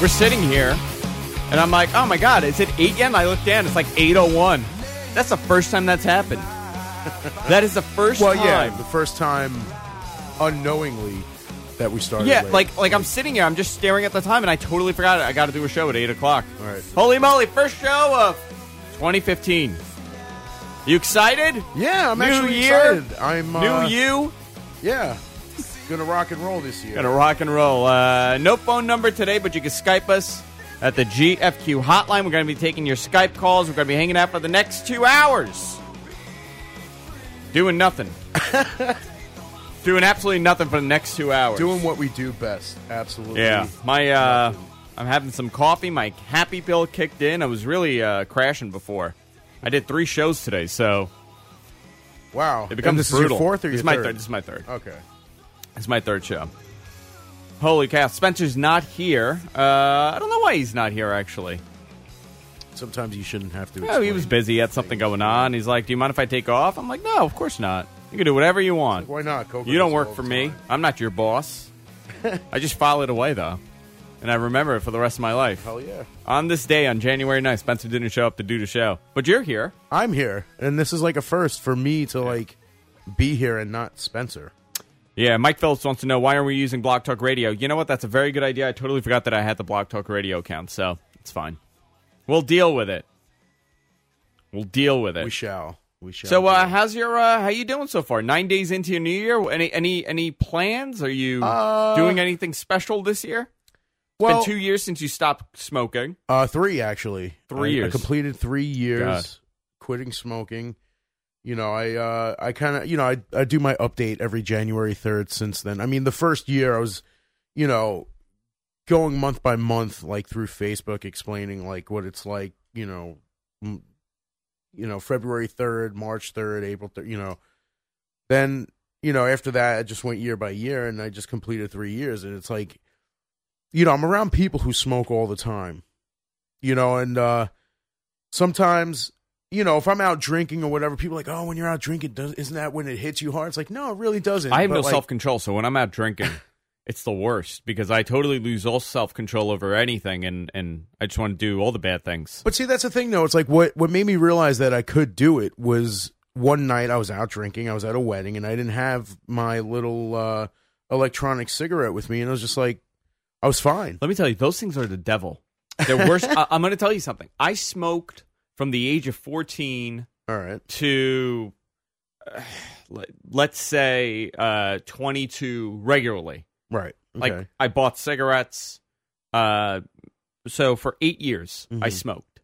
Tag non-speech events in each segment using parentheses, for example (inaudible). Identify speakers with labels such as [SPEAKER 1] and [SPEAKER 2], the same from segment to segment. [SPEAKER 1] We're sitting here, and I'm like, oh my god, is it eight yet? And I look down, it's like eight oh one. That's the first time that's
[SPEAKER 2] (laughs)
[SPEAKER 1] happened. that is the first
[SPEAKER 2] Well, yeah,
[SPEAKER 1] time.
[SPEAKER 2] the first time unknowingly that we started.
[SPEAKER 1] Yeah,
[SPEAKER 2] late.
[SPEAKER 1] like like I'm sitting here, I'm just staring at the time, and I totally forgot it. I got to do a show at eight o'clock.
[SPEAKER 2] All right.
[SPEAKER 1] Holy moly! First show of 2015. You excited?
[SPEAKER 2] yeah, I'm
[SPEAKER 1] New
[SPEAKER 2] actually
[SPEAKER 1] year,
[SPEAKER 2] excited. I'm uh,
[SPEAKER 1] New you.
[SPEAKER 2] Yeah, gonna rock and roll this year.
[SPEAKER 1] Gonna rock and roll. Uh, no phone number today, but you can Skype us at the GFQ hotline. We're gonna be taking your Skype calls. We're gonna be hanging out for the next two hours, doing
[SPEAKER 2] (laughs)
[SPEAKER 1] nothing, doing absolutely nothing for the next two hours.
[SPEAKER 2] doing what we do best. Absolutely.
[SPEAKER 1] Yeah, my uh, I'm having some coffee. My happy pill kicked in. I was really uh, crashing before. I did three shows today, so
[SPEAKER 2] Wow.
[SPEAKER 1] it becomes
[SPEAKER 2] and this
[SPEAKER 1] brutal.
[SPEAKER 2] is your fourth or
[SPEAKER 1] this
[SPEAKER 2] your
[SPEAKER 1] is my
[SPEAKER 2] third?
[SPEAKER 1] This is my third.
[SPEAKER 2] Okay.
[SPEAKER 1] This is my third show. Holy cow! Spencer's not here. Uh, I don't know why he's not here. Actually,
[SPEAKER 2] Sometimes you shouldn't have to.
[SPEAKER 1] oh, he
[SPEAKER 2] explain.
[SPEAKER 1] was busy. Had something going on. He's like, "Do you mind if I take off?" I'm like, "No, of course not. You can do whatever you want.
[SPEAKER 2] Why not? Coconuts
[SPEAKER 1] You don't
[SPEAKER 2] all
[SPEAKER 1] work
[SPEAKER 2] the
[SPEAKER 1] for me.
[SPEAKER 2] time.
[SPEAKER 1] I'm not your boss. I just file it away though, and I remember it for the rest of my life.
[SPEAKER 2] Hell yeah.
[SPEAKER 1] On this day, on January 9th, Spencer didn't show up to do the show. But you're here.
[SPEAKER 2] I'm here, and this is like a first for me to like be here and not Spencer.
[SPEAKER 1] Yeah, Mike Phillips wants to know why are we using Block Talk Radio? You know what? That's a very good idea. I totally forgot that I had the Block Talk Radio account, so it's fine. We'll deal with it. We'll deal with
[SPEAKER 2] We
[SPEAKER 1] it.
[SPEAKER 2] shall. We shall.
[SPEAKER 1] So, uh,
[SPEAKER 2] do.
[SPEAKER 1] how's your uh, how you doing so far? Nine days into your new year. Any any any plans? Are you
[SPEAKER 2] Uh,
[SPEAKER 1] doing anything special this year?
[SPEAKER 2] well,
[SPEAKER 1] Been two years since you stopped smoking.
[SPEAKER 2] uh, three actually.
[SPEAKER 1] Three
[SPEAKER 2] I- I
[SPEAKER 1] years.
[SPEAKER 2] completed three years
[SPEAKER 1] God.
[SPEAKER 2] quitting smoking. You know, I uh, I kind of you know I I do my update every January third. Since then, I mean, the first year I was, you know, going month by month like through Facebook explaining like what it's like. You know, m- you know February third, March third, April third. You know, then you know after that I just went year by year and I just completed three years and it's like, you know, I'm around people who smoke all the time, you know, and uh sometimes. You know, if I'm out drinking or whatever, people are like, oh, when you're out drinking, does, isn't that when it hits you hard? It's like, no, it really doesn't.
[SPEAKER 1] I have
[SPEAKER 2] But,
[SPEAKER 1] no
[SPEAKER 2] like,
[SPEAKER 1] self control, so when I'm out
[SPEAKER 2] (laughs)
[SPEAKER 1] drinking, it's the worst because I totally lose all self control over anything, and and I just want to do all the bad things.
[SPEAKER 2] But see, that's the thing, though. It's like what what made me realize that I could do it was one night I was out drinking. I was at a wedding, and I didn't have my little uh, electronic cigarette with me, and I was just like, I was fine.
[SPEAKER 1] Let me tell you, those things are the devil. They're worse. I, I'm going to tell you something. I smoked from the age of 14
[SPEAKER 2] All right,
[SPEAKER 1] to uh, let, let's say uh, 22 regularly.
[SPEAKER 2] right,
[SPEAKER 1] Like
[SPEAKER 2] okay.
[SPEAKER 1] I bought cigarettes. Uh, so for eight years, I
[SPEAKER 2] Mhm.
[SPEAKER 1] smoked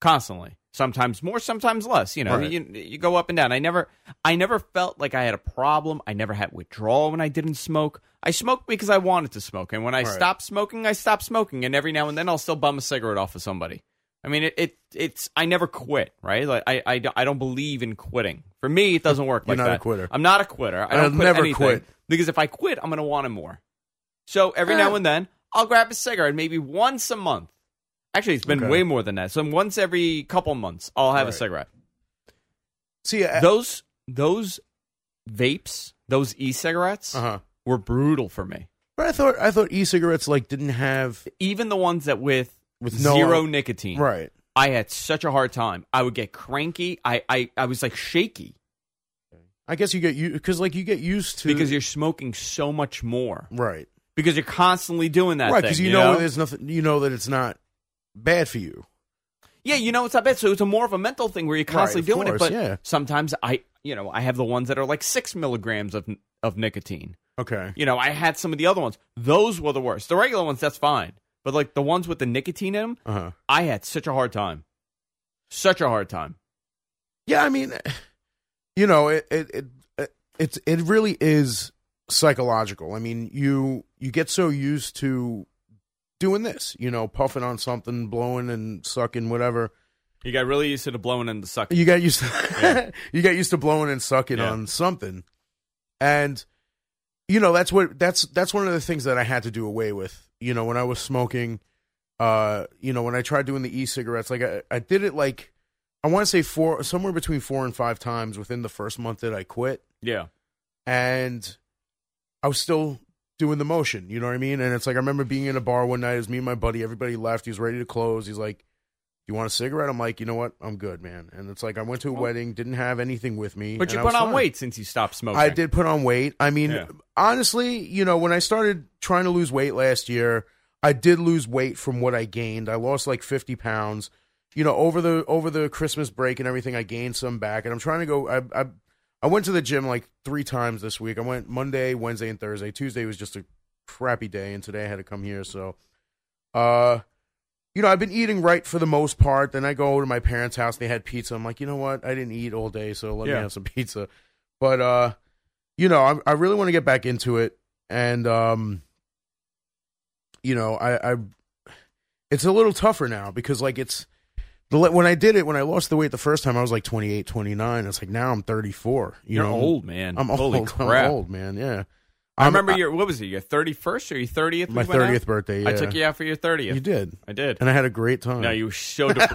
[SPEAKER 1] constantly. Sometimes more, sometimes less. You know,
[SPEAKER 2] Right.
[SPEAKER 1] you, you go up and down. I never, I never felt like I had a problem. I never had withdrawal when I didn't smoke. I smoked because I wanted to smoke, and when I
[SPEAKER 2] Right.
[SPEAKER 1] stopped smoking, I stopped smoking. And every now and then, I'll still bum a cigarette off of somebody. I mean, it, it it's I never quit, right? Like I, I, don't- I don't believe in quitting. For me, it doesn't work
[SPEAKER 2] You're
[SPEAKER 1] like
[SPEAKER 2] not a
[SPEAKER 1] that.
[SPEAKER 2] quitter.
[SPEAKER 1] I'm not a quitter. I
[SPEAKER 2] I'll
[SPEAKER 1] don't quit
[SPEAKER 2] never
[SPEAKER 1] anything.
[SPEAKER 2] quit.
[SPEAKER 1] because if I quit, I'm going to want it more. So every
[SPEAKER 2] Eh.
[SPEAKER 1] now and then, I'll grab a cigarette, maybe once a month. Actually, it's been
[SPEAKER 2] Okay.
[SPEAKER 1] way more than that. So once every couple months, I'll have a
[SPEAKER 2] Right. Eh.
[SPEAKER 1] cigarette.
[SPEAKER 2] see, I,
[SPEAKER 1] Those those vapes, those e-cigarettes,
[SPEAKER 2] uh-huh.
[SPEAKER 1] were brutal for me.
[SPEAKER 2] but I thought I thought e-cigarettes like didn't have
[SPEAKER 1] Even the ones that with,
[SPEAKER 2] With no-
[SPEAKER 1] zero nicotine,
[SPEAKER 2] right.
[SPEAKER 1] I had such a hard time. I would get cranky. I I, I was like shaky
[SPEAKER 2] I guess you get you because like you get used to
[SPEAKER 1] because you're smoking so much more
[SPEAKER 2] right,
[SPEAKER 1] because you're constantly doing that.
[SPEAKER 2] right
[SPEAKER 1] thing,
[SPEAKER 2] because you,
[SPEAKER 1] you
[SPEAKER 2] know, there's nothing. You know that it's not bad for you.
[SPEAKER 1] Yeah, you know it's not bad. So it's a more of a mental thing where you're constantly
[SPEAKER 2] of
[SPEAKER 1] doing
[SPEAKER 2] course,
[SPEAKER 1] it. But
[SPEAKER 2] yeah.
[SPEAKER 1] sometimes I, you know, I have the ones that are like six milligrams of of nicotine.
[SPEAKER 2] Okay,
[SPEAKER 1] You know, I had some of the other ones. Those were the worst. The regular ones, that's fine. But like the ones with the nicotine in them,
[SPEAKER 2] uh huh.
[SPEAKER 1] I had such a hard time. Such a hard time.
[SPEAKER 2] Yeah, I mean, (sighs) you know, it it it it- it's it really is psychological. I mean, you you get so used to doing this, you know, puffing on something, blowing and sucking whatever.
[SPEAKER 1] You got really used to the blowing and the sucking.
[SPEAKER 2] You got used to
[SPEAKER 1] Yeah.
[SPEAKER 2] (laughs) you got used to blowing and sucking
[SPEAKER 1] Yeah.
[SPEAKER 2] on something. And you know, that's what that's that's one of the things that I had to do away with. You know, when I was smoking, uh, you know, when I tried doing the e-cigarettes, like I, I did it like I want to say four somewhere between 4 and 5 times within the first month that I quit
[SPEAKER 1] Yeah.
[SPEAKER 2] and I was still doing the motion. You know what I mean? And it's like I remember being in a bar one night. It was me and my buddy. Everybody left. He was ready to close. He's like, "You want a cigarette?" I'm like, "You know what? I'm good, man." And it's like I went to a wedding, didn't have anything with me.
[SPEAKER 1] Oh. But
[SPEAKER 2] and
[SPEAKER 1] you
[SPEAKER 2] I
[SPEAKER 1] put
[SPEAKER 2] was
[SPEAKER 1] on
[SPEAKER 2] fine.
[SPEAKER 1] weight since you stopped smoking.
[SPEAKER 2] I did put on weight. I mean,
[SPEAKER 1] Yeah.
[SPEAKER 2] honestly, you know, when I started trying to lose weight last year, I did lose weight from what I gained. I lost like 50 pounds. You know, over the over the Christmas break and everything, I gained some back, and I'm trying to go. I I, I went to the gym like three times this week. I went Monday, Wednesday, and Thursday. Tuesday was just a crappy day, and today I had to come here. So, uh, you know, I've been eating right for the most part. Then I go to my parents' house. They had pizza. I'm like, you know what? I didn't eat all day, so let
[SPEAKER 1] Yeah.
[SPEAKER 2] me have some pizza. But uh, you know, I, I really want to get back into it, and um, you know, I, I it's a little tougher now because like it's the le- when I did it when I lost the weight the first time I was like 28, 29. It's like now I'm 34. You
[SPEAKER 1] You're
[SPEAKER 2] know,
[SPEAKER 1] old, man.
[SPEAKER 2] I'm
[SPEAKER 1] Holy
[SPEAKER 2] old. (laughs)
[SPEAKER 1] crap!
[SPEAKER 2] I'm old, man. Yeah.
[SPEAKER 1] I
[SPEAKER 2] I'm-
[SPEAKER 1] remember your what was it? Your thirty first or your thirtieth?
[SPEAKER 2] my 30th birthday. Yeah.
[SPEAKER 1] I took you out for your
[SPEAKER 2] You
[SPEAKER 1] thirtieth.
[SPEAKER 2] did.
[SPEAKER 1] I did.
[SPEAKER 2] And I had a great time.
[SPEAKER 1] No, you were so. dep-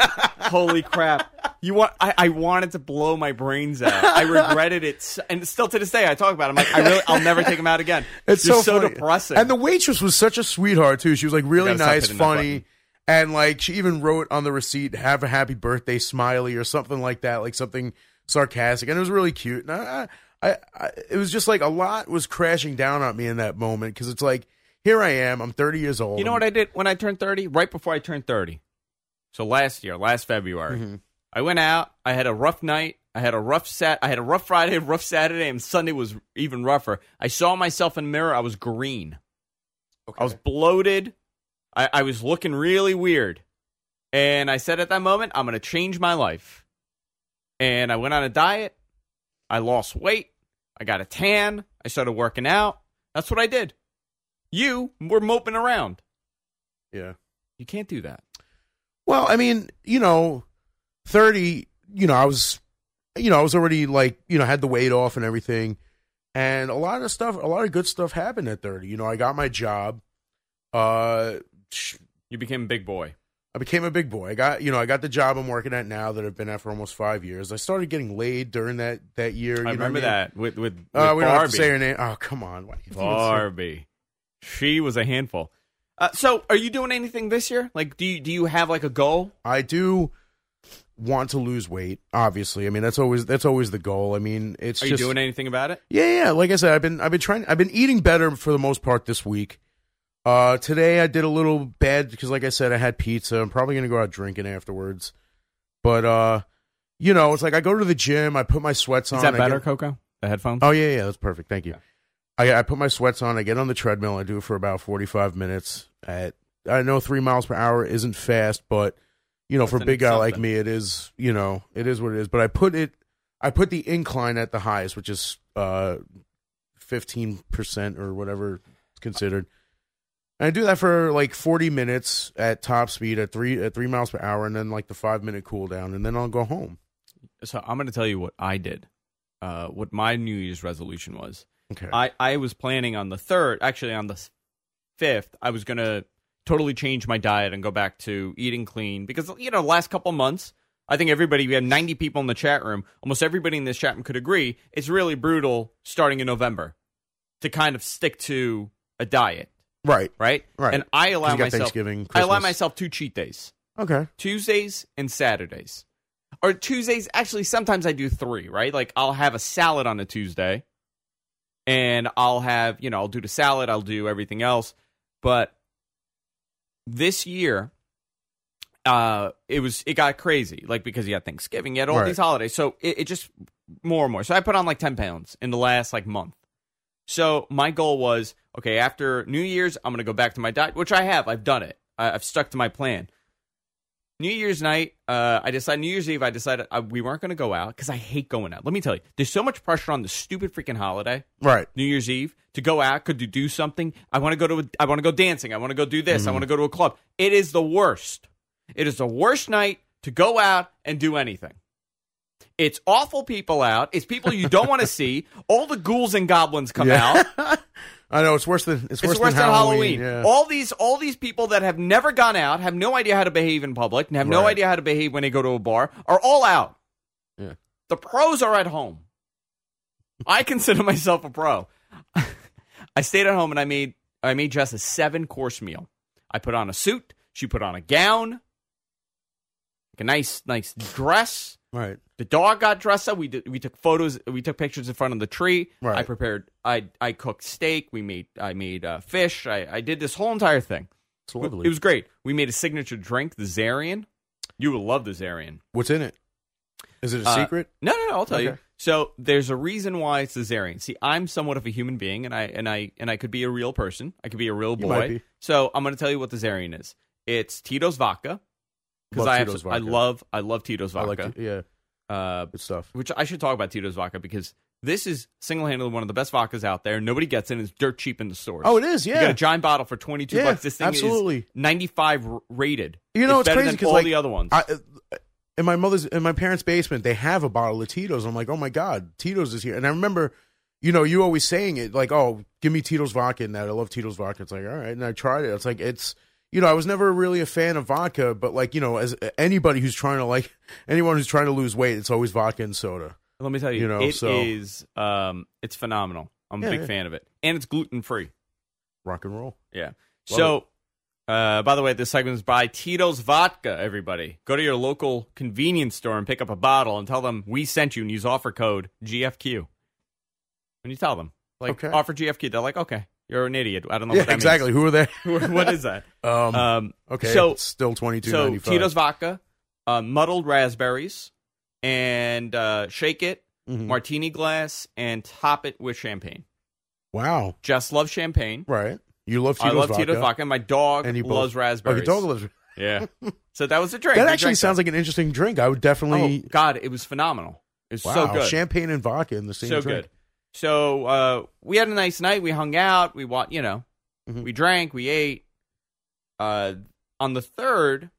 [SPEAKER 1] Holy crap! You want? I, I wanted to blow my brains out. I regretted it, s- and still to this day, I talk about. It. I'm like, I really, I'll never take them out again.
[SPEAKER 2] (laughs) It's
[SPEAKER 1] You're
[SPEAKER 2] so, funny.
[SPEAKER 1] depressing.
[SPEAKER 2] And the waitress was such a sweetheart too. She was like really
[SPEAKER 1] gotta stop
[SPEAKER 2] nice,
[SPEAKER 1] hitting that
[SPEAKER 2] funny, and like she even wrote on the receipt "Have a happy birthday, Smiley" or something like that, like something sarcastic, and it was really cute. And I, I, I it was just like a lot was crashing down on me in that moment because it's like here I am, I'm 30 years old.
[SPEAKER 1] you know what I did when I turned thirty? Right before I turned thirty, so last year, last February,
[SPEAKER 2] Mm-hmm.
[SPEAKER 1] I went out. I had a rough night. I had a rough set. I had a rough Friday, rough Saturday, and Sunday was even rougher. I saw myself in the mirror. I was green. I was bloated. I, I was looking really weird. And I said at that moment, I'm going to change my life. And I went on a diet. I lost weight. I got a tan. I started working out. That's what I did. You were moping around.
[SPEAKER 2] yeah.
[SPEAKER 1] You can't do that.
[SPEAKER 2] Well, I mean, you know, 30, you know, I was you know, I was already like, you know, had the weight off and everything. And a lot of stuff, a lot of good stuff happened at 30. You know, I got my job. Uh sh-
[SPEAKER 1] You became a big boy.
[SPEAKER 2] I became a big boy. I got, you know, I got the job I'm working at now that I've been at for almost 5 years. I started getting laid during that that year, you know
[SPEAKER 1] I
[SPEAKER 2] what
[SPEAKER 1] remember
[SPEAKER 2] mean?
[SPEAKER 1] that with, with, with
[SPEAKER 2] Uh,
[SPEAKER 1] Barbie.
[SPEAKER 2] we don't have to say her name. Oh, come on. Why do you think it's so-
[SPEAKER 1] Barbie. She was a handful. Uh, so, are you doing anything this year? Like, do you, do you have like a goal?
[SPEAKER 2] I do want to lose weight, obviously. I mean, that's always that's always the goal. I mean, it's
[SPEAKER 1] Are you
[SPEAKER 2] just
[SPEAKER 1] doing anything about it?
[SPEAKER 2] Yeah, yeah. Like I said, I've been I've been trying I've been eating better for the most part this week. Uh, today I did a little bad because, like I said, I had pizza. I'm probably gonna go out drinking afterwards. But uh, you know, it's like I go to the gym, I put my sweats on.
[SPEAKER 1] Is that
[SPEAKER 2] I
[SPEAKER 1] better,
[SPEAKER 2] get-
[SPEAKER 1] Coco? The headphones?
[SPEAKER 2] oh yeah, yeah. That's perfect. Thank you. I I put my sweats on. I get on the treadmill. I do it for about 45 minutes. At I know three miles per hour isn't fast, but you know, for a
[SPEAKER 1] an
[SPEAKER 2] big guy like
[SPEAKER 1] something.
[SPEAKER 2] me, it is. You know, it is what it is. But I put it. I put the incline at the highest, which is uh fifteen percent or whatever it's considered. And I do that for like forty minutes at top speed at three at three miles per hour, and then like the five minute cool down, and then I'll go home.
[SPEAKER 1] so I'm going to tell you what I did. Uh, what my New Year's resolution was.
[SPEAKER 2] Okay.
[SPEAKER 1] I, I was planning on the third, actually on the fifth, I was going to totally change my diet and go back to eating clean because, you know, last couple months, I think everybody, we had 90 people in the chat room. Almost everybody in this chat room could agree it's really brutal starting in November to kind of stick to a diet,
[SPEAKER 2] right.
[SPEAKER 1] right?
[SPEAKER 2] Right.
[SPEAKER 1] And I allow
[SPEAKER 2] You got
[SPEAKER 1] myself,
[SPEAKER 2] Thanksgiving.
[SPEAKER 1] I allow
[SPEAKER 2] Christmas.
[SPEAKER 1] myself two cheat days.
[SPEAKER 2] Okay.
[SPEAKER 1] Tuesdays and Saturdays. Or Tuesdays, actually, sometimes I do three, right? Like I'll have a salad on a Tuesday and I'll have, you know, I'll do the salad, I'll do everything else. But this year, uh, it was, it got crazy, like because you had Thanksgiving, you had all
[SPEAKER 2] Right.
[SPEAKER 1] these holidays. So it, it just more and more. So I put on like 10 pounds in the last like month. So my goal was okay, after New Year's, I'm going to go back to my diet, which I have. I've done it, I, I've stuck to my plan. New Year's night, uh, I decided New Year's Eve. I decided uh, we weren't going to go out because I hate going out. Let me tell you, there's so much pressure on the stupid freaking holiday,
[SPEAKER 2] Right.
[SPEAKER 1] New Year's Eve, to go out, could you do something? I want to go to, a, I want to go dancing. I want to go do this. I want to go to a club. It is the worst. It is the worst night to go out and do anything. It's awful people out. It's people you don't want to (laughs) see. All the ghouls and goblins come out.
[SPEAKER 2] (laughs) I know it's worse than
[SPEAKER 1] It's
[SPEAKER 2] it's, worse,
[SPEAKER 1] worse than Halloween.
[SPEAKER 2] Yeah.
[SPEAKER 1] All these all these people that have never gone out, have no idea how to behave in public, and have no
[SPEAKER 2] Right.
[SPEAKER 1] idea how to behave when they go to a bar, are all out.
[SPEAKER 2] Yeah.
[SPEAKER 1] The pros are at home. (laughs) I consider myself a pro. I stayed at home and I made I made Jess a seven course meal. I put on a suit. She put on a gown, like a nice nice dress.
[SPEAKER 2] Right.
[SPEAKER 1] The dog got dressed up. We did, we took photos. We took pictures in front of the tree.
[SPEAKER 2] Right.
[SPEAKER 1] I prepared. I I cooked steak. We made. I made uh, fish. I, I did this whole entire thing.
[SPEAKER 2] It's lovely.
[SPEAKER 1] It was great. We made a signature drink, the Zarian. You will love the Zarian.
[SPEAKER 2] What's in it? Is it a
[SPEAKER 1] Uh,
[SPEAKER 2] secret?
[SPEAKER 1] No, no, no. I'll tell you.
[SPEAKER 2] Okay.
[SPEAKER 1] So there's a reason why it's the Zarian. See, I'm somewhat of a human being, and I and I and I could be a real person. I could be a real
[SPEAKER 2] You might
[SPEAKER 1] boy.
[SPEAKER 2] be.
[SPEAKER 1] So I'm going to tell you what the Zarian is. It's Tito's vodka because
[SPEAKER 2] Love
[SPEAKER 1] I have,
[SPEAKER 2] Tito's
[SPEAKER 1] I
[SPEAKER 2] vodka.
[SPEAKER 1] love I love Tito's
[SPEAKER 2] I
[SPEAKER 1] vodka.
[SPEAKER 2] like it. Yeah,
[SPEAKER 1] uh,
[SPEAKER 2] good stuff.
[SPEAKER 1] which I should talk about Tito's vodka because this is single handedly one of the best vodkas out there. Nobody gets it. It's dirt cheap in the stores.
[SPEAKER 2] Oh, it is.
[SPEAKER 1] You get
[SPEAKER 2] Yeah,
[SPEAKER 1] a giant bottle for twenty two
[SPEAKER 2] Yeah,
[SPEAKER 1] bucks. This thing is
[SPEAKER 2] absolutely.
[SPEAKER 1] ninety five rated.
[SPEAKER 2] You know, it's
[SPEAKER 1] better
[SPEAKER 2] crazy
[SPEAKER 1] than
[SPEAKER 2] 'cause,
[SPEAKER 1] all
[SPEAKER 2] like,
[SPEAKER 1] the other ones.
[SPEAKER 2] I, uh, in my mother's in my parents' basement, they have a bottle of Tito's. I'm like, oh my god, Tito's is here. And I remember, you know, you always saying it like, oh, give me Tito's vodka and that. I love Tito's vodka. It's like, all right, and I tried it. It's like it's. You know, I was never really a fan of vodka, but like you know, as anybody who's trying to like (laughs) anyone who's trying to lose weight, it's always vodka and soda.
[SPEAKER 1] Let me tell you,
[SPEAKER 2] you know,
[SPEAKER 1] it
[SPEAKER 2] so-
[SPEAKER 1] is, um, it's phenomenal. I'm a
[SPEAKER 2] Yeah,
[SPEAKER 1] big
[SPEAKER 2] yeah.
[SPEAKER 1] fan of it, and it's gluten free.
[SPEAKER 2] Rock and roll.
[SPEAKER 1] Yeah.
[SPEAKER 2] Love
[SPEAKER 1] so, uh, by the way, this segment is by Tito's Vodka. Everybody, go to your local convenience store and pick up a bottle, and tell them we sent you, and use offer code GFQ. When you tell them, like
[SPEAKER 2] Okay.
[SPEAKER 1] offer GFQ, they're like, okay, you're an idiot. I don't know
[SPEAKER 2] Yeah,
[SPEAKER 1] what that
[SPEAKER 2] exactly. (laughs) Who are they?
[SPEAKER 1] means. (laughs) what is that?
[SPEAKER 2] (laughs) Um,
[SPEAKER 1] Um,
[SPEAKER 2] okay,
[SPEAKER 1] so-
[SPEAKER 2] so still twenty two
[SPEAKER 1] so
[SPEAKER 2] ninety five.
[SPEAKER 1] Tito's Vodka, uh, muddled raspberries, and uh, shake it,
[SPEAKER 2] Mm. Mm-hmm.
[SPEAKER 1] martini glass, and top it with champagne.
[SPEAKER 2] Wow.
[SPEAKER 1] Just love champagne.
[SPEAKER 2] Right. You love Tito's
[SPEAKER 1] I love
[SPEAKER 2] vodka.
[SPEAKER 1] Tito's vodka. My dog
[SPEAKER 2] And you both-
[SPEAKER 1] loves
[SPEAKER 2] Oh,
[SPEAKER 1] raspberries.
[SPEAKER 2] your dog loves-
[SPEAKER 1] Yeah. (laughs) So that was a drink.
[SPEAKER 2] That
[SPEAKER 1] We
[SPEAKER 2] actually
[SPEAKER 1] drank
[SPEAKER 2] sounds like an interesting drink. I would definitely.
[SPEAKER 1] Oh God, it was phenomenal. It was
[SPEAKER 2] wow.
[SPEAKER 1] Oh, so good.
[SPEAKER 2] Champagne and vodka in the same
[SPEAKER 1] so
[SPEAKER 2] drink.
[SPEAKER 1] good. So uh, we had a nice night. We hung out. We wa- you know,
[SPEAKER 2] Mhm.
[SPEAKER 1] we drank. We ate. Uh, on the third,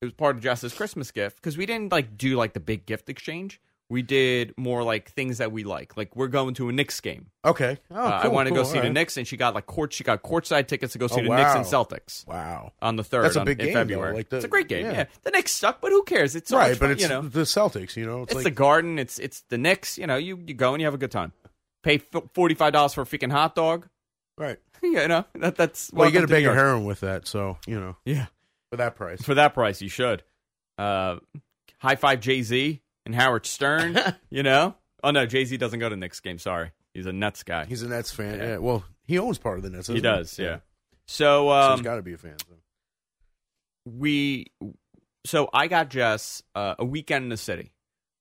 [SPEAKER 1] it was part of Jess's Christmas gift because we didn't like do like the big gift exchange. We did more like things that we like. Like we're going to a Knicks game.
[SPEAKER 2] Okay. Oh,
[SPEAKER 1] Uh, I
[SPEAKER 2] cool,
[SPEAKER 1] want to
[SPEAKER 2] cool,
[SPEAKER 1] go see the
[SPEAKER 2] alright.
[SPEAKER 1] Knicks, and she got like court. She got courtside tickets to go see
[SPEAKER 2] Oh,
[SPEAKER 1] the Knicks and
[SPEAKER 2] wow.
[SPEAKER 1] Celtics
[SPEAKER 2] Wow.
[SPEAKER 1] on the third.
[SPEAKER 2] That's a
[SPEAKER 1] on-
[SPEAKER 2] big
[SPEAKER 1] in
[SPEAKER 2] game, though,
[SPEAKER 1] February.
[SPEAKER 2] like the-
[SPEAKER 1] it's a great game. Yeah.
[SPEAKER 2] yeah.
[SPEAKER 1] the Knicks suck, but who cares? It's so
[SPEAKER 2] right,
[SPEAKER 1] much
[SPEAKER 2] but
[SPEAKER 1] fun,
[SPEAKER 2] it's
[SPEAKER 1] you know,
[SPEAKER 2] the Celtics. You know, it's,
[SPEAKER 1] it's the
[SPEAKER 2] like
[SPEAKER 1] Garden. It's it's the Knicks. You know, you you go and you have a good time. Pay forty five dollars for a freaking hot dog. (laughs)
[SPEAKER 2] right.
[SPEAKER 1] you know that that's
[SPEAKER 2] Well, you get a
[SPEAKER 1] welcome to New
[SPEAKER 2] bag of
[SPEAKER 1] York.
[SPEAKER 2] heroin with that, so you know
[SPEAKER 1] Yeah,
[SPEAKER 2] for that
[SPEAKER 1] (laughs)
[SPEAKER 2] price. (laughs)
[SPEAKER 1] for that price, you should. Uh, high five Jay Z and Howard
[SPEAKER 2] (laughs)
[SPEAKER 1] Stern. you know, oh no, Jay Z doesn't go to Knicks game. Sorry, he's a Nets guy.
[SPEAKER 2] He's a Nets fan.
[SPEAKER 1] Yeah.
[SPEAKER 2] Yeah. Well, he owns part of the Nets.
[SPEAKER 1] he
[SPEAKER 2] doesn't
[SPEAKER 1] does. Yeah. So
[SPEAKER 2] So
[SPEAKER 1] um,
[SPEAKER 2] he's got to be a fan. So.
[SPEAKER 1] we so I got Jess uh, a weekend in the city.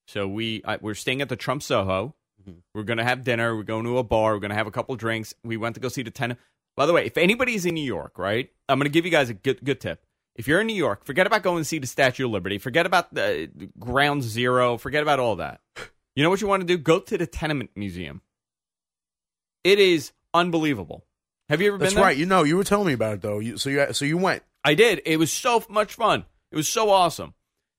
[SPEAKER 1] So we I, we're staying at the Trump Soho.
[SPEAKER 2] Mhm.
[SPEAKER 1] We're gonna have dinner. We're going to a bar. We're gonna have a couple drinks. We went to go see the tenant. By the way, if anybody's in New York, right? I'm gonna give you guys a good good tip. If you're in New York, forget about going to see the Statue of Liberty. Forget about the the Ground Zero. Forget about all that. You know what you want to do? Go to the Tenement Museum. It is unbelievable. Have you ever
[SPEAKER 2] That's
[SPEAKER 1] been? there?
[SPEAKER 2] right. You know, you were telling me about it though. You, so you so you went.
[SPEAKER 1] I did. It was so f- much fun. It was so awesome.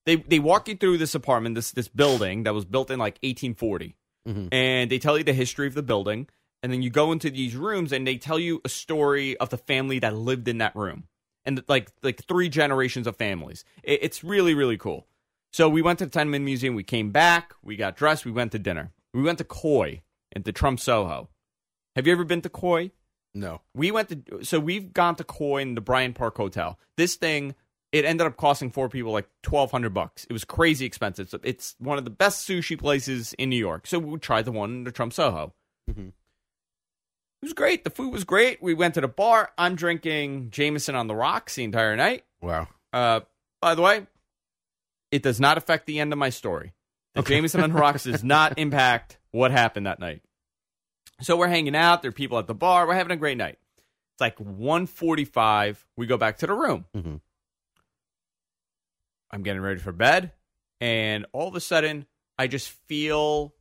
[SPEAKER 1] They they walk you through this apartment, this this building that was built in like 1840,
[SPEAKER 2] Mhm.
[SPEAKER 1] and they tell you the history of the building, and then you go into these rooms and they tell you a story of the family that lived in that room, and like like three generations of families. It, it's really really cool. So we went to the Tenement Museum. We came back. We got dressed. We went to dinner. We went to Coy at the Trump Soho. Have you ever been to Coy?
[SPEAKER 2] No.
[SPEAKER 1] We went to so we've gone to Coy in the Bryant Park Hotel. This thing it ended up costing four people like twelve hundred bucks. It was crazy expensive. So it's one of the best sushi places in New York. So we tried the one in the Trump Soho.
[SPEAKER 2] Mhm.
[SPEAKER 1] It was great. The food was great. We went to the bar. I'm drinking Jameson on the rocks the entire night.
[SPEAKER 2] Wow.
[SPEAKER 1] Uh, by the way, it does not affect the end of my story. The Jameson on the Rocks does not impact what happened that night. So we're hanging out. There are people at the bar. We're having a great night. It's like 1.45. We go back to the room.
[SPEAKER 2] Mhm.
[SPEAKER 1] I'm getting ready for bed. And all of a sudden, I just feel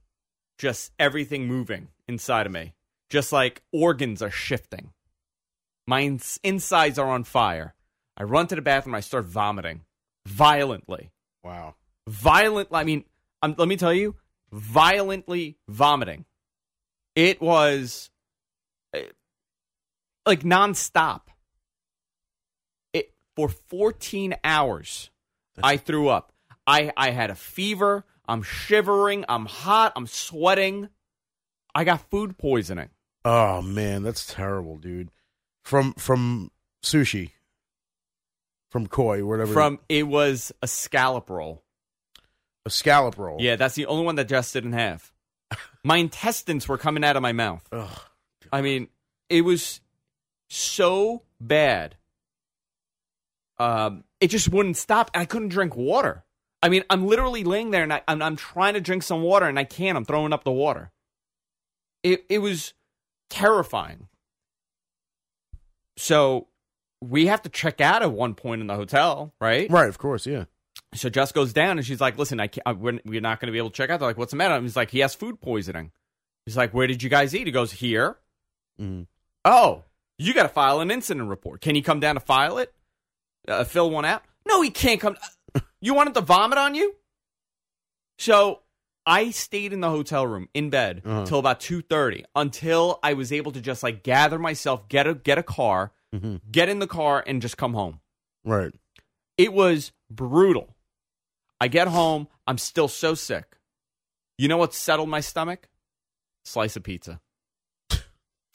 [SPEAKER 1] just everything moving inside of me. Just like organs are shifting. My ins- insides are on fire. I run to the bathroom. I start vomiting violently.
[SPEAKER 2] Wow.
[SPEAKER 1] Violent. I mean, um, let me tell you, violently vomiting. It was eh, like nonstop. It for 14 hours. I threw up. I I had a fever. I'm shivering. I'm hot. I'm sweating. I got food poisoning.
[SPEAKER 2] Oh man, that's terrible, dude. From from sushi, from koi, whatever.
[SPEAKER 1] From it was a scallop roll.
[SPEAKER 2] a scallop roll.
[SPEAKER 1] Yeah, that's the only one that Jess didn't have. My intestines were coming out of my mouth.
[SPEAKER 2] Ugh.
[SPEAKER 1] I mean, it was so bad. Um, it just wouldn't stop. I couldn't drink water. I mean, I'm literally laying there and I, I'm, I'm trying to drink some water and I can't. I'm throwing up the water. It it was terrifying. So we have to check out at one point in the hotel, right?
[SPEAKER 2] Right. Of course. Yeah.
[SPEAKER 1] So Jess goes down and she's like, "Listen, I can't, I, we're, we're not going to be able to check out." They're like, "What's the matter?" And he's like, "He has food poisoning." He's like, "Where did you guys eat?" He goes, "Here."
[SPEAKER 2] Mhm.
[SPEAKER 1] Oh, you got to file an incident report. Can he come down to file it? Uh, fill one out? No, he can't come. You wanted to vomit on you? So I stayed in the hotel room in bed
[SPEAKER 2] Uh-huh.
[SPEAKER 1] till about two thirty until I was able to just like gather myself, get a get a car,
[SPEAKER 2] Mhm.
[SPEAKER 1] get in the car, and just come home.
[SPEAKER 2] Right.
[SPEAKER 1] It was brutal. I get home, I'm still so sick. You know what settled my stomach? Slice of pizza.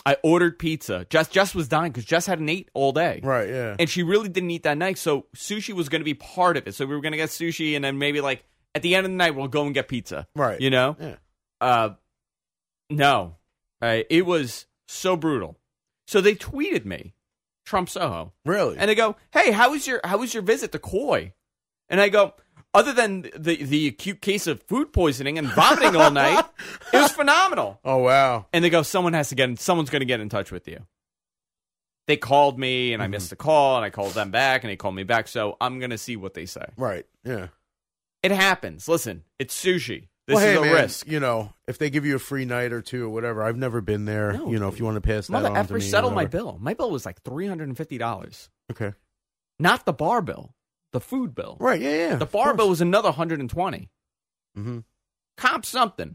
[SPEAKER 1] I ordered pizza. Jess Jess was dying because Jess hadn't ate all day.
[SPEAKER 2] Right. Yeah.
[SPEAKER 1] And she really didn't eat that night. So sushi was gonna be part of it. So we were gonna get sushi and then maybe like at the end of the night we'll go and get pizza.
[SPEAKER 2] right.
[SPEAKER 1] You know?
[SPEAKER 2] Yeah.
[SPEAKER 1] Uh no. Uh, it was so brutal. So they tweeted me, Trump Soho.
[SPEAKER 2] Really.
[SPEAKER 1] And they go, "Hey, how was your how was your visit to Koi?" And I go, "Other than the the acute case of food poisoning and vomiting all night, it was phenomenal."
[SPEAKER 2] oh wow.
[SPEAKER 1] And they go, "Someone has to get in, someone's going to get in touch with you." They called me, and I
[SPEAKER 2] Mm-hmm.
[SPEAKER 1] missed the call, and I called them back, and they called me back. So I'm going to see what they say.
[SPEAKER 2] Right. Yeah.
[SPEAKER 1] It happens. Listen, it's sushi. This
[SPEAKER 2] well, hey,
[SPEAKER 1] is a
[SPEAKER 2] man,
[SPEAKER 1] risk.
[SPEAKER 2] You know, if they give you a free night or two or whatever, I've never been there.
[SPEAKER 1] No.
[SPEAKER 2] you know, if you want to pass that
[SPEAKER 1] Mother
[SPEAKER 2] on to
[SPEAKER 1] effer
[SPEAKER 2] me,
[SPEAKER 1] settled my
[SPEAKER 2] whatever.
[SPEAKER 1] bill. My bill was like three hundred and fifty dollars,
[SPEAKER 2] Okay.
[SPEAKER 1] not the bar bill, the food bill.
[SPEAKER 2] Right. Yeah. Yeah.
[SPEAKER 1] The bar bill was another hundred and twenty.
[SPEAKER 2] Mm-hmm.
[SPEAKER 1] Comp something.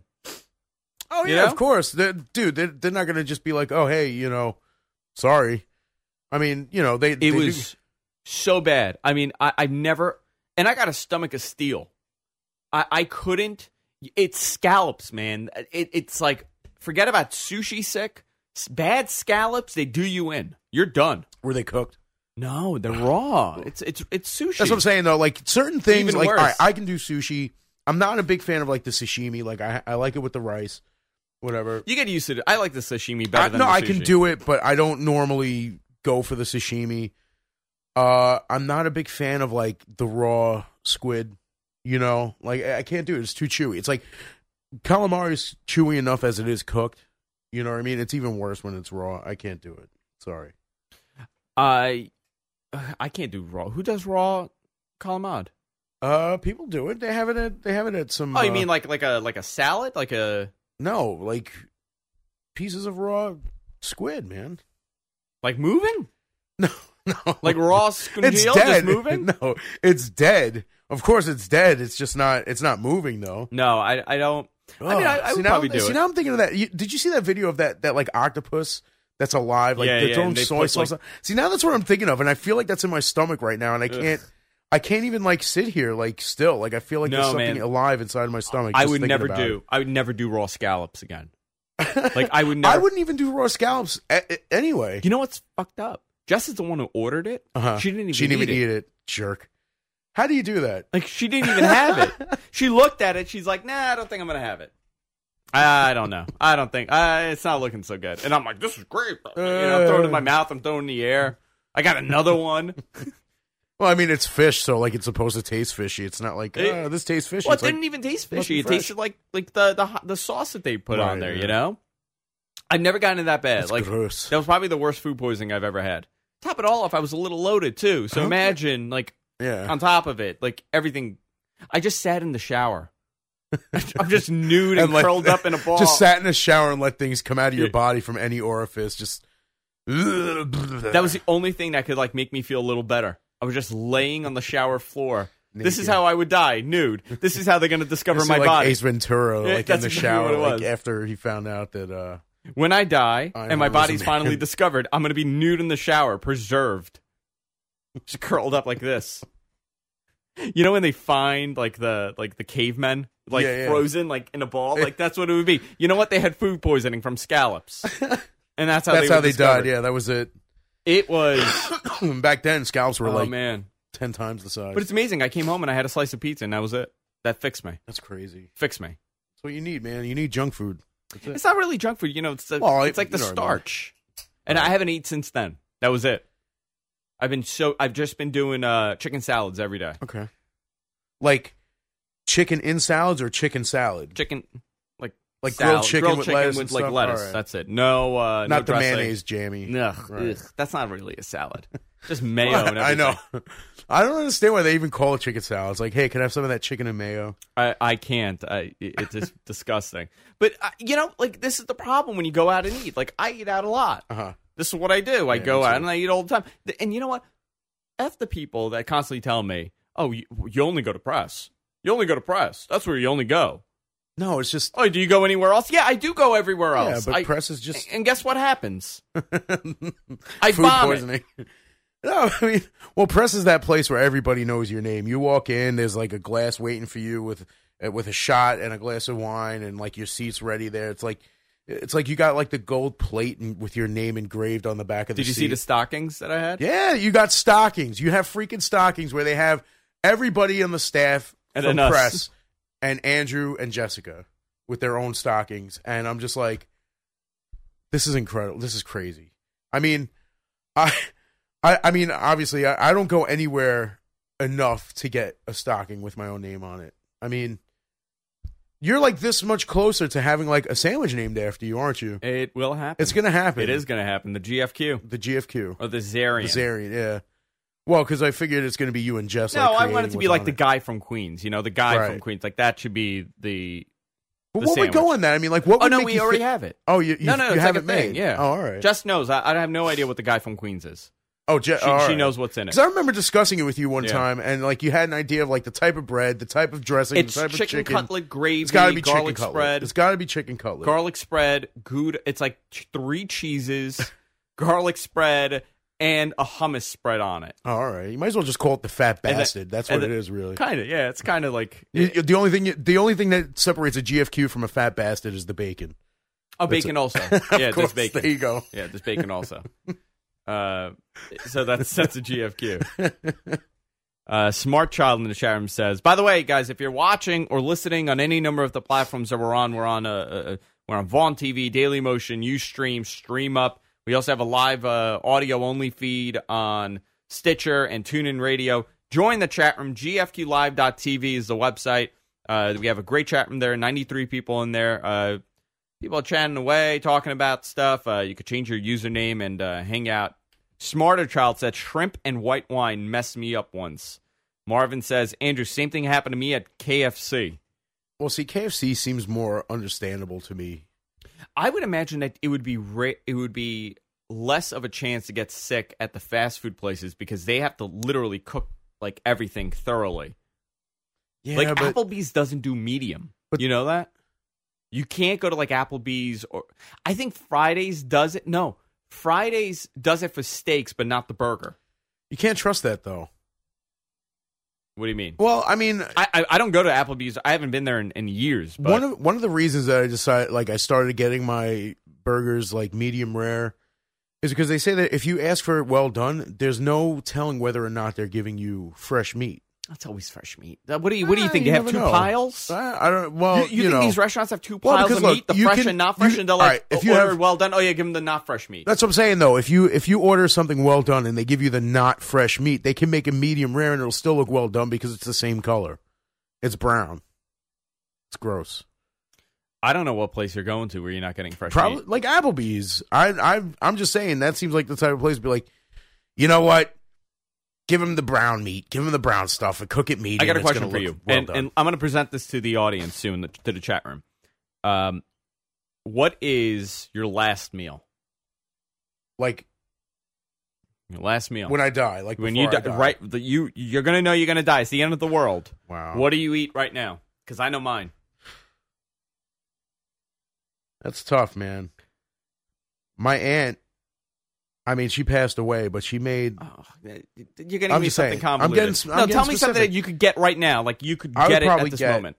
[SPEAKER 2] Oh yeah,
[SPEAKER 1] You know?
[SPEAKER 2] of course, They're- dude. They're, they're not going to just be like, "Oh hey, you know, sorry." I mean, you know, they they
[SPEAKER 1] It
[SPEAKER 2] do-
[SPEAKER 1] was so bad. I mean, I, I've never, and I got a stomach of steel. I, I couldn't. It scallops, man. It, it's like forget about sushi sick. S- Bad scallops, they do you in. You're done.
[SPEAKER 2] were they cooked.
[SPEAKER 1] No, they're raw. (sighs) It's it's it's sushi.
[SPEAKER 2] That's what I'm saying though. Like certain things,
[SPEAKER 1] Even
[SPEAKER 2] like
[SPEAKER 1] worse.
[SPEAKER 2] all right, I can do sushi. I'm not a big fan of like the sashimi. Like I I like it with the rice, whatever.
[SPEAKER 1] You get used to it. I like the sashimi better
[SPEAKER 2] I,
[SPEAKER 1] than
[SPEAKER 2] no,
[SPEAKER 1] the
[SPEAKER 2] I can
[SPEAKER 1] sushi.
[SPEAKER 2] do it, but I don't normally go for the sashimi. Uh, I'm not a big fan of like the raw squid. You know, like I I can't do it. It's too chewy. It's like calamari is chewy enough as it is cooked. You know what I mean? It's even worse when it's raw. I can't do it. Sorry.
[SPEAKER 1] I I can't do raw. Who does raw calamari?
[SPEAKER 2] Uh, people do it. They have it. At, they have it at some.
[SPEAKER 1] Oh, you
[SPEAKER 2] uh,
[SPEAKER 1] mean like like a like a salad, like a
[SPEAKER 2] no? Like pieces of raw squid, man. (laughs)
[SPEAKER 1] like moving,
[SPEAKER 2] No, no.
[SPEAKER 1] like raw squid
[SPEAKER 2] it's
[SPEAKER 1] just
[SPEAKER 2] dead. (laughs)
[SPEAKER 1] moving.
[SPEAKER 2] No, it's dead. Of course, it's dead. It's just not. It's not moving though.
[SPEAKER 1] No, I I don't. I mean,
[SPEAKER 2] Ugh.
[SPEAKER 1] I, I
[SPEAKER 2] see,
[SPEAKER 1] would
[SPEAKER 2] now,
[SPEAKER 1] probably do
[SPEAKER 2] see,
[SPEAKER 1] it.
[SPEAKER 2] now I'm thinking of that. You, did you see that video of that that like octopus that's alive? Like
[SPEAKER 1] Yeah,
[SPEAKER 2] they're
[SPEAKER 1] yeah,
[SPEAKER 2] throwing
[SPEAKER 1] and they
[SPEAKER 2] soy
[SPEAKER 1] put, like-
[SPEAKER 2] sauce. on- see, now that's what I'm thinking of, and I feel like that's in my stomach right now, and I can't. I can't even like sit here like still. Like I feel like
[SPEAKER 1] No,
[SPEAKER 2] there's something
[SPEAKER 1] man.
[SPEAKER 2] alive inside of my stomach.
[SPEAKER 1] I
[SPEAKER 2] just
[SPEAKER 1] would
[SPEAKER 2] thinking
[SPEAKER 1] never
[SPEAKER 2] about
[SPEAKER 1] do. I would never do raw scallops
[SPEAKER 2] (laughs)
[SPEAKER 1] again.
[SPEAKER 2] it.
[SPEAKER 1] Like I would never.
[SPEAKER 2] I wouldn't even do raw scallops a- a- anyway.
[SPEAKER 1] You know what's fucked up? Jess is the one who ordered it.
[SPEAKER 2] Uh-huh.
[SPEAKER 1] She didn't even.
[SPEAKER 2] she didn't
[SPEAKER 1] eat
[SPEAKER 2] even
[SPEAKER 1] it.
[SPEAKER 2] eat it. Jerk. How do you do that?
[SPEAKER 1] Like she didn't even have
[SPEAKER 2] (laughs)
[SPEAKER 1] it. She looked at it. She's like, Nah, I don't think I'm gonna have it. I don't know. I don't think. Uh, it's not looking so good. And I'm like, This is great. Bro. You know, I'm throwing it in my mouth. I'm throwing it in the air. I got
[SPEAKER 2] (laughs)
[SPEAKER 1] another one.
[SPEAKER 2] Well, I mean, it's fish, so like it's supposed to taste fishy. It's not like
[SPEAKER 1] It-
[SPEAKER 2] "Ah, this tastes fishy.
[SPEAKER 1] Well, it
[SPEAKER 2] It's like-
[SPEAKER 1] didn't even taste
[SPEAKER 2] must
[SPEAKER 1] fishy.
[SPEAKER 2] be
[SPEAKER 1] It
[SPEAKER 2] fresh.
[SPEAKER 1] tasted like like the the hot- the sauce that they put on
[SPEAKER 2] Right,
[SPEAKER 1] there.
[SPEAKER 2] yeah.
[SPEAKER 1] You know, I've never gotten it that bad.
[SPEAKER 2] That's
[SPEAKER 1] like
[SPEAKER 2] gross.
[SPEAKER 1] That was probably the worst food poisoning I've ever had. Top it all off, I was a little loaded too. So
[SPEAKER 2] Okay.
[SPEAKER 1] imagine, like,
[SPEAKER 2] yeah.
[SPEAKER 1] on top of it, like everything. I just sat in the shower. (laughs) I'm just nude and,
[SPEAKER 2] like-
[SPEAKER 1] curled up in
[SPEAKER 2] (laughs)
[SPEAKER 1] a ball.
[SPEAKER 2] Just sat in a shower and let things come out of your
[SPEAKER 1] Yeah.
[SPEAKER 2] body from any orifice. Just that
[SPEAKER 1] That
[SPEAKER 2] (laughs)
[SPEAKER 1] was the only thing that could like make me feel a little better. I was just laying on the shower floor. This is
[SPEAKER 2] Naked.
[SPEAKER 1] how I would die, nude. This is how they're going to discover
[SPEAKER 2] This
[SPEAKER 1] my
[SPEAKER 2] is like
[SPEAKER 1] body.
[SPEAKER 2] Ace Ventura,
[SPEAKER 1] Yeah,
[SPEAKER 2] like in
[SPEAKER 1] that's
[SPEAKER 2] the
[SPEAKER 1] exactly what
[SPEAKER 2] shower,
[SPEAKER 1] it was.
[SPEAKER 2] like after he found out that. uh
[SPEAKER 1] When I die
[SPEAKER 2] I
[SPEAKER 1] and my
[SPEAKER 2] was a
[SPEAKER 1] body's
[SPEAKER 2] man.
[SPEAKER 1] finally discovered, I'm going to be nude in the shower, preserved, just curled up like this. You know when they find like the like the cavemen like
[SPEAKER 2] Yeah, yeah. (laughs)
[SPEAKER 1] frozen like in a ball like that's what it would be. You know what? They had food poisoning from scallops. and that's how they
[SPEAKER 2] That's
[SPEAKER 1] were
[SPEAKER 2] how they
[SPEAKER 1] discovered.
[SPEAKER 2] died. Yeah, that was it. (clears throat)
[SPEAKER 1] It was
[SPEAKER 2] Back then, scalps were
[SPEAKER 1] oh
[SPEAKER 2] like
[SPEAKER 1] man,
[SPEAKER 2] ten times the size.
[SPEAKER 1] but it's amazing. I came home and I had a slice of pizza, and that was it. That fixed me.
[SPEAKER 2] That's crazy.
[SPEAKER 1] Fixed me.
[SPEAKER 2] That's what you need, man. You need junk food. That's it.
[SPEAKER 1] It's not really junk food, you know. It's, the,
[SPEAKER 2] Well,
[SPEAKER 1] it's
[SPEAKER 2] it-
[SPEAKER 1] like the
[SPEAKER 2] you know what I mean.
[SPEAKER 1] starch, and I haven't eaten since then. That was it. I've been so I've just been doing uh, chicken salads every day.
[SPEAKER 2] Okay. Like chicken in salads or chicken salad?
[SPEAKER 1] Chicken like
[SPEAKER 2] Like
[SPEAKER 1] salad,
[SPEAKER 2] grilled chicken with lettuce and
[SPEAKER 1] like
[SPEAKER 2] stuff?
[SPEAKER 1] lettuce.
[SPEAKER 2] All right.
[SPEAKER 1] That's it. No, uh, no
[SPEAKER 2] Not the
[SPEAKER 1] dressing.
[SPEAKER 2] mayonnaise jammy.
[SPEAKER 1] Ugh,
[SPEAKER 2] Right.
[SPEAKER 1] ugh, that's not really a
[SPEAKER 2] (laughs)
[SPEAKER 1] salad. Just mayo. and
[SPEAKER 2] I know.
[SPEAKER 1] everything.
[SPEAKER 2] I don't understand why they even call it chicken salad. It's like, hey, can I have some of that chicken and mayo?
[SPEAKER 1] I, I can't. I it- it's just (laughs) disgusting. But uh, you know, like this is the problem when you go out and eat. Like I eat out a lot.
[SPEAKER 2] Uh huh.
[SPEAKER 1] This is what I do. I
[SPEAKER 2] Yeah,
[SPEAKER 1] go
[SPEAKER 2] me
[SPEAKER 1] out
[SPEAKER 2] too.
[SPEAKER 1] and I eat all the time. Th- And you know what? F the people that constantly tell me, "Oh, you, you only go to press. You only go to press. That's where you only go."
[SPEAKER 2] No, it's just
[SPEAKER 1] Oh, do you go anywhere else? Yeah, I do go everywhere
[SPEAKER 2] yeah,
[SPEAKER 1] else.
[SPEAKER 2] but
[SPEAKER 1] I-
[SPEAKER 2] press is
[SPEAKER 1] (laughs)
[SPEAKER 2] just
[SPEAKER 1] and guess what happens? I
[SPEAKER 2] (laughs) food
[SPEAKER 1] vomit.
[SPEAKER 2] poisoning. No, I mean, well, press is that place where everybody knows your name. You walk in, there's like a glass waiting for you with uh, with a shot and a glass of wine, and like your seat's ready there. It's like it's like you got like the gold plate and, with your name engraved on the back of the
[SPEAKER 1] Did you
[SPEAKER 2] seat.
[SPEAKER 1] see the stockings that I had?
[SPEAKER 2] Yeah, you got stockings. You have freaking stockings where they have everybody on the staff
[SPEAKER 1] And
[SPEAKER 2] from
[SPEAKER 1] then us.
[SPEAKER 2] press and Andrew and Jessica with their own stockings, and I'm just like, this is incredible. This is crazy. I mean, (laughs) I, I, I mean, obviously, I, I don't go anywhere enough to get a stocking with my own name on it. I mean, you're like this much closer to having like a sandwich named after you, aren't you?
[SPEAKER 1] It will happen.
[SPEAKER 2] It's gonna happen.
[SPEAKER 1] It is going to happen. The GFQ
[SPEAKER 2] the GFQ.
[SPEAKER 1] or the Zarian.
[SPEAKER 2] Zarian, yeah. Well, because I figured it's going to be you and Jess.
[SPEAKER 1] no, I
[SPEAKER 2] like,
[SPEAKER 1] want it
[SPEAKER 2] creating
[SPEAKER 1] to be
[SPEAKER 2] what's
[SPEAKER 1] like
[SPEAKER 2] on
[SPEAKER 1] the
[SPEAKER 2] it.
[SPEAKER 1] guy from Queens. You know, the guy from
[SPEAKER 2] Right.
[SPEAKER 1] Queens. Like that should be the.
[SPEAKER 2] But
[SPEAKER 1] the
[SPEAKER 2] what
[SPEAKER 1] sandwich.
[SPEAKER 2] would go in that? I mean, like what?
[SPEAKER 1] Oh
[SPEAKER 2] would
[SPEAKER 1] no,
[SPEAKER 2] make
[SPEAKER 1] we
[SPEAKER 2] you
[SPEAKER 1] already
[SPEAKER 2] thi-
[SPEAKER 1] have it.
[SPEAKER 2] Oh, you, you
[SPEAKER 1] No, no,
[SPEAKER 2] you
[SPEAKER 1] it's
[SPEAKER 2] have
[SPEAKER 1] like a
[SPEAKER 2] it
[SPEAKER 1] thing,
[SPEAKER 2] made.
[SPEAKER 1] yeah.
[SPEAKER 2] Oh, all right.
[SPEAKER 1] Jess knows. I, I have no idea what the guy from Queens is.
[SPEAKER 2] oh, Je-
[SPEAKER 1] She, she knows what's in it.
[SPEAKER 2] Because I remember discussing it with you one
[SPEAKER 1] Yeah.
[SPEAKER 2] time, and like you had an idea of like the type of bread, the type of dressing,
[SPEAKER 1] It's
[SPEAKER 2] the type
[SPEAKER 1] chicken,
[SPEAKER 2] of chicken.
[SPEAKER 1] cutlet gravy.
[SPEAKER 2] it's got to be chicken
[SPEAKER 1] garlic
[SPEAKER 2] cutlet.
[SPEAKER 1] spread.
[SPEAKER 2] It's got to be chicken cutlet.
[SPEAKER 1] garlic spread. Gouda. It's like ch- three
[SPEAKER 2] (laughs)
[SPEAKER 1] cheeses, garlic spread, and a hummus spread on it.
[SPEAKER 2] Oh, all right, you might as well just call it the fat
[SPEAKER 1] And the-
[SPEAKER 2] bastard. That's
[SPEAKER 1] and
[SPEAKER 2] what it
[SPEAKER 1] the-
[SPEAKER 2] is, really.
[SPEAKER 1] Kind of. Yeah, it's kind of like
[SPEAKER 2] You- you- the only thing, you- the only thing that separates a GFQ from a fat bastard is the bacon. (laughs)
[SPEAKER 1] oh, bacon also.
[SPEAKER 2] Of
[SPEAKER 1] Yeah, there's
[SPEAKER 2] course,
[SPEAKER 1] bacon.
[SPEAKER 2] There you go.
[SPEAKER 1] Yeah, there's bacon also. uh, so that's that's a GFQ. Uh, Smart Child in the chat room says, by the way, guys, if you're watching or listening on any number of the platforms that we're on, we're on uh, uh, we're on Vaughn TV, Daily Motion, UStream, Stream Up. We also have a live uh, audio only feed on Stitcher and TuneIn Radio. Join the chat room. GFQLive.tv is the website. Uh, we have a great chat room there. 93 people in there. Uh, people are chatting away, talking about stuff. Uh, you could change your username and uh, hang out. Smarter Child said, shrimp and white wine messed me up once. Marvin says, Andrew, same thing happened to me at KFC.
[SPEAKER 2] Well, see, KFC seems more understandable to me
[SPEAKER 1] I would imagine that it would be ra- it would be less of a chance to get sick at the fast food places because they have to literally cook like everything thoroughly.
[SPEAKER 2] Yeah,
[SPEAKER 1] like
[SPEAKER 2] but
[SPEAKER 1] Applebee's doesn't do medium.
[SPEAKER 2] But-
[SPEAKER 1] you know that? You can't go to like Applebee's or I think Fridays does it. No. Fridays does it for steaks but not the burger.
[SPEAKER 2] you can't trust that though.
[SPEAKER 1] What do you mean?
[SPEAKER 2] Well, I mean,
[SPEAKER 1] I I, I don't go to Applebee's. I haven't been there in, in years, but
[SPEAKER 2] one of one of the reasons that I decided, like, I started getting my burgers like medium rare, is because they say that if you ask for it well done, there's no telling whether or not they're giving you fresh meat.
[SPEAKER 1] that's always fresh meat. Uh, What do you what do you
[SPEAKER 2] Ah,
[SPEAKER 1] think?
[SPEAKER 2] you
[SPEAKER 1] they have
[SPEAKER 2] never
[SPEAKER 1] two
[SPEAKER 2] know.
[SPEAKER 1] piles?
[SPEAKER 2] I, I don't. Well,
[SPEAKER 1] you,
[SPEAKER 2] you,
[SPEAKER 1] you think
[SPEAKER 2] know,
[SPEAKER 1] these restaurants have two
[SPEAKER 2] Well,
[SPEAKER 1] piles
[SPEAKER 2] because
[SPEAKER 1] of
[SPEAKER 2] look,
[SPEAKER 1] meat, the
[SPEAKER 2] you
[SPEAKER 1] fresh
[SPEAKER 2] can-
[SPEAKER 1] and not fresh,
[SPEAKER 2] you-
[SPEAKER 1] and they're
[SPEAKER 2] all
[SPEAKER 1] like,
[SPEAKER 2] right, if
[SPEAKER 1] "Oh,
[SPEAKER 2] you
[SPEAKER 1] order
[SPEAKER 2] have-
[SPEAKER 1] well done. Oh yeah, give them the not fresh meat.
[SPEAKER 2] that's what I'm saying though. If you if you order something well done and they give you the not fresh meat, they can make a medium rare and it'll still look well done because it's the same color. It's brown. It's gross.
[SPEAKER 1] I don't know what place you're going to where you're not getting fresh
[SPEAKER 2] Probably
[SPEAKER 1] meat.
[SPEAKER 2] like Applebee's. I I I'm just saying that seems like the type of place to be like, you know what? Give him the brown meat. Give him the brown stuff and cook it medium.
[SPEAKER 1] I got a
[SPEAKER 2] It's
[SPEAKER 1] question
[SPEAKER 2] gonna
[SPEAKER 1] for
[SPEAKER 2] look
[SPEAKER 1] you,
[SPEAKER 2] well
[SPEAKER 1] and,
[SPEAKER 2] done.
[SPEAKER 1] and I'm going to present this to the audience soon, the, to the chat room. Um, what is your last meal?
[SPEAKER 2] like
[SPEAKER 1] Your last meal
[SPEAKER 2] when I die, like
[SPEAKER 1] When
[SPEAKER 2] before
[SPEAKER 1] you
[SPEAKER 2] I
[SPEAKER 1] di-
[SPEAKER 2] die.
[SPEAKER 1] right the, you you're going to know you're going to die. It's the end of the world.
[SPEAKER 2] Wow,
[SPEAKER 1] What do you eat right now? Because I know mine.
[SPEAKER 2] that's tough, man. My aunt, I mean, she passed away, but she made.
[SPEAKER 1] Oh, you're getting
[SPEAKER 2] I'm
[SPEAKER 1] me
[SPEAKER 2] just
[SPEAKER 1] something
[SPEAKER 2] saying, I'm
[SPEAKER 1] convoluted.
[SPEAKER 2] getting s- I'm
[SPEAKER 1] no,
[SPEAKER 2] getting
[SPEAKER 1] tell me something
[SPEAKER 2] specific.
[SPEAKER 1] that you could get right now. Like you could
[SPEAKER 2] I would
[SPEAKER 1] get it
[SPEAKER 2] probably
[SPEAKER 1] at this
[SPEAKER 2] get
[SPEAKER 1] moment.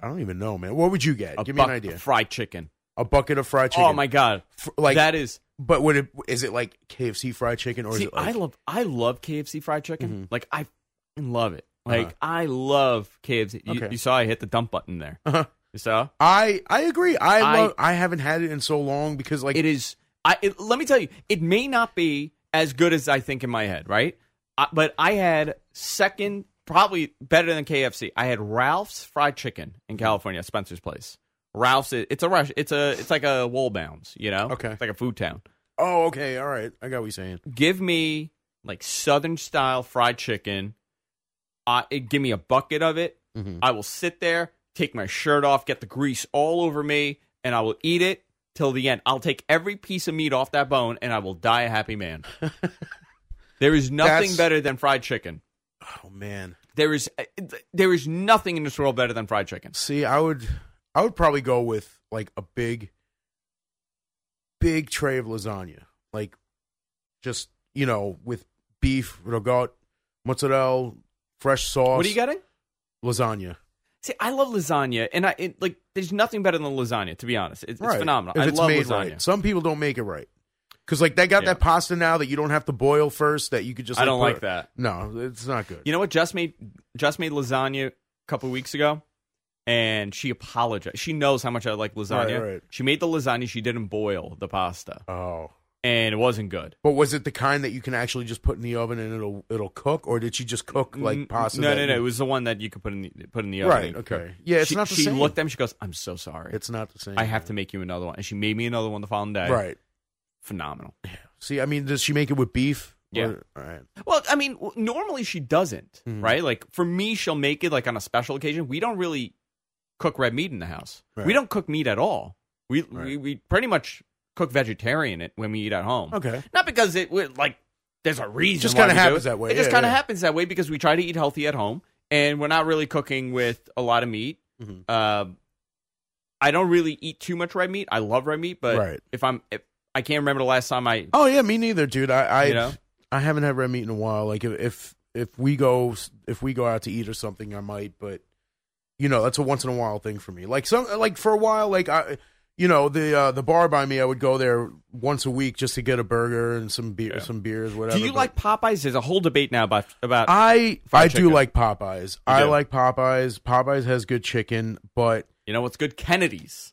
[SPEAKER 2] I don't even know, man. What would you get?
[SPEAKER 1] A
[SPEAKER 2] Give me
[SPEAKER 1] buck
[SPEAKER 2] an
[SPEAKER 1] of
[SPEAKER 2] idea.
[SPEAKER 1] fried chicken.
[SPEAKER 2] a bucket of fried chicken.
[SPEAKER 1] Oh my god,
[SPEAKER 2] F- like
[SPEAKER 1] that is.
[SPEAKER 2] But would it is it like KFC fried chicken or
[SPEAKER 1] See,
[SPEAKER 2] is it like,
[SPEAKER 1] I love I love KFC fried chicken.
[SPEAKER 2] Mhm.
[SPEAKER 1] Like I f***ing love it. Like
[SPEAKER 2] Uh-huh.
[SPEAKER 1] I love KFC. You,
[SPEAKER 2] Okay.
[SPEAKER 1] you saw I hit the dump button there.
[SPEAKER 2] Uh-huh.
[SPEAKER 1] You saw
[SPEAKER 2] I I agree. I
[SPEAKER 1] I-
[SPEAKER 2] I, love, I haven't had it in so long because like
[SPEAKER 1] it is. I it, let me tell you, it may not be as good as I think in my head, right? I, but I had second, probably better than KFC. I had Ralph's fried chicken in California, Spencer's place. Ralph's, it- it's a rush. It's a, it's like a Woolbounds, you know.
[SPEAKER 2] Okay.
[SPEAKER 1] it's like a food town.
[SPEAKER 2] oh okay all right I got what you're saying.
[SPEAKER 1] give me like southern style fried chicken uh, it, give me a bucket of it
[SPEAKER 2] Mhm.
[SPEAKER 1] i will sit there take my shirt off get the grease all over me and i will eat it till the end i'll take every piece of meat off that bone and i will die a happy
[SPEAKER 2] (laughs)
[SPEAKER 1] man there is nothing
[SPEAKER 2] That's-
[SPEAKER 1] better than fried chicken
[SPEAKER 2] Oh man,
[SPEAKER 1] there is uh, there is nothing in this world better than fried chicken
[SPEAKER 2] see I would I would probably go with like a big big tray of lasagna like just you know with beef ragout mozzarella fresh sauce.
[SPEAKER 1] what are you getting
[SPEAKER 2] Lasagna.
[SPEAKER 1] see i love lasagna and i it, like there's nothing better than lasagna to be honest It- it's
[SPEAKER 2] Right.
[SPEAKER 1] phenomenal
[SPEAKER 2] If
[SPEAKER 1] i
[SPEAKER 2] it's
[SPEAKER 1] love
[SPEAKER 2] made
[SPEAKER 1] lasagna
[SPEAKER 2] right. Some people don't make it right. Because like they got
[SPEAKER 1] Yeah.
[SPEAKER 2] that pasta now that you don't have to boil first, that you could just.
[SPEAKER 1] i don't
[SPEAKER 2] put-
[SPEAKER 1] like that
[SPEAKER 2] No, it's not good.
[SPEAKER 1] You know what? Just made just made lasagna a couple weeks ago, and she apologized. She knows how much I like lasagna.
[SPEAKER 2] Right, right.
[SPEAKER 1] She made the lasagna. She didn't boil the pasta,
[SPEAKER 2] oh,
[SPEAKER 1] and it wasn't good.
[SPEAKER 2] but was it the kind that you can actually just put in the oven and it'll it'll cook, or did she just cook
[SPEAKER 1] N-
[SPEAKER 2] like pasta?
[SPEAKER 1] No,
[SPEAKER 2] that
[SPEAKER 1] no,
[SPEAKER 2] you-
[SPEAKER 1] no. It was the one that you could put in the put in the oven.
[SPEAKER 2] right.
[SPEAKER 1] and
[SPEAKER 2] Okay.
[SPEAKER 1] cook.
[SPEAKER 2] Yeah, it's
[SPEAKER 1] she,
[SPEAKER 2] not the
[SPEAKER 1] she
[SPEAKER 2] same.
[SPEAKER 1] looked at me. She goes, "I'm so sorry.
[SPEAKER 2] it's not the same.
[SPEAKER 1] I have to make you another one." And she made me another one the following day.
[SPEAKER 2] Right.
[SPEAKER 1] Phenomenal.
[SPEAKER 2] See, I mean, does she make it with beef?
[SPEAKER 1] Yeah.
[SPEAKER 2] Or- all right.
[SPEAKER 1] Well, I mean, w- normally she doesn't,
[SPEAKER 2] Mhm.
[SPEAKER 1] right? Like for me, she'll make it like on a special occasion. We don't really cook red meat in the house. We
[SPEAKER 2] Right.
[SPEAKER 1] don't cook meat at all. We, we
[SPEAKER 2] Right.
[SPEAKER 1] we pretty much cook vegetarian it when we eat at home. (laughs)
[SPEAKER 2] Okay.
[SPEAKER 1] Not because it would like there's a reason.
[SPEAKER 2] just
[SPEAKER 1] why
[SPEAKER 2] kinda
[SPEAKER 1] we do
[SPEAKER 2] happens
[SPEAKER 1] it.
[SPEAKER 2] that way.
[SPEAKER 1] It just
[SPEAKER 2] Yeah,
[SPEAKER 1] kind of
[SPEAKER 2] yeah.
[SPEAKER 1] happens that way because we try to eat healthy at home and we're not really cooking with a lot of meat.
[SPEAKER 2] Mhm.
[SPEAKER 1] Um, I don't really eat too much red meat. I love red meat, but
[SPEAKER 2] Right.
[SPEAKER 1] if I'm if, I can't remember the last time I
[SPEAKER 2] Oh yeah, me neither, dude. I I,
[SPEAKER 1] You know?
[SPEAKER 2] I haven't had red meat in a while. Like if, if if we go if we go out to eat or something, I might. But you know, that's a once in a while thing for me. Like some like for a while, like I you know the uh, the bar by me, I would go there once a week just to get a burger and some beer,
[SPEAKER 1] Yeah.
[SPEAKER 2] some beers, whatever.
[SPEAKER 1] Do you
[SPEAKER 2] but-
[SPEAKER 1] like Popeyes? There's a whole debate now about about
[SPEAKER 2] I
[SPEAKER 1] fried
[SPEAKER 2] I
[SPEAKER 1] chicken?
[SPEAKER 2] do like Popeyes. I
[SPEAKER 1] do?
[SPEAKER 2] like Popeyes. Popeyes has good chicken, but
[SPEAKER 1] you know what's good
[SPEAKER 2] (laughs)
[SPEAKER 1] Kennedy's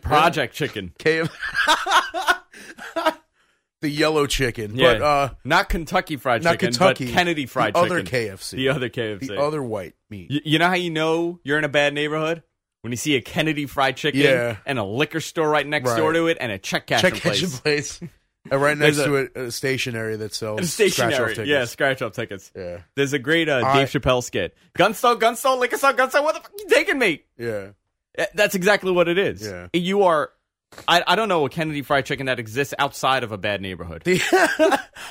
[SPEAKER 1] Project Chicken,
[SPEAKER 2] KF- (laughs) the yellow chicken.
[SPEAKER 1] Yeah.
[SPEAKER 2] But uh
[SPEAKER 1] not Kentucky Fried
[SPEAKER 2] not
[SPEAKER 1] Chicken,
[SPEAKER 2] Kentucky.
[SPEAKER 1] but Kennedy Fried
[SPEAKER 2] the
[SPEAKER 1] Chicken,
[SPEAKER 2] Other KFC.
[SPEAKER 1] the other KFC.
[SPEAKER 2] the other white meat.
[SPEAKER 1] Y- you know how you know you're in a bad neighborhood when you see a Kennedy Fried Chicken
[SPEAKER 2] Yeah.
[SPEAKER 1] and a liquor store right next
[SPEAKER 2] Right.
[SPEAKER 1] door to it and a check cashing
[SPEAKER 2] Check
[SPEAKER 1] place. (laughs)
[SPEAKER 2] engine place. And right next
[SPEAKER 1] There's
[SPEAKER 2] to it, a stationery that sells
[SPEAKER 1] And
[SPEAKER 2] scratch-off
[SPEAKER 1] Stationary,
[SPEAKER 2] tickets.
[SPEAKER 1] yeah, scratch off tickets.
[SPEAKER 2] Yeah.
[SPEAKER 1] There's a great uh,
[SPEAKER 2] I-
[SPEAKER 1] Dave Chappelle skit. Gunstone, gunstone, liquor store, gunstone. What the fuck you taking me?
[SPEAKER 2] Yeah. (laughs)
[SPEAKER 1] Uh, That's exactly what it is.
[SPEAKER 2] Yeah.
[SPEAKER 1] You are. I, I don't know a Kennedy Fried Chicken that exists outside of a bad neighborhood.
[SPEAKER 2] The-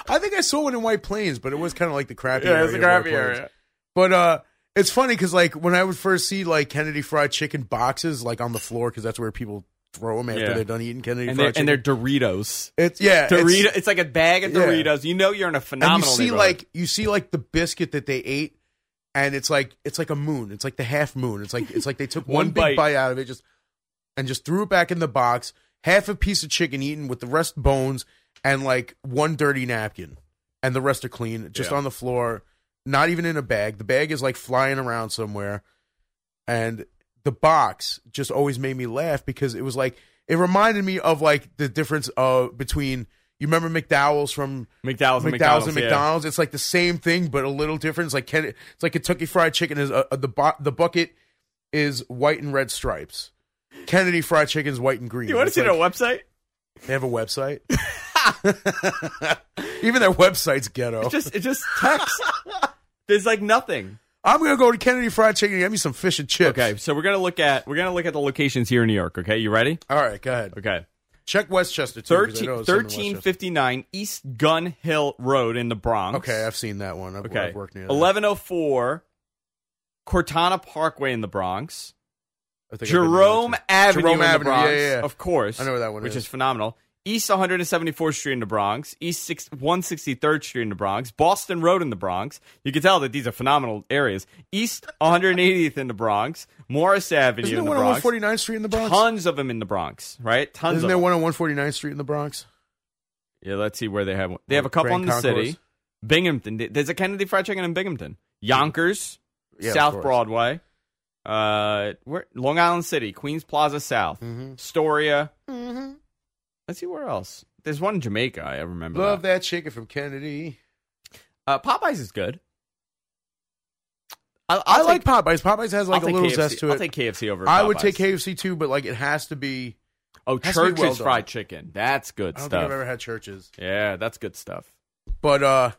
[SPEAKER 2] I think I saw one in White Plains, but it was kind of like the crappy
[SPEAKER 1] Yeah,
[SPEAKER 2] area.
[SPEAKER 1] it's a
[SPEAKER 2] of White
[SPEAKER 1] crappy
[SPEAKER 2] Plains.
[SPEAKER 1] area.
[SPEAKER 2] But uh it's funny cuz like when I would first see like Kennedy fried chicken boxes like on the floor cuz that's where people throw them after
[SPEAKER 1] Yeah.
[SPEAKER 2] they're done eating Kennedy
[SPEAKER 1] and they're,
[SPEAKER 2] fried
[SPEAKER 1] and
[SPEAKER 2] chicken.
[SPEAKER 1] they're Doritos.
[SPEAKER 2] it's yeah, it's-
[SPEAKER 1] Dorito, it's, like a bag of
[SPEAKER 2] Yeah.
[SPEAKER 1] Doritos. You know you're in a
[SPEAKER 2] and you
[SPEAKER 1] phenomenal.
[SPEAKER 2] see
[SPEAKER 1] neighborhood.
[SPEAKER 2] like you see like the biscuit that they ate and it's like it's like a moon it's like the half moon it's like it's like they
[SPEAKER 1] (laughs)
[SPEAKER 2] took
[SPEAKER 1] One
[SPEAKER 2] one, big
[SPEAKER 1] bite.
[SPEAKER 2] bite. out of it just and just threw it back in the box half a piece of chicken eaten with the rest bones and like one dirty napkin and the rest are clean just
[SPEAKER 1] Yeah.
[SPEAKER 2] on the floor not even in a bag the bag is like flying around somewhere and the box just always made me laugh because it was like it reminded me of like the difference uh between you remember McDowell's from
[SPEAKER 1] McDowell's, and
[SPEAKER 2] McDowell's
[SPEAKER 1] McDonald's.
[SPEAKER 2] and
[SPEAKER 1] yeah.
[SPEAKER 2] McDonald's. It's like the same thing, but a little different. It's like Ken, it's like Kentucky Fried Chicken is uh, uh, the bo- the bucket is white and red stripes. Kennedy Fried Chicken's white and green.
[SPEAKER 1] You want to
[SPEAKER 2] It's
[SPEAKER 1] see
[SPEAKER 2] like-
[SPEAKER 1] their website?
[SPEAKER 2] They have
[SPEAKER 1] (laughs)
[SPEAKER 2] a website. (laughs) Even their website's ghetto.
[SPEAKER 1] It's just it's just text. (laughs) There's like nothing.
[SPEAKER 2] I'm gonna go to Kennedy Fried Chicken and get me some fish and chips.
[SPEAKER 1] Okay, so we're gonna look at we're gonna look at the locations here in New York. Okay, you ready?
[SPEAKER 2] All right, go ahead.
[SPEAKER 1] Okay,
[SPEAKER 2] Check Westchester. Too, 'cause I
[SPEAKER 1] 13,
[SPEAKER 2] know there's some in
[SPEAKER 1] 1359 East Gun Hill Road in the Bronx.
[SPEAKER 2] Westchester. Okay, I've seen that one. I've,
[SPEAKER 1] okay.
[SPEAKER 2] I've worked near. that.
[SPEAKER 1] 1104 Cortana Parkway in the Bronx.
[SPEAKER 2] I think I've been there,
[SPEAKER 1] Jerome
[SPEAKER 2] too.
[SPEAKER 1] Avenue,
[SPEAKER 2] Jerome
[SPEAKER 1] in the
[SPEAKER 2] Avenue, yeah,
[SPEAKER 1] Bronx,
[SPEAKER 2] yeah, yeah.
[SPEAKER 1] of course.
[SPEAKER 2] I know where that one
[SPEAKER 1] which
[SPEAKER 2] is.
[SPEAKER 1] is phenomenal. East 174th Street in the Bronx, East six- 163rd Street in the Bronx, Boston Road in the Bronx. You can tell that these are phenomenal areas. East 180th in the Bronx, Morris Avenue
[SPEAKER 2] Isn't there
[SPEAKER 1] in the
[SPEAKER 2] one on
[SPEAKER 1] Bronx.
[SPEAKER 2] 149th Street in the Bronx?
[SPEAKER 1] Tons of them in the Bronx, right? Tons
[SPEAKER 2] Isn't
[SPEAKER 1] of
[SPEAKER 2] there
[SPEAKER 1] them.
[SPEAKER 2] one on 149th Street in the Bronx?
[SPEAKER 1] Yeah, let's see where they have one. They have a couple
[SPEAKER 2] Grand
[SPEAKER 1] in the
[SPEAKER 2] Concourse?
[SPEAKER 1] city. Binghamton. There's a Kennedy Fried Chicken in Binghamton. Yonkers,
[SPEAKER 2] Yeah, of
[SPEAKER 1] South
[SPEAKER 2] course.
[SPEAKER 1] Broadway, uh, where Long Island City, Queens Plaza South,
[SPEAKER 2] Mhm.
[SPEAKER 1] Astoria. Let's see where else. There's one in Jamaica. I remember.
[SPEAKER 2] Love
[SPEAKER 1] that.
[SPEAKER 2] that chicken from Kennedy.
[SPEAKER 1] Uh, Popeyes is good. I, I'll
[SPEAKER 2] I
[SPEAKER 1] take-
[SPEAKER 2] like Popeyes. Popeyes has like
[SPEAKER 1] I'll
[SPEAKER 2] a
[SPEAKER 1] take
[SPEAKER 2] little
[SPEAKER 1] KFC.
[SPEAKER 2] zest to
[SPEAKER 1] I'll
[SPEAKER 2] it.
[SPEAKER 1] take KFC over.
[SPEAKER 2] I would
[SPEAKER 1] Popeyes.
[SPEAKER 2] take KFC too, but like it has to be.
[SPEAKER 1] Oh,
[SPEAKER 2] has to be
[SPEAKER 1] Church's
[SPEAKER 2] well done.
[SPEAKER 1] fried chicken. That's good
[SPEAKER 2] I don't think
[SPEAKER 1] stuff.
[SPEAKER 2] I've ever had churches,
[SPEAKER 1] Yeah, that's good stuff.
[SPEAKER 2] but uh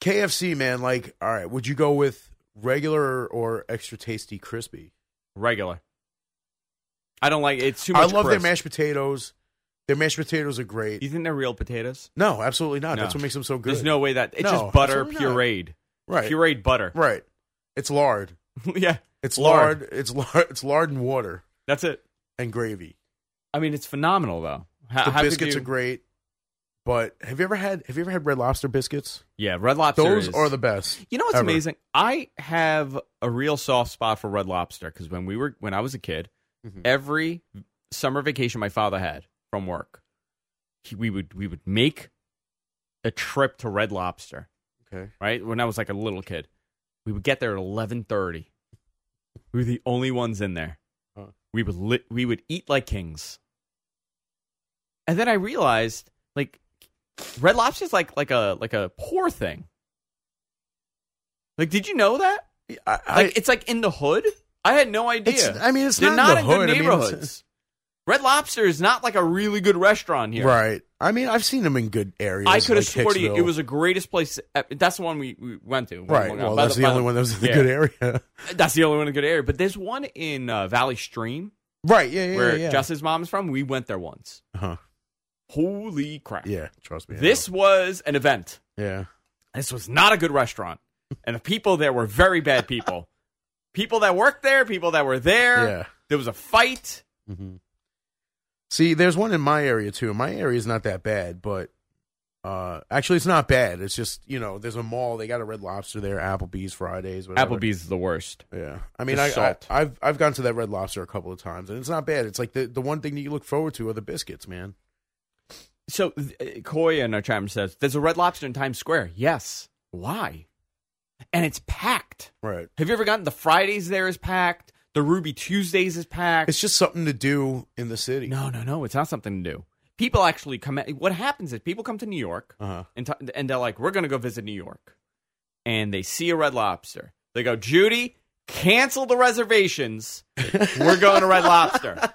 [SPEAKER 2] KFC, man. Like, all right, would you go with regular or extra tasty crispy?
[SPEAKER 1] Regular. I don't like it's too
[SPEAKER 2] I
[SPEAKER 1] much.
[SPEAKER 2] love
[SPEAKER 1] crisp.
[SPEAKER 2] their mashed potatoes. Their mashed potatoes are great.
[SPEAKER 1] You think they're real potatoes?
[SPEAKER 2] No, absolutely not.
[SPEAKER 1] No.
[SPEAKER 2] That's what makes them so good.
[SPEAKER 1] There's no way that it's
[SPEAKER 2] No,
[SPEAKER 1] just butter
[SPEAKER 2] absolutely not.
[SPEAKER 1] pureed,
[SPEAKER 2] right,
[SPEAKER 1] pureed butter.
[SPEAKER 2] right. It's lard.
[SPEAKER 1] (laughs) yeah,
[SPEAKER 2] It's
[SPEAKER 1] Lard.
[SPEAKER 2] lard. It's (laughs) lard. It's lard and water
[SPEAKER 1] that's it.
[SPEAKER 2] and gravy.
[SPEAKER 1] I mean, it's phenomenal though. How,
[SPEAKER 2] The
[SPEAKER 1] Uh, how could
[SPEAKER 2] biscuits
[SPEAKER 1] you-
[SPEAKER 2] are great. But have you ever had have you ever had red lobster biscuits?
[SPEAKER 1] Yeah, Red Lobster.
[SPEAKER 2] Those
[SPEAKER 1] is-
[SPEAKER 2] are the best.
[SPEAKER 1] You know what's
[SPEAKER 2] ever.
[SPEAKER 1] amazing? I have a real soft spot for Red Lobster because when we were when I was a kid,
[SPEAKER 2] Mhm.
[SPEAKER 1] every summer vacation my father had from work, he, we would we would make a trip to Red Lobster.
[SPEAKER 2] Okay.
[SPEAKER 1] right? When I was like a little kid, we would get there at eleven thirty. We were the only ones in there.
[SPEAKER 2] Huh.
[SPEAKER 1] We would li- we would eat like kings. And then I realized, like, Red Lobster's like like a like a poor thing. Like, did you know that?
[SPEAKER 2] I,
[SPEAKER 1] Like,
[SPEAKER 2] I,
[SPEAKER 1] it's like in the hood. I had no idea.
[SPEAKER 2] it's, I mean, it's
[SPEAKER 1] They're
[SPEAKER 2] not,
[SPEAKER 1] not
[SPEAKER 2] in
[SPEAKER 1] in
[SPEAKER 2] the hood.
[SPEAKER 1] good
[SPEAKER 2] I mean, it's-
[SPEAKER 1] neighborhoods.
[SPEAKER 2] (laughs)
[SPEAKER 1] Red Lobster is not like a really good restaurant here.
[SPEAKER 2] right? I mean, I've seen them in good areas.
[SPEAKER 1] I could have
[SPEAKER 2] like
[SPEAKER 1] sworn to you it
[SPEAKER 2] Hicksville.
[SPEAKER 1] was the greatest place. e, That's the one we, we went to.
[SPEAKER 2] right.
[SPEAKER 1] Long
[SPEAKER 2] Well,
[SPEAKER 1] Island. By
[SPEAKER 2] that's the,
[SPEAKER 1] by
[SPEAKER 2] only one that was in the
[SPEAKER 1] yeah.
[SPEAKER 2] good area.
[SPEAKER 1] That's the only one in a good area. But there's one in uh, Valley Stream
[SPEAKER 2] (laughs) right. Yeah. Yeah.
[SPEAKER 1] where
[SPEAKER 2] yeah.
[SPEAKER 1] Justin's mom is from. We went there once.
[SPEAKER 2] Uh-huh.
[SPEAKER 1] Holy crap.
[SPEAKER 2] Yeah. Trust me. I
[SPEAKER 1] This was an event.
[SPEAKER 2] know. Yeah.
[SPEAKER 1] This was not a good restaurant. And the people there were very bad people. people that worked there, people that were there.
[SPEAKER 2] Yeah.
[SPEAKER 1] There was a fight.
[SPEAKER 2] hmm See, there's one in my area too. My area is not that bad, but uh, actually, it's not bad. It's just you know, there's a mall. They got a Red Lobster there, Applebee's Fridays, whatever.
[SPEAKER 1] Applebee's is the worst.
[SPEAKER 2] Yeah, I mean,
[SPEAKER 1] The
[SPEAKER 2] I, I
[SPEAKER 1] salt.
[SPEAKER 2] I've I've gone to that Red Lobster a couple of times, and it's not bad. It's like the the one thing that you look forward to are the biscuits, man.
[SPEAKER 1] So th- uh, Koya in our chat room says there's a Red Lobster in Times Square. Yes. Why? And it's packed.
[SPEAKER 2] Right.
[SPEAKER 1] Have you ever gotten the Fridays there is packed? The Ruby Tuesdays is packed.
[SPEAKER 2] It's just something to do in the city.
[SPEAKER 1] No, no, no. It's not something to do. People actually come. At, what happens is people come to New York
[SPEAKER 2] Uh-huh.
[SPEAKER 1] and t- and they're like, "We're going to go visit New York," and they see a Red Lobster. They go, "Judy, cancel the reservations. We're
[SPEAKER 2] (laughs)
[SPEAKER 1] going to Red Lobster."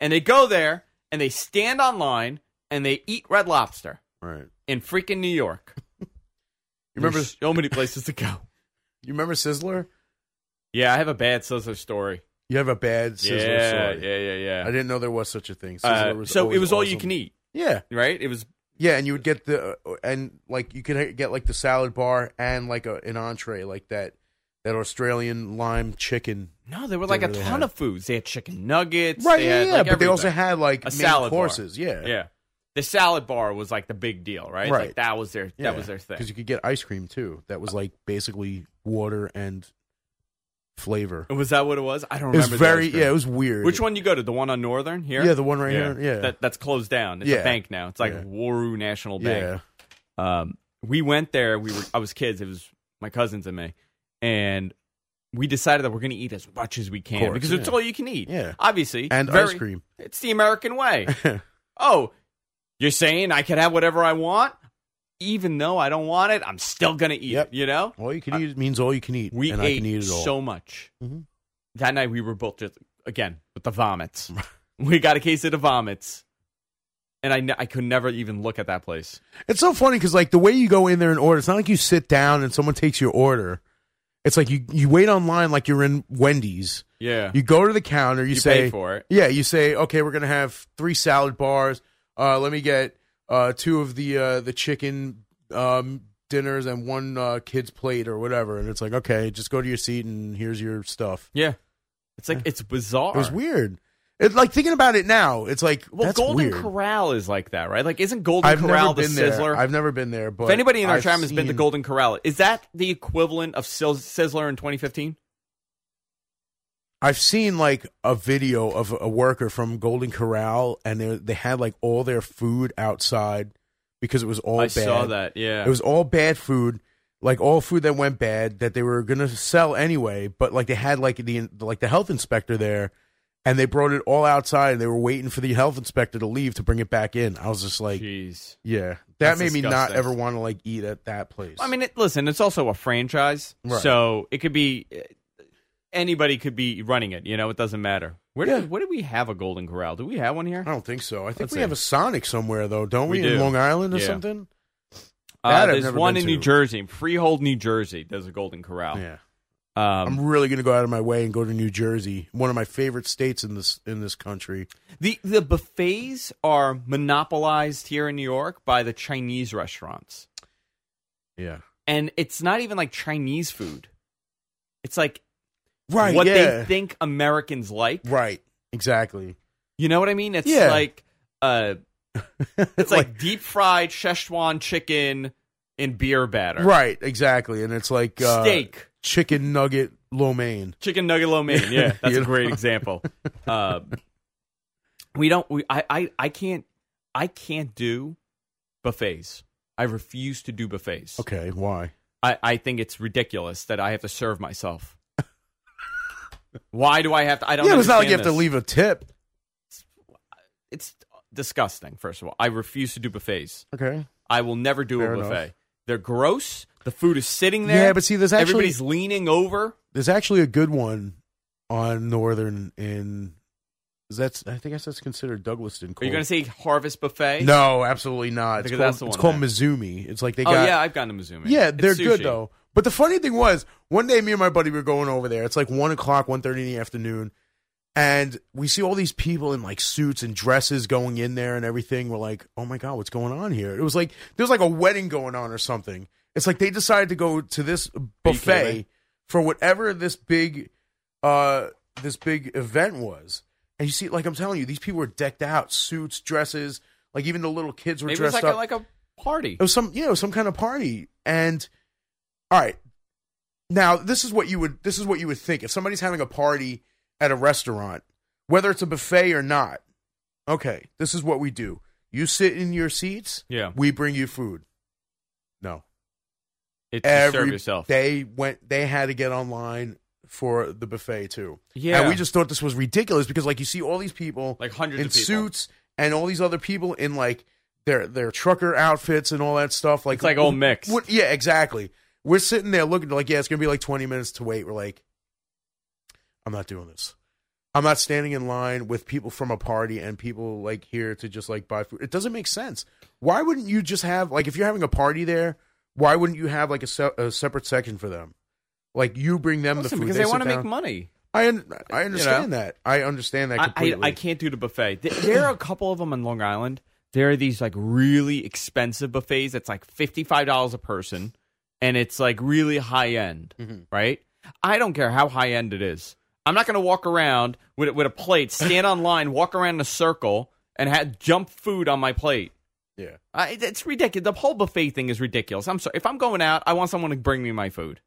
[SPEAKER 1] And they go there and they stand online and they eat Red Lobster
[SPEAKER 2] Right.
[SPEAKER 1] in freaking New York.
[SPEAKER 2] You (laughs) remember
[SPEAKER 1] There's so many places to go.
[SPEAKER 2] you remember Sizzler?
[SPEAKER 1] Yeah, I have a bad Sizzler story.
[SPEAKER 2] You have a bad Sizzler
[SPEAKER 1] yeah,
[SPEAKER 2] story.
[SPEAKER 1] yeah, yeah, yeah,
[SPEAKER 2] I didn't know there was such a thing. Sizzler
[SPEAKER 1] Uh,
[SPEAKER 2] was
[SPEAKER 1] so it
[SPEAKER 2] always
[SPEAKER 1] was all you
[SPEAKER 2] awesome.
[SPEAKER 1] can eat,
[SPEAKER 2] Yeah.
[SPEAKER 1] right? It was
[SPEAKER 2] Yeah, and you would get the uh, and like you could get like the salad bar and like a, an entree like that that Australian lime chicken.
[SPEAKER 1] No, there were like a
[SPEAKER 2] They really
[SPEAKER 1] ton
[SPEAKER 2] had-
[SPEAKER 1] of foods. They had chicken nuggets.
[SPEAKER 2] Right,
[SPEAKER 1] they
[SPEAKER 2] yeah,
[SPEAKER 1] had,
[SPEAKER 2] yeah.
[SPEAKER 1] like,
[SPEAKER 2] but they also
[SPEAKER 1] everything.
[SPEAKER 2] had like
[SPEAKER 1] A
[SPEAKER 2] main
[SPEAKER 1] salad bar.
[SPEAKER 2] courses, yeah,
[SPEAKER 1] yeah. The salad bar was like the big deal, right?
[SPEAKER 2] Right.
[SPEAKER 1] Like that was their that was their
[SPEAKER 2] Because
[SPEAKER 1] thing.
[SPEAKER 2] you could get ice cream too. That was like basically water and flavor.
[SPEAKER 1] Was that what it was? I don't
[SPEAKER 2] It was
[SPEAKER 1] remember. the
[SPEAKER 2] very
[SPEAKER 1] ice cream.
[SPEAKER 2] yeah, it was weird.
[SPEAKER 1] Which one you go to? The one on Northern here?
[SPEAKER 2] Yeah, the one right here. Yeah,
[SPEAKER 1] That, that's closed down. It's a
[SPEAKER 2] Yeah.
[SPEAKER 1] bank now. It's like
[SPEAKER 2] Yeah.
[SPEAKER 1] Waru National Bank.
[SPEAKER 2] yeah.
[SPEAKER 1] um, we went there. We were I was kids. It was my cousins and me, and we decided that we're going to eat as much as we can
[SPEAKER 2] course,
[SPEAKER 1] because it's
[SPEAKER 2] yeah.
[SPEAKER 1] all you can eat.
[SPEAKER 2] Yeah.
[SPEAKER 1] obviously,
[SPEAKER 2] And
[SPEAKER 1] very-
[SPEAKER 2] ice cream. (laughs)
[SPEAKER 1] It's the American way. oh, you're saying I can have whatever I want, even though I don't want it. I'm still gonna eat.
[SPEAKER 2] Yep.
[SPEAKER 1] it, You know,
[SPEAKER 2] all you can eat means all you can eat.
[SPEAKER 1] we
[SPEAKER 2] and
[SPEAKER 1] ate
[SPEAKER 2] I can eat it all.
[SPEAKER 1] so much
[SPEAKER 2] Mhm.
[SPEAKER 1] that night. We were both just again with the
[SPEAKER 2] (laughs)
[SPEAKER 1] vomits. we got a case of the vomits, and I ne- I could never even look at that place.
[SPEAKER 2] It's so funny because like the way you go in there and order, it's not like you sit down and someone takes your order. It's like you you wait online like you're in Wendy's.
[SPEAKER 1] Yeah,
[SPEAKER 2] You go to the counter. You,
[SPEAKER 1] Uh-huh. You
[SPEAKER 2] say
[SPEAKER 1] pay for it.
[SPEAKER 2] Yeah, you say okay, we're gonna have three salad bars. Uh, let me get uh, two of the uh, the chicken um, dinners and one uh, kid's plate or whatever. And it's like okay, just go to your seat and here's your stuff.
[SPEAKER 1] yeah. It's like it's bizarre.
[SPEAKER 2] It was weird. It's like thinking about it now. It's like
[SPEAKER 1] Well,
[SPEAKER 2] that's
[SPEAKER 1] Golden
[SPEAKER 2] weird.
[SPEAKER 1] Corral is like that, right? Like, isn't Golden
[SPEAKER 2] I've
[SPEAKER 1] Corral
[SPEAKER 2] never been
[SPEAKER 1] the
[SPEAKER 2] there.
[SPEAKER 1] Sizzler?
[SPEAKER 2] I've never been there. But
[SPEAKER 1] if anybody in our
[SPEAKER 2] I've
[SPEAKER 1] time has been to
[SPEAKER 2] seen-
[SPEAKER 1] Golden Corral, is that the equivalent of Sil- Sizzler in 2015?
[SPEAKER 2] I've seen like a video of a worker from Golden Corral, and they they had like all their food outside because it was all
[SPEAKER 1] I
[SPEAKER 2] bad.
[SPEAKER 1] saw that. Yeah,
[SPEAKER 2] It was all bad food, like all food that went bad that they were gonna sell anyway. But like they had like the like the health inspector there, and they brought it all outside, and they were waiting for the health inspector to leave to bring it back in. I was just like,
[SPEAKER 1] jeez.
[SPEAKER 2] yeah, that
[SPEAKER 1] That's
[SPEAKER 2] made me not
[SPEAKER 1] disgusting.
[SPEAKER 2] ever want to like eat at that place.
[SPEAKER 1] I mean, it, listen, it's also a franchise,
[SPEAKER 2] Right.
[SPEAKER 1] so it could be eh, anybody could be running it. You know, it doesn't matter. Where
[SPEAKER 2] Yeah.
[SPEAKER 1] did where did we have a Golden Corral? Do we have one here?
[SPEAKER 2] I don't think so. I think
[SPEAKER 1] Let's
[SPEAKER 2] we
[SPEAKER 1] see.
[SPEAKER 2] have a Sonic somewhere though, don't we?
[SPEAKER 1] We
[SPEAKER 2] in
[SPEAKER 1] do.
[SPEAKER 2] Long Island or
[SPEAKER 1] Yeah.
[SPEAKER 2] something.
[SPEAKER 1] Uh,
[SPEAKER 2] That I've
[SPEAKER 1] there's
[SPEAKER 2] never
[SPEAKER 1] one
[SPEAKER 2] been
[SPEAKER 1] in New
[SPEAKER 2] to.
[SPEAKER 1] Jersey, in Freehold, New Jersey. There's a Golden Corral.
[SPEAKER 2] Yeah. I'm
[SPEAKER 1] Um,
[SPEAKER 2] really going to go out of my way and go to New Jersey, one of my favorite states in this in this country.
[SPEAKER 1] the the buffets are monopolized here in New York by the Chinese restaurants,
[SPEAKER 2] Yeah,
[SPEAKER 1] and it's not even like Chinese food. It's like
[SPEAKER 2] right.
[SPEAKER 1] what
[SPEAKER 2] yeah.
[SPEAKER 1] they think Americans like.
[SPEAKER 2] Right. Exactly.
[SPEAKER 1] You know what I mean? It's
[SPEAKER 2] Yeah.
[SPEAKER 1] like uh, it's like, deep fried Szechuan chicken in beer batter,
[SPEAKER 2] right. Exactly. And it's like uh,
[SPEAKER 1] Steak,
[SPEAKER 2] chicken nugget lo mein.
[SPEAKER 1] chicken nugget lo mein.
[SPEAKER 2] (laughs)
[SPEAKER 1] Yeah, that's
[SPEAKER 2] You
[SPEAKER 1] a
[SPEAKER 2] know?
[SPEAKER 1] great example. Uh, we don't. We I, I I can't I can't do buffets. I refuse to do buffets.
[SPEAKER 2] Okay. Why?
[SPEAKER 1] I, I think it's ridiculous that I have to serve myself. Why do I have to? I don't.
[SPEAKER 2] Yeah, it's not like you
[SPEAKER 1] understand
[SPEAKER 2] have to
[SPEAKER 1] this.
[SPEAKER 2] leave a tip.
[SPEAKER 1] It's disgusting. First of all, I refuse to do buffets.
[SPEAKER 2] Okay.
[SPEAKER 1] I will never do
[SPEAKER 2] Fair
[SPEAKER 1] a
[SPEAKER 2] enough.
[SPEAKER 1] buffet. They're gross. The food is sitting there.
[SPEAKER 2] Yeah, but see, there's actually
[SPEAKER 1] everybody's leaning over.
[SPEAKER 2] there's actually a good one on northern in. is That's I think that's considered Douglaston.
[SPEAKER 1] Are you going to say Harvest Buffet?
[SPEAKER 2] No, absolutely not. It's
[SPEAKER 1] Because
[SPEAKER 2] called,
[SPEAKER 1] that's the
[SPEAKER 2] it's called
[SPEAKER 1] one
[SPEAKER 2] Mizumi. It's like they
[SPEAKER 1] oh
[SPEAKER 2] got
[SPEAKER 1] yeah, I've gotten to Mizumi.
[SPEAKER 2] Yeah,
[SPEAKER 1] It's
[SPEAKER 2] they're good
[SPEAKER 1] sushi.
[SPEAKER 2] though. But the funny thing was, one day me and my buddy were going over there. It's like one o'clock, one thirty in the afternoon, and we see all these people in like suits and dresses going in there and everything. We're like, oh my god, what's going on here? It was like there's like a wedding going on or something. It's like they decided to go to this
[SPEAKER 1] me?
[SPEAKER 2] buffet for whatever this big, uh, this big event was. And you see, like I'm telling you, these people were decked out, suits, dresses. Like even the little kids were
[SPEAKER 1] Maybe it's
[SPEAKER 2] dressed
[SPEAKER 1] like
[SPEAKER 2] up.
[SPEAKER 1] a, like a party.
[SPEAKER 2] It was some, you know, some kind of party. And all right, now this is what you would this is what you would think if somebody's having a party at a restaurant, whether it's a buffet or not. Okay, this is what we do. You sit in your seats.
[SPEAKER 1] Yeah,
[SPEAKER 2] We bring you food. No,
[SPEAKER 1] it's to
[SPEAKER 2] every
[SPEAKER 1] serve yourself.
[SPEAKER 2] they went. They had to get online for the buffet too.
[SPEAKER 1] yeah,
[SPEAKER 2] and we just thought this was ridiculous because, like, you see all these people
[SPEAKER 1] like hundreds
[SPEAKER 2] in
[SPEAKER 1] of people.
[SPEAKER 2] suits and all these other people in like their their trucker outfits and all that stuff. Like
[SPEAKER 1] It's like all mixed.
[SPEAKER 2] what- yeah, exactly. We're sitting there looking like yeah, it's gonna be like twenty minutes to wait. We're like, I'm not doing this. I'm not standing in line with people from a party and people like here to just like buy food. It doesn't make sense. Why wouldn't you just have like if you're having a party there? Why wouldn't you have like a, se- a separate section for them? Like you bring them
[SPEAKER 1] Listen,
[SPEAKER 2] the food
[SPEAKER 1] because they,
[SPEAKER 2] sit
[SPEAKER 1] want to make
[SPEAKER 2] down.
[SPEAKER 1] money.
[SPEAKER 2] I un- I understand that. I understand that
[SPEAKER 1] I, I
[SPEAKER 2] completely.
[SPEAKER 1] I can't do the buffet. Th- There are a couple of them on Long Island. There are these like really expensive buffets that's like fifty five dollars a person, and it's like really high end.
[SPEAKER 2] Mhm.
[SPEAKER 1] right? I don't care how high end it is. I'm not going to walk around with with a plate,
[SPEAKER 2] (laughs)
[SPEAKER 1] stand on line, walk around in a circle, and ha jump food on my plate.
[SPEAKER 2] Yeah.
[SPEAKER 1] I, it- it's ridiculous. The whole buffet thing is ridiculous. I'm sorry. If I'm going out, I want someone to bring me my food.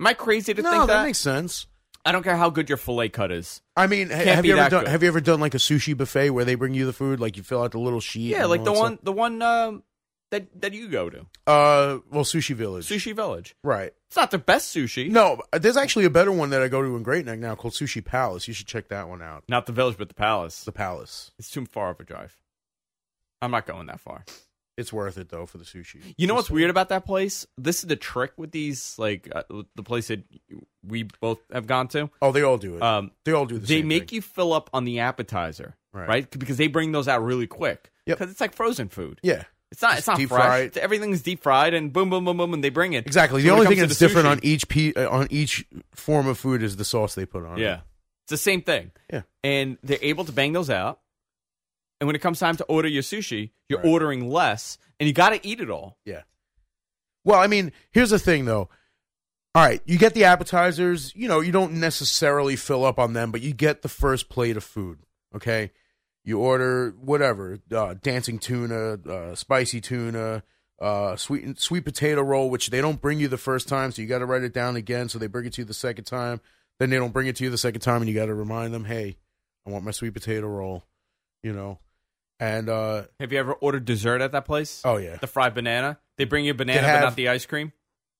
[SPEAKER 1] Am I crazy to
[SPEAKER 2] no,
[SPEAKER 1] think
[SPEAKER 2] that,
[SPEAKER 1] that?
[SPEAKER 2] makes sense.
[SPEAKER 1] I don't care how good your fillet cut is.
[SPEAKER 2] I mean, ha-
[SPEAKER 1] Can't
[SPEAKER 2] have
[SPEAKER 1] be
[SPEAKER 2] you ever
[SPEAKER 1] that
[SPEAKER 2] done?
[SPEAKER 1] good.
[SPEAKER 2] Have you ever done like a sushi buffet where they bring you the food, like you fill out the little sheet?
[SPEAKER 1] Yeah,
[SPEAKER 2] and
[SPEAKER 1] like
[SPEAKER 2] all
[SPEAKER 1] the
[SPEAKER 2] that stuff?
[SPEAKER 1] one, the one um, that that you go to,
[SPEAKER 2] Uh, well, Sushi Village,
[SPEAKER 1] Sushi Village.
[SPEAKER 2] right?
[SPEAKER 1] It's not the best sushi.
[SPEAKER 2] No, there's actually a better one that I go to in Great Neck now called Sushi Palace. You should check that one out.
[SPEAKER 1] Not the village, but the palace.
[SPEAKER 2] The Palace,
[SPEAKER 1] It's too far of a drive. I'm not going that far.
[SPEAKER 2] it's worth it though for the sushi.
[SPEAKER 1] You know what's
[SPEAKER 2] Just-
[SPEAKER 1] weird about that place? This is the trick with these, like uh, the place that we both have gone to.
[SPEAKER 2] Oh, they all do it.
[SPEAKER 1] Um,
[SPEAKER 2] they all do the
[SPEAKER 1] they
[SPEAKER 2] same
[SPEAKER 1] make
[SPEAKER 2] thing.
[SPEAKER 1] you fill up on the appetizer,
[SPEAKER 2] Right.
[SPEAKER 1] right? Because they bring those out really quick.
[SPEAKER 2] Yep.
[SPEAKER 1] Because it's like frozen food.
[SPEAKER 2] Yeah,
[SPEAKER 1] It's not.
[SPEAKER 2] It's
[SPEAKER 1] It's not
[SPEAKER 2] deep
[SPEAKER 1] fresh.
[SPEAKER 2] fried.
[SPEAKER 1] It's- everything's deep fried, and boom, boom, boom, boom, and they bring it.
[SPEAKER 2] exactly.
[SPEAKER 1] So
[SPEAKER 2] The
[SPEAKER 1] when it
[SPEAKER 2] only
[SPEAKER 1] comes to
[SPEAKER 2] thing that's
[SPEAKER 1] the
[SPEAKER 2] different
[SPEAKER 1] sushi-
[SPEAKER 2] on each pe- uh, on each form of food is the sauce they put on. it.
[SPEAKER 1] Yeah, it's the same thing.
[SPEAKER 2] Yeah.
[SPEAKER 1] and they're able to bang those out. And when it comes time to order your sushi, you're
[SPEAKER 2] Right.
[SPEAKER 1] ordering less, and you got to eat it all.
[SPEAKER 2] Well, I mean, here's the thing though. All right, you get the appetizers. You know, you don't necessarily fill up on them, but you get the first plate of food. Okay, you order whatever: uh, dancing tuna, uh, spicy tuna, uh, sweet sweet potato roll, which they don't bring you the first time, so you got to write it down again. So they bring it to you the second time. Then they don't bring it to you the second time, and you got to remind them, "Hey, I want my sweet potato roll." You know, and uh,
[SPEAKER 1] Have you ever ordered dessert at that place?
[SPEAKER 2] oh yeah,
[SPEAKER 1] The fried banana. They bring you a banana,
[SPEAKER 2] have-
[SPEAKER 1] but not the ice cream.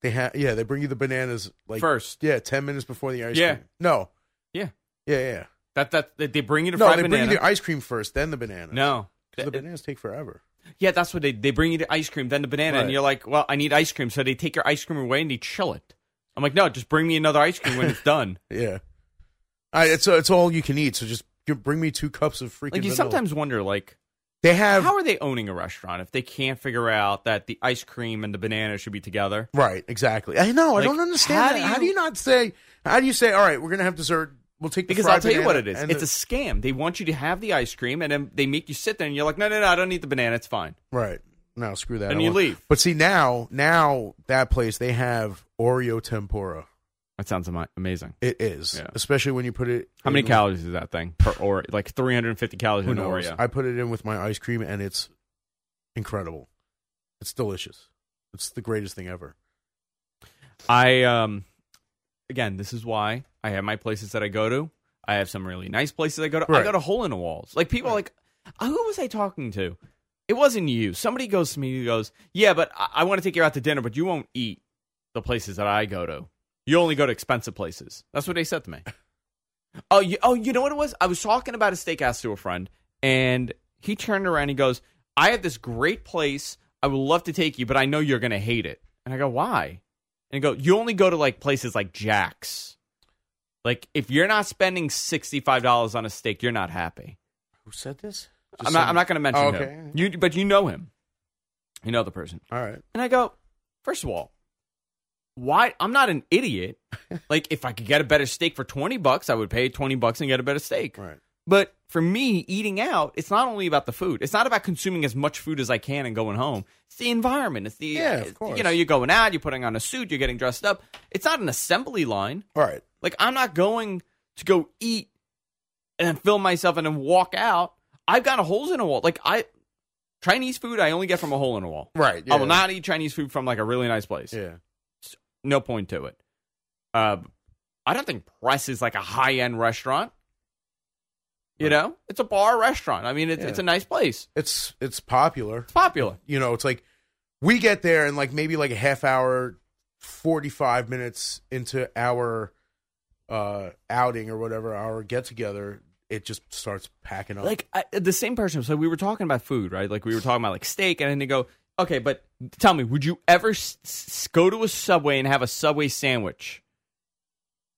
[SPEAKER 2] they have yeah they bring you the bananas like
[SPEAKER 1] First,
[SPEAKER 2] yeah ten minutes before the ice
[SPEAKER 1] Yeah.
[SPEAKER 2] cream. No.
[SPEAKER 1] Yeah.
[SPEAKER 2] Yeah, yeah.
[SPEAKER 1] that that they they bring you the
[SPEAKER 2] no,
[SPEAKER 1] fried
[SPEAKER 2] they
[SPEAKER 1] banana.
[SPEAKER 2] bring you the ice cream first, then the banana.
[SPEAKER 1] no,
[SPEAKER 2] 'Cause the bananas take forever.
[SPEAKER 1] yeah, that's what they they bring you the ice cream, then the banana, and
[SPEAKER 2] Right.
[SPEAKER 1] you're like, well, I need ice cream, so they take your ice cream away and they chill it. I'm like, no, just bring me another ice cream when it's
[SPEAKER 2] (laughs)
[SPEAKER 1] done.
[SPEAKER 2] Yeah, I, it's uh, it's all you can eat. So just g- bring me two cups of freaking.
[SPEAKER 1] like you
[SPEAKER 2] vanilla.
[SPEAKER 1] sometimes wonder, like,
[SPEAKER 2] they have
[SPEAKER 1] how are they owning a restaurant if they can't figure out that the ice cream and the banana should be together?
[SPEAKER 2] right exactly. I know.
[SPEAKER 1] Like,
[SPEAKER 2] I don't understand.
[SPEAKER 1] how
[SPEAKER 2] that.
[SPEAKER 1] do
[SPEAKER 2] how
[SPEAKER 1] you-
[SPEAKER 2] do you not say? How do you say? All right, we're gonna have dessert. We'll take the
[SPEAKER 1] Because
[SPEAKER 2] fried
[SPEAKER 1] I'll tell you
[SPEAKER 2] banana
[SPEAKER 1] what it is.
[SPEAKER 2] and
[SPEAKER 1] It's a scam. They want you to have the ice cream, and then they make you sit there, and you're like, no, no, no, I don't need the banana. It's fine.
[SPEAKER 2] the- right. No, screw that.
[SPEAKER 1] And
[SPEAKER 2] I
[SPEAKER 1] you
[SPEAKER 2] want-
[SPEAKER 1] leave.
[SPEAKER 2] But see now, now that place they have Oreo tempura.
[SPEAKER 1] That sounds ama- amazing.
[SPEAKER 2] It is,
[SPEAKER 1] Yeah.
[SPEAKER 2] especially when you put it.
[SPEAKER 1] How many
[SPEAKER 2] in-
[SPEAKER 1] calories is that thing per Oreo? Like 350 calories
[SPEAKER 2] Who
[SPEAKER 1] in an
[SPEAKER 2] knows?
[SPEAKER 1] Oreo.
[SPEAKER 2] I put it in with my ice cream, and it's incredible. It's delicious. It's the greatest thing ever.
[SPEAKER 1] I um again, this is why I have my places that I go to. I have some really nice places I go to. I
[SPEAKER 2] Right.
[SPEAKER 1] got a hole in the walls. Like people are like "Uh, who was I talking to? It wasn't you. Somebody goes to me and goes, Yeah, but I, I want to take you out to dinner, but you won't eat the places that I go to. You only go to expensive places. That's what they said to me. Oh, you, oh, you know what it was? I was talking about a steakhouse to a friend, and he turned around and he goes, I have this great place. I would love to take you, but I know you're going to hate it. And I go, why? And he go, you only go to like places like Jack's. Like, if you're not spending $65 on a steak, you're not happy.
[SPEAKER 2] Who said this?
[SPEAKER 1] I'm not, I'm not going to mention
[SPEAKER 2] Oh,
[SPEAKER 1] him. You, but you know him. You know the person.
[SPEAKER 2] All right.
[SPEAKER 1] And I go, first of all, why? I'm not an idiot. like, if I could get a better steak for 20 bucks, I would pay 20 bucks and get a better steak.
[SPEAKER 2] Right.
[SPEAKER 1] But for me, eating out, it's not only about the food. It's not about consuming as much food as I can and going home. It's the environment. It's the
[SPEAKER 2] Yeah, of
[SPEAKER 1] it's-
[SPEAKER 2] course.
[SPEAKER 1] you know, you're going out, you're putting on a suit, you're getting dressed up. It's not an assembly line.
[SPEAKER 2] All right.
[SPEAKER 1] Like I'm not going to go eat and then fill myself and then walk out. I've got holes in a wall. Like I Chinese food I only get from a hole in a wall.
[SPEAKER 2] Right.
[SPEAKER 1] I will not eat Chinese food from like a really nice place
[SPEAKER 2] Yeah.
[SPEAKER 1] no point to it. Uh, I don't think Press is like a high end restaurant. You
[SPEAKER 2] Right.
[SPEAKER 1] know, it's a bar restaurant. I mean, it's,
[SPEAKER 2] Yeah.
[SPEAKER 1] it's a nice place.
[SPEAKER 2] It's it's popular.
[SPEAKER 1] It's popular.
[SPEAKER 2] You know, it's like we get there and like maybe like a half hour, forty five minutes into our uh outing or whatever, our get together, it just starts packing up.
[SPEAKER 1] Like I, the same person. So we were talking about food, right? Like we were talking about like steak, and then they go, okay, but tell me, would you ever s- s- go to a Subway and have a Subway sandwich?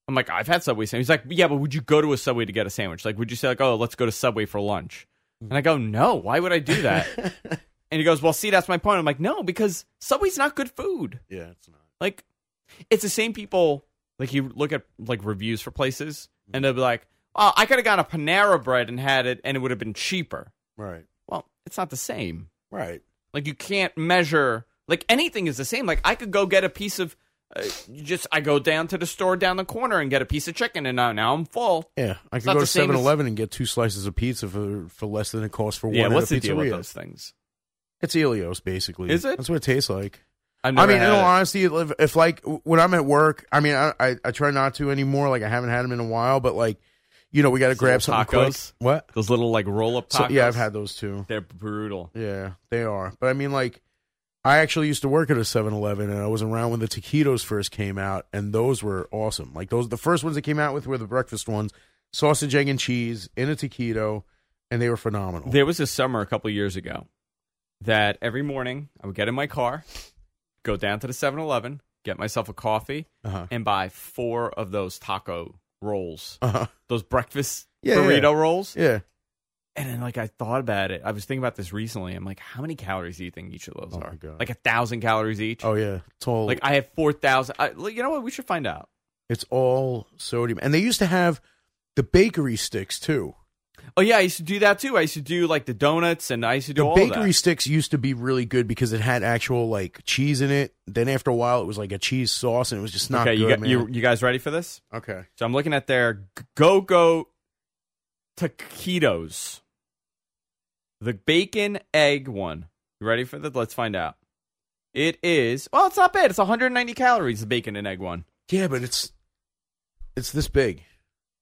[SPEAKER 1] I'm like, I've had Subway sandwich. He's like, yeah, but would you go to a Subway to get a sandwich? Like, would you say like, oh, let's go to Subway for lunch? And I go, no. Why would I do that? and he goes, well, see, that's my point. I'm like, no, because Subway's not good food.
[SPEAKER 2] (laughs) yeah, it's not.
[SPEAKER 1] Like, it's the same people. Like you look at like reviews for places, and they'll be like, "Oh, I could have gotten a Panera Bread and had it, and it would have been cheaper."
[SPEAKER 2] Right.
[SPEAKER 1] Well, it's not the same.
[SPEAKER 2] Right.
[SPEAKER 1] Like you can't measure. Like anything is the same. Like I could go get a piece of. Uh, you just I go down to the store down the corner and get a piece of chicken, and now now I'm full.
[SPEAKER 2] Yeah. I could
[SPEAKER 1] not
[SPEAKER 2] go to
[SPEAKER 1] the same as-
[SPEAKER 2] 7 Eleven and get two slices of pizza for for less than it costs for
[SPEAKER 1] yeah,
[SPEAKER 2] one. at
[SPEAKER 1] what's
[SPEAKER 2] a
[SPEAKER 1] the deal with
[SPEAKER 2] pizzeria.
[SPEAKER 1] those things?
[SPEAKER 2] It's Elios, basically.
[SPEAKER 1] Is it?
[SPEAKER 2] That's what it tastes like.
[SPEAKER 1] I've
[SPEAKER 2] I
[SPEAKER 1] never
[SPEAKER 2] mean, in
[SPEAKER 1] had
[SPEAKER 2] all
[SPEAKER 1] it.
[SPEAKER 2] honesty, if, if like when I'm at work, I mean, I, I I try not to anymore. Like I haven't had them in a while, but like, you know, we got to grab
[SPEAKER 1] Little
[SPEAKER 2] something quick.
[SPEAKER 1] tacos.
[SPEAKER 2] What?
[SPEAKER 1] those little like roll up
[SPEAKER 2] So,
[SPEAKER 1] tacos.
[SPEAKER 2] yeah, I've had those too.
[SPEAKER 1] They're brutal.
[SPEAKER 2] Yeah, they are. But I mean, like, I actually used to work at a 7-Eleven, and I was around when the taquitos first came out, and those were awesome. Like those, the first ones that came out with were the breakfast ones, sausage, egg, and cheese in a taquito, and they were phenomenal.
[SPEAKER 1] There was a summer a couple years ago that every morning I would get in my car, go down to the 7 Eleven, get myself a coffee,
[SPEAKER 2] Uh-huh.
[SPEAKER 1] and buy four of those taco rolls,
[SPEAKER 2] Uh-huh.
[SPEAKER 1] those breakfast
[SPEAKER 2] Yeah, yeah.
[SPEAKER 1] burrito rolls.
[SPEAKER 2] Yeah.
[SPEAKER 1] And then, like, I thought about it. I was thinking about this recently. I'm like, how many calories do you think each of those
[SPEAKER 2] Oh,
[SPEAKER 1] are?
[SPEAKER 2] my God.
[SPEAKER 1] Like a thousand calories each?
[SPEAKER 2] Oh yeah. It's all
[SPEAKER 1] Like, I have 4,000. I- like, You know what? We should find out.
[SPEAKER 2] it's all sodium, and they used to have the bakery sticks too.
[SPEAKER 1] Oh yeah, I used to do that too. I used to do like the donuts, and I used to do
[SPEAKER 2] The
[SPEAKER 1] all
[SPEAKER 2] bakery
[SPEAKER 1] that.
[SPEAKER 2] sticks used to be really good because it had actual like cheese in it. Then after a while, it was like a cheese sauce, and it was just not
[SPEAKER 1] okay,
[SPEAKER 2] good,
[SPEAKER 1] you, got,
[SPEAKER 2] man.
[SPEAKER 1] you you guys ready for this?
[SPEAKER 2] okay,
[SPEAKER 1] So I'm looking at their Go Go taquitos, the bacon egg one. You ready for that? Let's find out. It is. Well, it's not bad. It's 190 calories. The bacon and egg one.
[SPEAKER 2] yeah, but it's it's this big.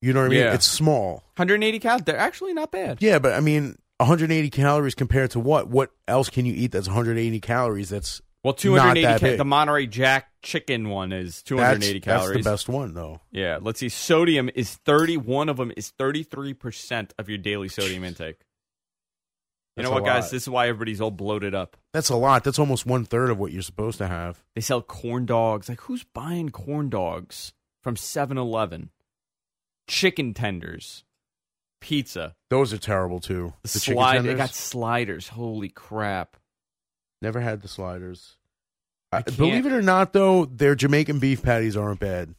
[SPEAKER 2] You know what I mean?
[SPEAKER 1] Yeah.
[SPEAKER 2] It's small.
[SPEAKER 1] 180 calories. They're actually not bad.
[SPEAKER 2] Yeah, but I mean, 180 calories compared to what? What else can you eat that's 180 calories? That's
[SPEAKER 1] Well,
[SPEAKER 2] Not
[SPEAKER 1] 280.
[SPEAKER 2] that
[SPEAKER 1] Ca-
[SPEAKER 2] big.
[SPEAKER 1] the Monterey Jack chicken one is
[SPEAKER 2] that's,
[SPEAKER 1] 280
[SPEAKER 2] that's
[SPEAKER 1] calories.
[SPEAKER 2] the best one though.
[SPEAKER 1] Yeah. Let's see. Sodium is 30. One of them is 33 percent of your daily sodium intake. You
[SPEAKER 2] That's
[SPEAKER 1] know
[SPEAKER 2] a
[SPEAKER 1] what, guys?
[SPEAKER 2] lot.
[SPEAKER 1] This is why everybody's all bloated up.
[SPEAKER 2] That's a lot. That's almost one third of what you're supposed to have.
[SPEAKER 1] They sell corn dogs. Like, who's buying corn dogs from 7 Eleven? Chicken tenders, pizza,
[SPEAKER 2] Those are terrible too.
[SPEAKER 1] the
[SPEAKER 2] chicken
[SPEAKER 1] slide. They
[SPEAKER 2] tenders?
[SPEAKER 1] got sliders. Holy crap.
[SPEAKER 2] Never had the sliders.
[SPEAKER 1] I
[SPEAKER 2] I
[SPEAKER 1] can't-
[SPEAKER 2] believe it or not, though, their Jamaican beef patties aren't bad.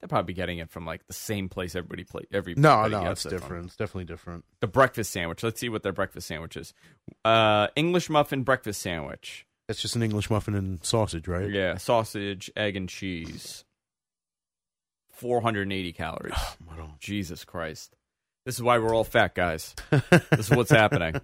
[SPEAKER 1] They're probably getting it from like the same place everybody play every
[SPEAKER 2] No,
[SPEAKER 1] everybody
[SPEAKER 2] no,
[SPEAKER 1] gets
[SPEAKER 2] it's
[SPEAKER 1] it from.
[SPEAKER 2] different. It's definitely different.
[SPEAKER 1] The breakfast sandwich. Let's see what their breakfast sandwich is. Uh, English muffin breakfast sandwich.
[SPEAKER 2] That's just an English muffin and sausage, right?
[SPEAKER 1] Yeah, sausage, egg, and cheese. 480
[SPEAKER 2] (sighs)
[SPEAKER 1] calories.
[SPEAKER 2] I don't-
[SPEAKER 1] Jesus Christ. This is why we're all fat guys. This is what's happening.
[SPEAKER 2] (laughs)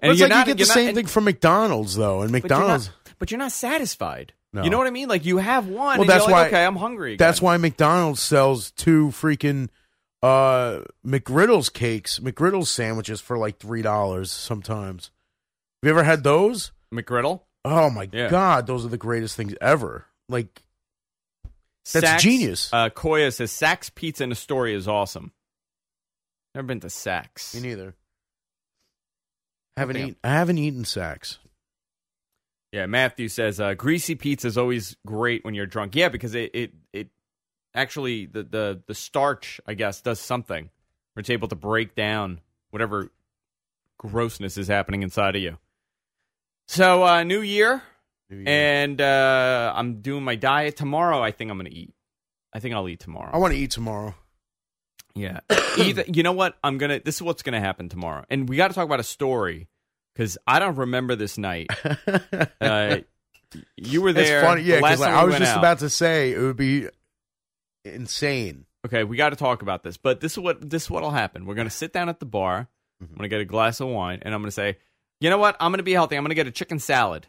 [SPEAKER 2] But it's
[SPEAKER 1] you're
[SPEAKER 2] like
[SPEAKER 1] not-
[SPEAKER 2] you get
[SPEAKER 1] you're
[SPEAKER 2] the
[SPEAKER 1] not-
[SPEAKER 2] same
[SPEAKER 1] and-
[SPEAKER 2] thing from McDonald's though, and
[SPEAKER 1] but you're not-
[SPEAKER 2] McDonald's.
[SPEAKER 1] But you're not, satisfied.
[SPEAKER 2] No.
[SPEAKER 1] You know what I mean? Like you have one.
[SPEAKER 2] Well,
[SPEAKER 1] and you're
[SPEAKER 2] that's
[SPEAKER 1] like,
[SPEAKER 2] why-
[SPEAKER 1] Okay, I'm hungry. Again.
[SPEAKER 2] That's why McDonald's sells two freaking uh McGriddles cakes, McGriddles sandwiches for like three dollars sometimes. Have you ever had those?
[SPEAKER 1] McGriddle.
[SPEAKER 2] Oh my
[SPEAKER 1] Yeah.
[SPEAKER 2] god, those are the greatest things ever. Like That's
[SPEAKER 1] Saks,
[SPEAKER 2] genius.
[SPEAKER 1] Uh, Koya says Saks Pizza in Astoria is awesome. Never been to Saks.
[SPEAKER 2] me neither. Haven't
[SPEAKER 1] Damn.
[SPEAKER 2] eaten I haven't eaten sacks.
[SPEAKER 1] Yeah, Matthew says uh, greasy pizza is always great when you're drunk. Yeah, because it it, it actually the, the the starch I guess does something. It's able to break down whatever grossness is happening inside of you. So uh, new year, and uh, I'm doing my diet tomorrow. I think I'm gonna eat. I think I'll eat tomorrow.
[SPEAKER 2] I want to
[SPEAKER 1] (laughs)
[SPEAKER 2] eat tomorrow. (coughs)
[SPEAKER 1] Yeah. (coughs) Either you know what? I'm gonna this is what's gonna happen tomorrow. And we gotta talk about a story because I don't remember this
[SPEAKER 2] (laughs)
[SPEAKER 1] night. Uh You were there.
[SPEAKER 2] It's funny, yeah.
[SPEAKER 1] the last
[SPEAKER 2] Because like,
[SPEAKER 1] time we
[SPEAKER 2] I was
[SPEAKER 1] went
[SPEAKER 2] just
[SPEAKER 1] out.
[SPEAKER 2] about to say it would be insane.
[SPEAKER 1] Okay, we got to talk about this. But this is what this is what'll happen. We're gonna sit down at the bar.
[SPEAKER 2] Mm-hmm.
[SPEAKER 1] I'm gonna get a glass of wine, and I'm gonna say, you know what? I'm gonna be healthy. I'm gonna get a chicken salad.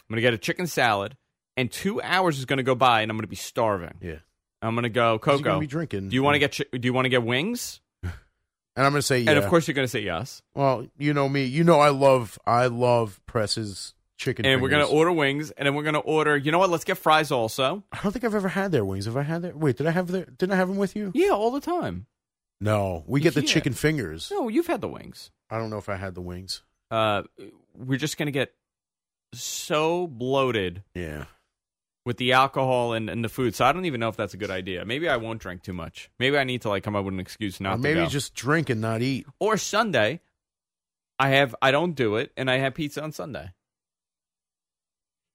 [SPEAKER 1] I'm gonna get a chicken salad, and two hours is gonna go by, and I'm gonna be starving.
[SPEAKER 2] Yeah.
[SPEAKER 1] I'm gonna go,
[SPEAKER 2] 'Cause you're gonna
[SPEAKER 1] Coco.
[SPEAKER 2] be drinking.
[SPEAKER 1] Do you want to get chi- Do you want to get wings?
[SPEAKER 2] And I'm gonna say yeah.
[SPEAKER 1] And of course, you're gonna say yes.
[SPEAKER 2] Well, you know me. You know I love I love presses chicken.
[SPEAKER 1] and we're gonna
[SPEAKER 2] fingers.
[SPEAKER 1] order wings, and then we're gonna order. You know what? Let's get fries also.
[SPEAKER 2] I don't think I've ever had their wings. Have I had their? Wait, did I have their? Didn't I have them with you?
[SPEAKER 1] Yeah, all the time.
[SPEAKER 2] No, we get the
[SPEAKER 1] Yeah.
[SPEAKER 2] chicken fingers.
[SPEAKER 1] No, you've had the wings.
[SPEAKER 2] I don't know if I had the wings.
[SPEAKER 1] Uh, we're just gonna get so bloated
[SPEAKER 2] Yeah,
[SPEAKER 1] with the alcohol and, and the food. So I don't even know if that's a good idea. Maybe I won't drink too much. Maybe I need to like come up with an excuse not
[SPEAKER 2] or maybe
[SPEAKER 1] to go.
[SPEAKER 2] just drink and not eat.
[SPEAKER 1] or Sunday, I have I don't do it, and I have pizza on Sunday.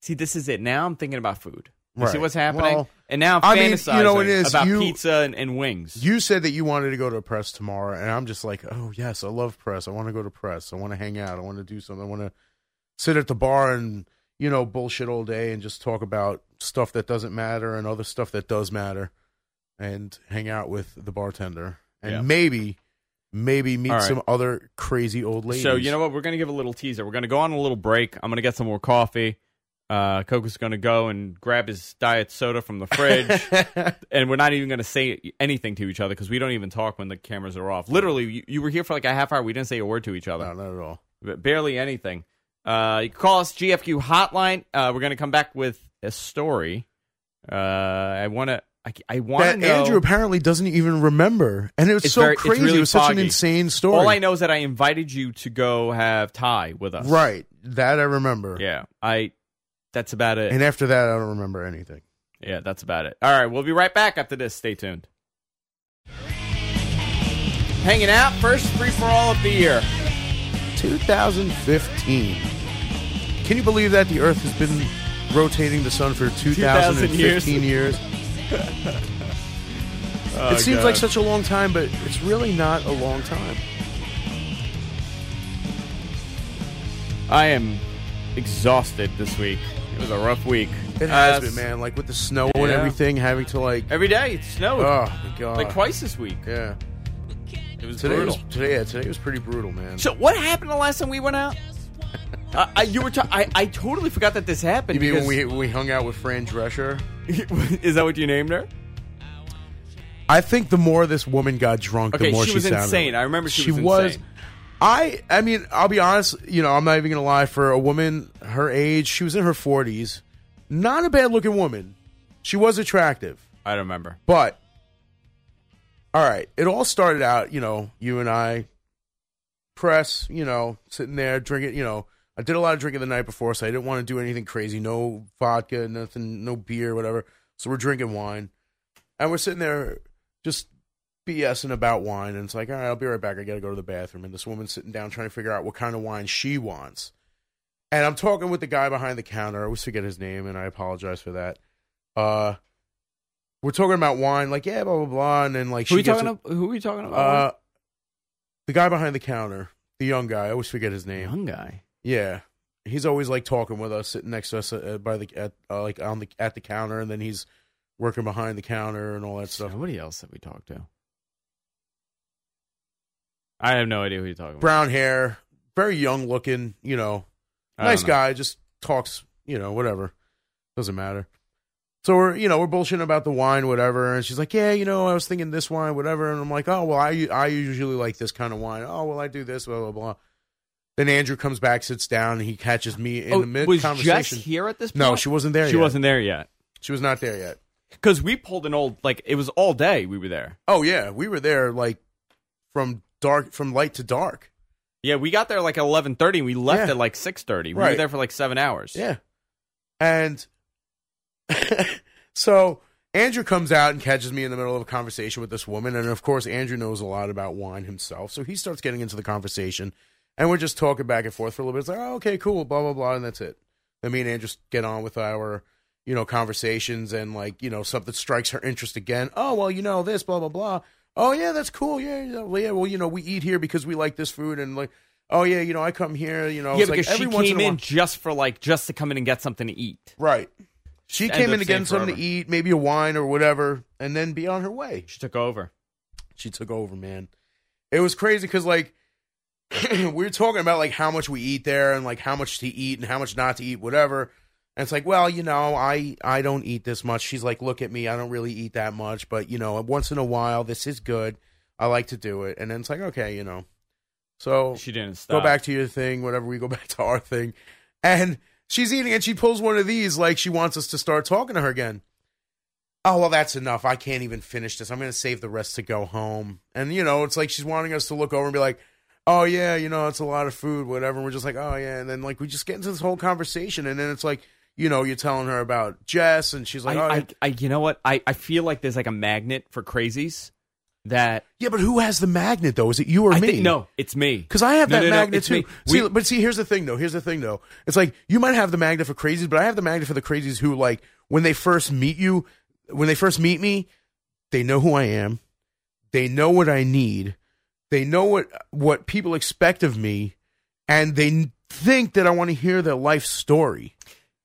[SPEAKER 1] See, this is it. Now I'm thinking about food. You see
[SPEAKER 2] Right.
[SPEAKER 1] what's happening,
[SPEAKER 2] Well,
[SPEAKER 1] and now I'm
[SPEAKER 2] I mean,
[SPEAKER 1] fantasizing
[SPEAKER 2] you know what it is?
[SPEAKER 1] about
[SPEAKER 2] You-
[SPEAKER 1] pizza and, and wings.
[SPEAKER 2] You said that you wanted to go to a press tomorrow, and I'm just like, oh yes, I love press. I want to go to press. I want to hang out. I want to do something. I want to sit at the bar and you know bullshit all day and just talk about stuff that doesn't matter and other stuff that does matter, and hang out with the bartender and
[SPEAKER 1] Yeah.
[SPEAKER 2] maybe maybe meet
[SPEAKER 1] All right.
[SPEAKER 2] some other crazy old ladies.
[SPEAKER 1] So you
[SPEAKER 2] (laughs)
[SPEAKER 1] know what? We're gonna give a little teaser. We're gonna go on a little break. I'm gonna get some more coffee. Uh, Coco's gonna go and grab his diet soda from the
[SPEAKER 2] (laughs)
[SPEAKER 1] fridge, and we're not even gonna say anything to each other because we don't even talk when the cameras are off. Literally, you, you were here for like a half hour. We didn't say a word to each other,
[SPEAKER 2] no, not at all.
[SPEAKER 1] B- barely anything. Uh, you can call us GFQ hotline. Uh, we're gonna come back with a story. Uh, I wanna, I, I wanna
[SPEAKER 2] That
[SPEAKER 1] know.
[SPEAKER 2] Andrew apparently doesn't even remember, and it was
[SPEAKER 1] It's
[SPEAKER 2] so
[SPEAKER 1] very- it's
[SPEAKER 2] crazy.
[SPEAKER 1] really
[SPEAKER 2] it was such an
[SPEAKER 1] foggy.
[SPEAKER 2] insane story.
[SPEAKER 1] all I know is that I invited you to go have Thai with us.
[SPEAKER 2] right? That I remember.
[SPEAKER 1] Yeah. I. That's about it.
[SPEAKER 2] And after that, I don't remember anything.
[SPEAKER 1] Yeah, that's about it. All right, we'll be right back after this. Stay tuned. Hanging out, first free for all of the year.
[SPEAKER 2] 2015. Can you believe that the Earth has been rotating the sun for
[SPEAKER 1] (laughs) 2,000 years.
[SPEAKER 2] 2015 years?
[SPEAKER 1] Oh,
[SPEAKER 2] it seems like such a long time, but it's really not a long time.
[SPEAKER 1] I am exhausted this week. It was a rough week.
[SPEAKER 2] It has
[SPEAKER 1] Uh,
[SPEAKER 2] been, man. Like with the snow and
[SPEAKER 1] Yeah.
[SPEAKER 2] everything, having to like,
[SPEAKER 1] Every day it snowed.
[SPEAKER 2] oh my god,
[SPEAKER 1] like twice this week.
[SPEAKER 2] Yeah,
[SPEAKER 1] It was
[SPEAKER 2] today
[SPEAKER 1] brutal.
[SPEAKER 2] was today. Yeah, today was pretty brutal, man.
[SPEAKER 1] So what happened the last time we went out? I, I you were ta- I, I totally forgot that this happened.
[SPEAKER 2] you mean when we when we hung out with Fran Drescher?
[SPEAKER 1] we (laughs) is that what you named her?
[SPEAKER 2] I think the more this woman got drunk,
[SPEAKER 1] Okay,
[SPEAKER 2] the more
[SPEAKER 1] she
[SPEAKER 2] she,
[SPEAKER 1] was
[SPEAKER 2] sounded.
[SPEAKER 1] insane. I remember she was insane.
[SPEAKER 2] I I mean, I'll be honest. You know, I'm not even gonna lie. For a woman her age, she was in her 40s. Not a bad looking woman. She was attractive,
[SPEAKER 1] I don't remember.
[SPEAKER 2] but all right. It all started out. You know, you and I press. You know, sitting there drinking. You know, I did a lot of drinking the night before, so I didn't want to do anything crazy. No vodka, nothing, no beer, whatever. So we're drinking wine, and we're sitting there just BSing about wine, and it's like, all right, I'll be right back. I got to go to the bathroom. And this woman's sitting down trying to figure out what kind of wine she wants. And I'm talking with the guy behind the counter. I always forget his name, and I apologize for that. Uh, we're talking about wine, like yeah, blah blah blah, and then like
[SPEAKER 1] Who are
[SPEAKER 2] she
[SPEAKER 1] we
[SPEAKER 2] gets
[SPEAKER 1] talking
[SPEAKER 2] it-
[SPEAKER 1] about? Who are we talking about?
[SPEAKER 2] uh, the guy behind the counter, the young guy. I always forget his name.
[SPEAKER 1] young guy.
[SPEAKER 2] Yeah, he's always like talking with us, sitting next to us uh, by the at uh, like on the at the counter, and then he's working behind the counter and all that stuff.
[SPEAKER 1] Nobody else that we talked to. I have no idea who you're talking about.
[SPEAKER 2] Brown hair, very young looking. You know,
[SPEAKER 1] I don't
[SPEAKER 2] nice
[SPEAKER 1] know.
[SPEAKER 2] guy. Just talks. You know, whatever. Doesn't matter. So we're you know we're bullshitting about the wine, whatever. And she's like, yeah, you know, I was thinking this wine, whatever. And I'm like, oh well, I I usually like this kind of wine. Oh well, I do this, blah blah blah. Then Andrew comes back, sits down, and he catches me in
[SPEAKER 1] Oh,
[SPEAKER 2] the mid
[SPEAKER 1] was Jess
[SPEAKER 2] conversation.
[SPEAKER 1] here at this point?
[SPEAKER 2] No, she wasn't there.
[SPEAKER 1] She
[SPEAKER 2] yet.
[SPEAKER 1] wasn't there yet.
[SPEAKER 2] She was not there yet.
[SPEAKER 1] Because we pulled an old, like, it was all day we were there.
[SPEAKER 2] Oh yeah, we were there like from dark, from light to dark.
[SPEAKER 1] Yeah, we got there like at 11.30 and we left
[SPEAKER 2] Yeah.
[SPEAKER 1] at like 6.30. We were
[SPEAKER 2] Right.
[SPEAKER 1] there for like seven hours.
[SPEAKER 2] Yeah. And (laughs) so Andrew comes out and catches me in the middle of a conversation with this woman. And of course, Andrew knows a lot about wine himself. So he starts getting into the conversation. And we're just talking back and forth for a little bit. It's like, oh, okay, cool, blah, blah, blah. And that's it. Then me and Andrew just get on with our, you know, conversations and like, you know, something strikes her interest again. Oh, well, you know, this, blah, blah, blah. Oh, yeah, that's cool. Yeah, yeah, well, yeah. Well, you know, we eat here because we like this food. And like, oh, yeah, you know, I come here, you know,
[SPEAKER 1] yeah,
[SPEAKER 2] it's like
[SPEAKER 1] because she
[SPEAKER 2] every once
[SPEAKER 1] came
[SPEAKER 2] a
[SPEAKER 1] in
[SPEAKER 2] while-
[SPEAKER 1] just for like, just to come in and get something to eat.
[SPEAKER 2] Right. She
[SPEAKER 1] Ends
[SPEAKER 2] came
[SPEAKER 1] up
[SPEAKER 2] in to
[SPEAKER 1] staying
[SPEAKER 2] get something to
[SPEAKER 1] forever.
[SPEAKER 2] eat, maybe a wine or whatever, and then be on her way.
[SPEAKER 1] She took over.
[SPEAKER 2] She took over, man. It was crazy because like (clears throat) we were talking about like how much we eat there and like how much to eat and how much not to eat, whatever. And it's like, well, you know, I I don't eat this much. She's like, look at me, I don't really eat that much, but you know, once in a while, this is good. I like to do it, and then it's like, okay, you know. So
[SPEAKER 1] She didn't stop.
[SPEAKER 2] go back to your thing, whatever. We go (laughs) back to our thing. And she's eating and she pulls one of these like she wants us to start talking to her again. Oh, well, that's enough. I can't even finish this. I'm going to save the rest to go home. And, you know, it's like she's wanting us to look over and be like, oh, yeah, you know, it's a lot of food, whatever. And we're just like, oh, yeah. And then, like, we just get into this whole conversation. And then it's like, you know, you're telling her about Jess and she's like,
[SPEAKER 1] I,
[SPEAKER 2] oh,
[SPEAKER 1] I, I, you know what? I, I feel like there's like a magnet for crazies that
[SPEAKER 2] yeah, but who has the magnet, though? Is it you or
[SPEAKER 1] I
[SPEAKER 2] me?
[SPEAKER 1] think, no, it's me.
[SPEAKER 2] Because I have
[SPEAKER 1] No,
[SPEAKER 2] that
[SPEAKER 1] no, no,
[SPEAKER 2] magnet
[SPEAKER 1] it's
[SPEAKER 2] too.
[SPEAKER 1] me.
[SPEAKER 2] See,
[SPEAKER 1] We-
[SPEAKER 2] but see, here's the thing though. Here's the thing though. It's like you might have the magnet for crazies, but I have the magnet for the crazies who, like, when they first meet you, when they first meet me, they know who I am, they know what I need, they know what what people expect of me, and they think that I want to hear their life story.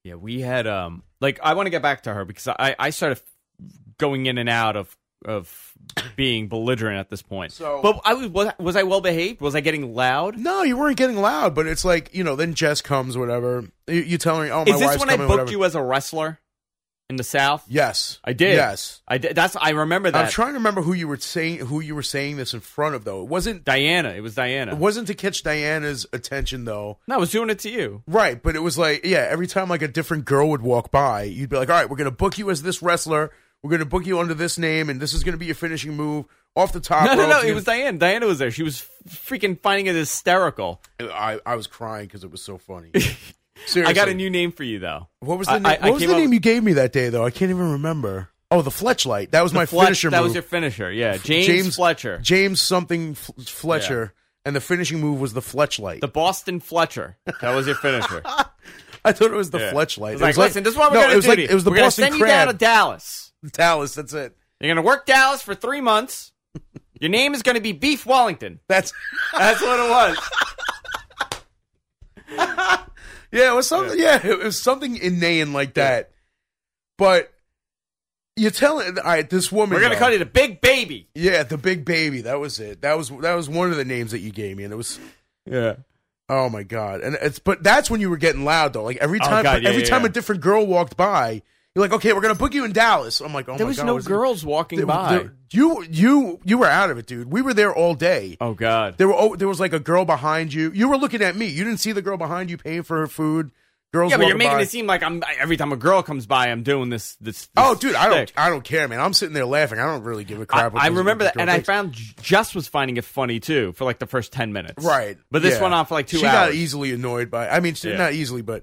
[SPEAKER 1] Yeah, we had um like I want to get back to her because I I started going in and out of of being belligerent at this point.
[SPEAKER 2] So-
[SPEAKER 1] but I was was, was I well behaved? Was I getting loud?
[SPEAKER 2] No, you weren't getting loud, but it's like you know. Then Jess comes, whatever. You, you tell her, oh, my
[SPEAKER 1] Is this
[SPEAKER 2] wife's
[SPEAKER 1] when I
[SPEAKER 2] coming.
[SPEAKER 1] booked
[SPEAKER 2] whatever.
[SPEAKER 1] you as a wrestler in the South?
[SPEAKER 2] Yes,
[SPEAKER 1] I did.
[SPEAKER 2] Yes.
[SPEAKER 1] I did. That's I remember that.
[SPEAKER 2] I'm trying to remember who you were saying who you were saying this in front of though. It wasn't
[SPEAKER 1] Diana. It was Diana.
[SPEAKER 2] It wasn't to catch Diana's attention though.
[SPEAKER 1] No, I was doing it to you.
[SPEAKER 2] Right, but it was like, yeah, every time like a different girl would walk by, you'd be like, "All right, we're going to book you as this wrestler. We're going to book you under this name and this is going to be your finishing move off the top."
[SPEAKER 1] No, no, no.
[SPEAKER 2] rope."
[SPEAKER 1] It was Diana. Diana was there. She was freaking finding it hysterical.
[SPEAKER 2] I I was crying cuz it was so
[SPEAKER 1] (laughs)
[SPEAKER 2] funny. Seriously.
[SPEAKER 1] I got a new name for you though.
[SPEAKER 2] What was
[SPEAKER 1] I-
[SPEAKER 2] the name?
[SPEAKER 1] I- I
[SPEAKER 2] what was
[SPEAKER 1] came
[SPEAKER 2] the
[SPEAKER 1] up-
[SPEAKER 2] name you gave me that day though? I can't even remember. Oh, the Fletchlight. That was my
[SPEAKER 1] Fletch-
[SPEAKER 2] finisher
[SPEAKER 1] That
[SPEAKER 2] move.
[SPEAKER 1] was your finisher. Yeah, James, Fletcher,
[SPEAKER 2] James something F- Fletcher and the finishing move was the Fletchlight.
[SPEAKER 1] the Boston Fletcher. That was your
[SPEAKER 2] (laughs)
[SPEAKER 1] finisher.
[SPEAKER 2] I thought it was the
[SPEAKER 1] Yeah.
[SPEAKER 2] Fletchlight.
[SPEAKER 1] It was like, listen, this is what we're
[SPEAKER 2] no,
[SPEAKER 1] gonna
[SPEAKER 2] it was
[SPEAKER 1] do.
[SPEAKER 2] like
[SPEAKER 1] to you.
[SPEAKER 2] it was the
[SPEAKER 1] we're
[SPEAKER 2] Boston
[SPEAKER 1] gonna send you
[SPEAKER 2] Crab. (laughs)
[SPEAKER 1] down to Dallas.
[SPEAKER 2] Dallas. That's it.
[SPEAKER 1] You're going to work Dallas for three months. Your name is going to be Beef Wellington.
[SPEAKER 2] That's
[SPEAKER 1] That's what it was.
[SPEAKER 2] (laughs) yeah, it was something. Yeah, it was something inane like that. But you're telling all right, this woman.
[SPEAKER 1] We're going to
[SPEAKER 2] though-
[SPEAKER 1] cut it a big baby.
[SPEAKER 2] Yeah, the big baby. That was it. That was that was one of the names that you gave me, and it was
[SPEAKER 1] Yeah.
[SPEAKER 2] oh my god. And it's but that's when you were getting loud though. Like every
[SPEAKER 1] Oh,
[SPEAKER 2] time,
[SPEAKER 1] God, yeah,
[SPEAKER 2] every
[SPEAKER 1] yeah,
[SPEAKER 2] time
[SPEAKER 1] yeah.
[SPEAKER 2] a different girl walked by, you're like, okay, we're gonna book you in Dallas. I'm like, oh
[SPEAKER 1] There
[SPEAKER 2] my
[SPEAKER 1] was
[SPEAKER 2] god,
[SPEAKER 1] no
[SPEAKER 2] was it-
[SPEAKER 1] girls walking
[SPEAKER 2] There-
[SPEAKER 1] by.
[SPEAKER 2] there- you you you were out of it, dude. We were there all day.
[SPEAKER 1] oh, God.
[SPEAKER 2] There were oh, there was like a girl behind you. You were looking at me. You didn't see the girl behind you paying for her food. Girls,
[SPEAKER 1] yeah, but you're
[SPEAKER 2] walking
[SPEAKER 1] making
[SPEAKER 2] by.
[SPEAKER 1] it seem like I'm every time a girl comes by, I'm doing this. This. this
[SPEAKER 2] Oh, dude, I don't,
[SPEAKER 1] shtick.
[SPEAKER 2] I don't care, man. I'm sitting there laughing. I don't really give a
[SPEAKER 1] I,
[SPEAKER 2] crap. what
[SPEAKER 1] I
[SPEAKER 2] those
[SPEAKER 1] remember that,
[SPEAKER 2] girl
[SPEAKER 1] and I
[SPEAKER 2] thinks.
[SPEAKER 1] found J- Jess was finding it funny too for like the first ten minutes.
[SPEAKER 2] right,
[SPEAKER 1] but this
[SPEAKER 2] yeah.
[SPEAKER 1] went on for like two
[SPEAKER 2] She
[SPEAKER 1] hours.
[SPEAKER 2] got easily annoyed by. I mean, she,
[SPEAKER 1] Yeah.
[SPEAKER 2] not easily, but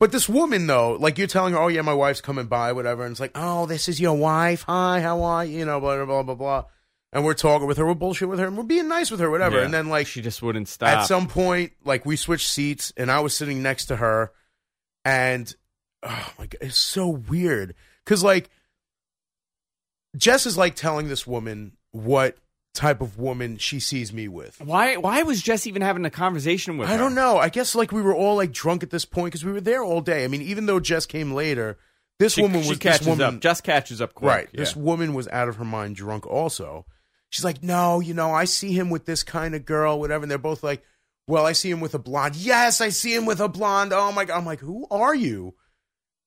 [SPEAKER 2] but this woman though, like you're telling her, oh yeah, my wife's coming by, whatever, and it's like, oh, this is your wife. Hi, how are you? You know, blah blah blah blah blah. And we're talking with her, we're bullshit with her, and we're being nice with her, whatever.
[SPEAKER 1] Yeah.
[SPEAKER 2] And then like
[SPEAKER 1] she just wouldn't
[SPEAKER 2] at
[SPEAKER 1] stop.
[SPEAKER 2] some point, like we switched seats, and I was sitting next to her, and oh my god, it's so weird because like Jess is like telling this woman what type of woman she sees me with.
[SPEAKER 1] why? Why was Jess even having a conversation with?
[SPEAKER 2] I
[SPEAKER 1] her?
[SPEAKER 2] don't know. I guess like we were all like drunk at this point because we were there all day. I mean, even though Jess came later, this
[SPEAKER 1] She,
[SPEAKER 2] woman
[SPEAKER 1] she
[SPEAKER 2] was
[SPEAKER 1] catches
[SPEAKER 2] this woman,
[SPEAKER 1] up. Jess catches up quick.
[SPEAKER 2] Right.
[SPEAKER 1] Yeah.
[SPEAKER 2] This woman was out of her mind drunk also. She's like, no, you know, I see him with this kind of girl, whatever. And they're both like, well, I see him with a blonde. Yes, I see him with a blonde. Oh my God. I'm like, who are you?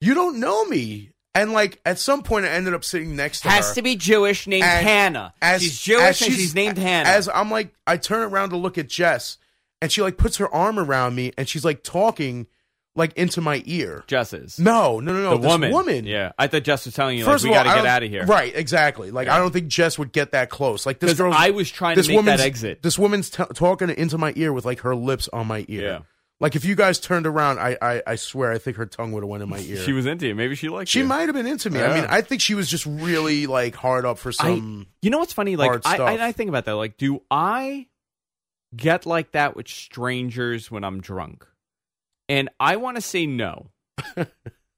[SPEAKER 2] You don't know me. And like at some point, I ended up sitting next to
[SPEAKER 1] has
[SPEAKER 2] her.
[SPEAKER 1] to be Jewish, named
[SPEAKER 2] And
[SPEAKER 1] Hannah.
[SPEAKER 2] as-
[SPEAKER 1] she's Jewish
[SPEAKER 2] as
[SPEAKER 1] and she's named Hannah.
[SPEAKER 2] As I'm like, I turn around to look at Jess, and she like puts her arm around me, and she's like talking like into my ear.
[SPEAKER 1] Jess is
[SPEAKER 2] No, no, no, no.
[SPEAKER 1] the
[SPEAKER 2] this
[SPEAKER 1] woman.
[SPEAKER 2] woman.
[SPEAKER 1] Yeah, I thought Jess was telling you
[SPEAKER 2] First
[SPEAKER 1] like we
[SPEAKER 2] of all,
[SPEAKER 1] got to
[SPEAKER 2] I
[SPEAKER 1] get
[SPEAKER 2] don't-
[SPEAKER 1] out of here.
[SPEAKER 2] Right, exactly. Like I don't think Jess would get that close. Like this
[SPEAKER 1] 'Cause
[SPEAKER 2] girl,
[SPEAKER 1] I was trying to
[SPEAKER 2] this
[SPEAKER 1] make that
[SPEAKER 2] woman's-
[SPEAKER 1] exit.
[SPEAKER 2] This woman's t- talking into my ear with like her lips on my ear.
[SPEAKER 1] Yeah.
[SPEAKER 2] Like if you guys turned around, I I, I swear I think her tongue would have went in my ear.
[SPEAKER 1] (laughs) She was into you. Maybe she liked
[SPEAKER 2] She
[SPEAKER 1] you.
[SPEAKER 2] might have been into me. I mean,
[SPEAKER 1] Yeah.
[SPEAKER 2] I think she was just really like hard up for some.
[SPEAKER 1] I, you know what's funny? Like
[SPEAKER 2] hard
[SPEAKER 1] I,
[SPEAKER 2] stuff.
[SPEAKER 1] I, I think about that. Like, do I get like that with strangers when I'm drunk? And I want to say no.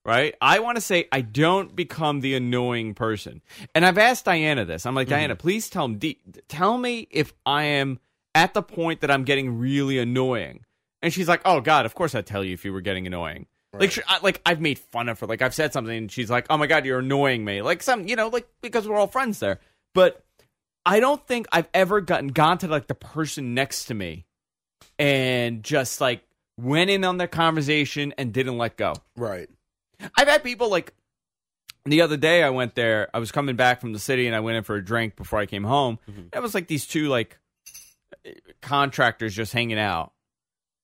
[SPEAKER 1] right? I want to say I don't become the annoying person. And I've asked Diana this. I'm like, Diana, please tell me, D- tell me if I am at the point that I'm getting really annoying. And she's like, Oh God, of course I'd tell you if you were getting annoying. Like, she, I, like I've made fun of her. Like I've said something, and she's like, "Oh my god, you're annoying me." Like some, you know, like because we're all friends there. But I don't think I've ever gotten gone to like the person next to me and just like went in on their conversation and didn't let go.
[SPEAKER 2] right.
[SPEAKER 1] I've had people like the other day I went there, I was coming back from the city and I went in for a drink before I came home.
[SPEAKER 2] Mm-hmm.
[SPEAKER 1] It was like these two like contractors just hanging out.